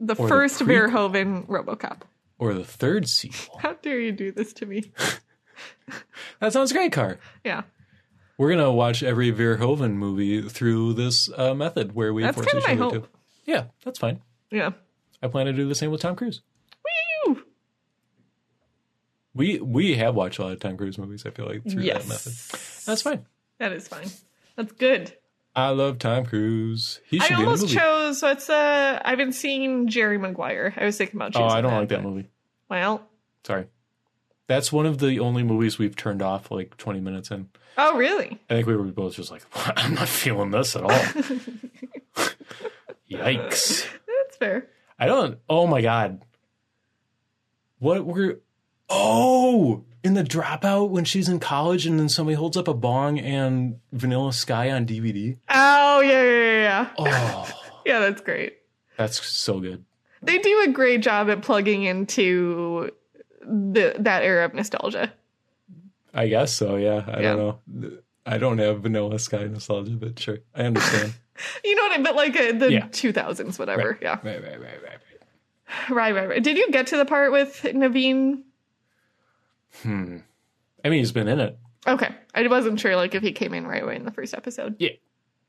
S2: the
S1: Or the
S2: first
S1: prequel.
S2: Verhoeven RoboCop.
S1: or the third sequel.
S2: How dare you do this to me?
S1: That sounds great, Car.
S2: Yeah,
S1: We're gonna watch every Verhoeven movie through this uh, method where we
S2: That's
S1: force
S2: kinda
S1: each
S2: my
S1: other to.
S2: hope.
S1: Yeah, that's fine.
S2: yeah.
S1: I plan to do the same with Tom Cruise.
S2: Woo!
S1: We we have watched a lot of Tom Cruise movies. I feel like through that method.
S2: Yes,
S1: That's fine.
S2: That is fine. That's good.
S1: I love Tom Cruise. He should be
S2: I
S1: in the
S2: almost
S1: movie.
S2: chose what's uh I've been seeing Jerry Maguire. I was thinking about choosing
S1: oh, I don't
S2: that,
S1: like that
S2: but-
S1: movie.
S2: Well,
S1: Sorry. That's one of the only movies we've turned off like 20 minutes in.
S2: oh really?
S1: I think we were both just like, I'm not feeling this at all. Yikes.
S2: That's fair.
S1: I don't. Oh my God. What were. Oh! In the dropout when she's in college and then somebody holds up a bong and Vanilla Sky on DVD.
S2: Oh yeah, yeah, yeah, yeah.
S1: Oh,
S2: Yeah, that's great.
S1: that's so good.
S2: They do a great job at plugging into the that era of nostalgia.
S1: I guess so. Yeah. I
S2: Yeah.
S1: don't know. I don't have vanilla sky nostalgia, but sure, I understand.
S2: You know what I meant? Like uh,
S1: Yeah.
S2: the two thousands, whatever. Yeah.
S1: right, right, right, right, right.
S2: Right, right, right. Did you get to the part with Naveen?
S1: Hmm. I mean, he's been in it.
S2: Okay, I wasn't sure like if he came in right away in the first episode.
S1: Yeah.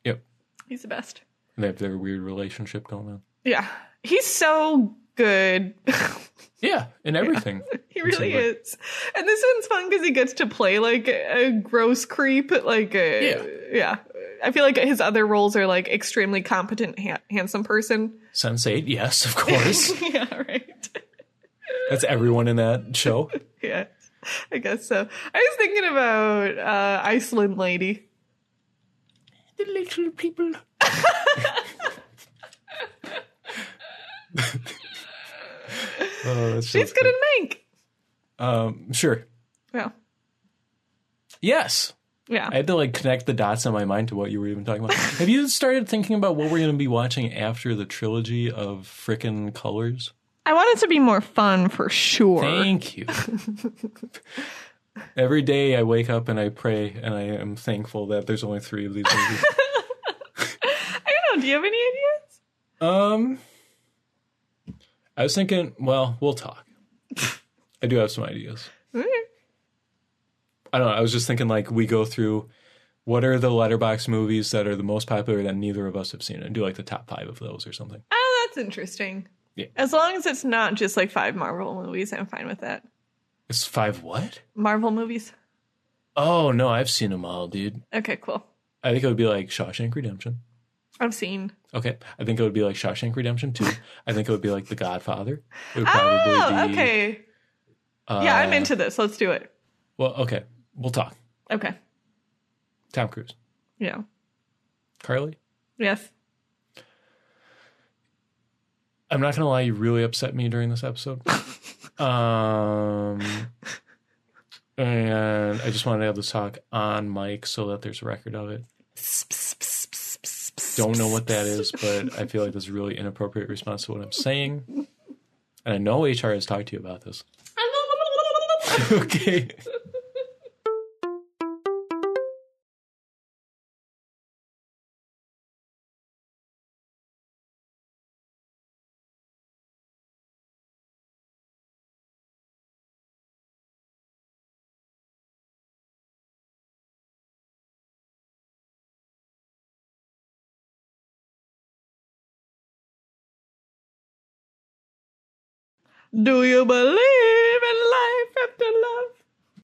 S1: Yep.
S2: He's the best.
S1: And they have their weird relationship going on.
S2: Yeah, he's so good.
S1: Yeah, and everything.
S2: He really
S1: Exactly.
S2: is. And this one's fun because he gets to play like a gross creep. Like, a,
S1: Yeah.
S2: yeah. I feel like his other roles are like extremely competent, ha- handsome person.
S1: Sense eight, yes, of course.
S2: yeah, right.
S1: That's everyone in that show.
S2: Yeah, I guess so. I was thinking about uh, Iceland Lady.
S1: the little people. oh, that's
S2: She's
S1: just
S2: good in Mank.
S1: Um, sure.
S2: Yeah,
S1: Yes.
S2: yeah.
S1: I had to like connect the dots in my mind to what you were even talking about. Have you started thinking about what we're going to be watching after the trilogy of frickin' colors?
S2: I want it to be more fun for sure.
S1: Thank you. Every day I wake up and I pray and I am thankful that there's only three of these movies.
S2: I don't know. Do you have any ideas?
S1: Um, I was thinking. Well, we'll talk. I do have some ideas. I don't know. I was just thinking like we go through what are the letterbox movies that are the most popular that neither of us have seen and do like the top five of those or something.
S2: Oh, that's interesting.
S1: Yeah.
S2: As long as it's not just like five Marvel movies, I'm fine with that.
S1: It's five what?
S2: Marvel movies.
S1: Oh no, I've seen them all, dude.
S2: Okay, cool.
S1: I think it would be like Shawshank Redemption.
S2: I've seen.
S1: Okay. I think it would be like Shawshank Redemption 2. I think it would be like The Godfather. It would
S2: Oh,
S1: be,
S2: okay.
S1: uh,
S2: Yeah, I'm into this. Let's do it.
S1: Well, okay. We'll talk.
S2: Okay.
S1: Tom Cruise.
S2: Yeah.
S1: Carly,
S2: Yes.
S1: I'm not going to lie. You really upset me during this episode. um, and I just wanted to have this talk on mic so that there's a record of it. Don't know what that is, but I feel like that's a really inappropriate response to what I'm saying. And I know HR has talked to you about this. okay.
S2: Do you believe in life after love?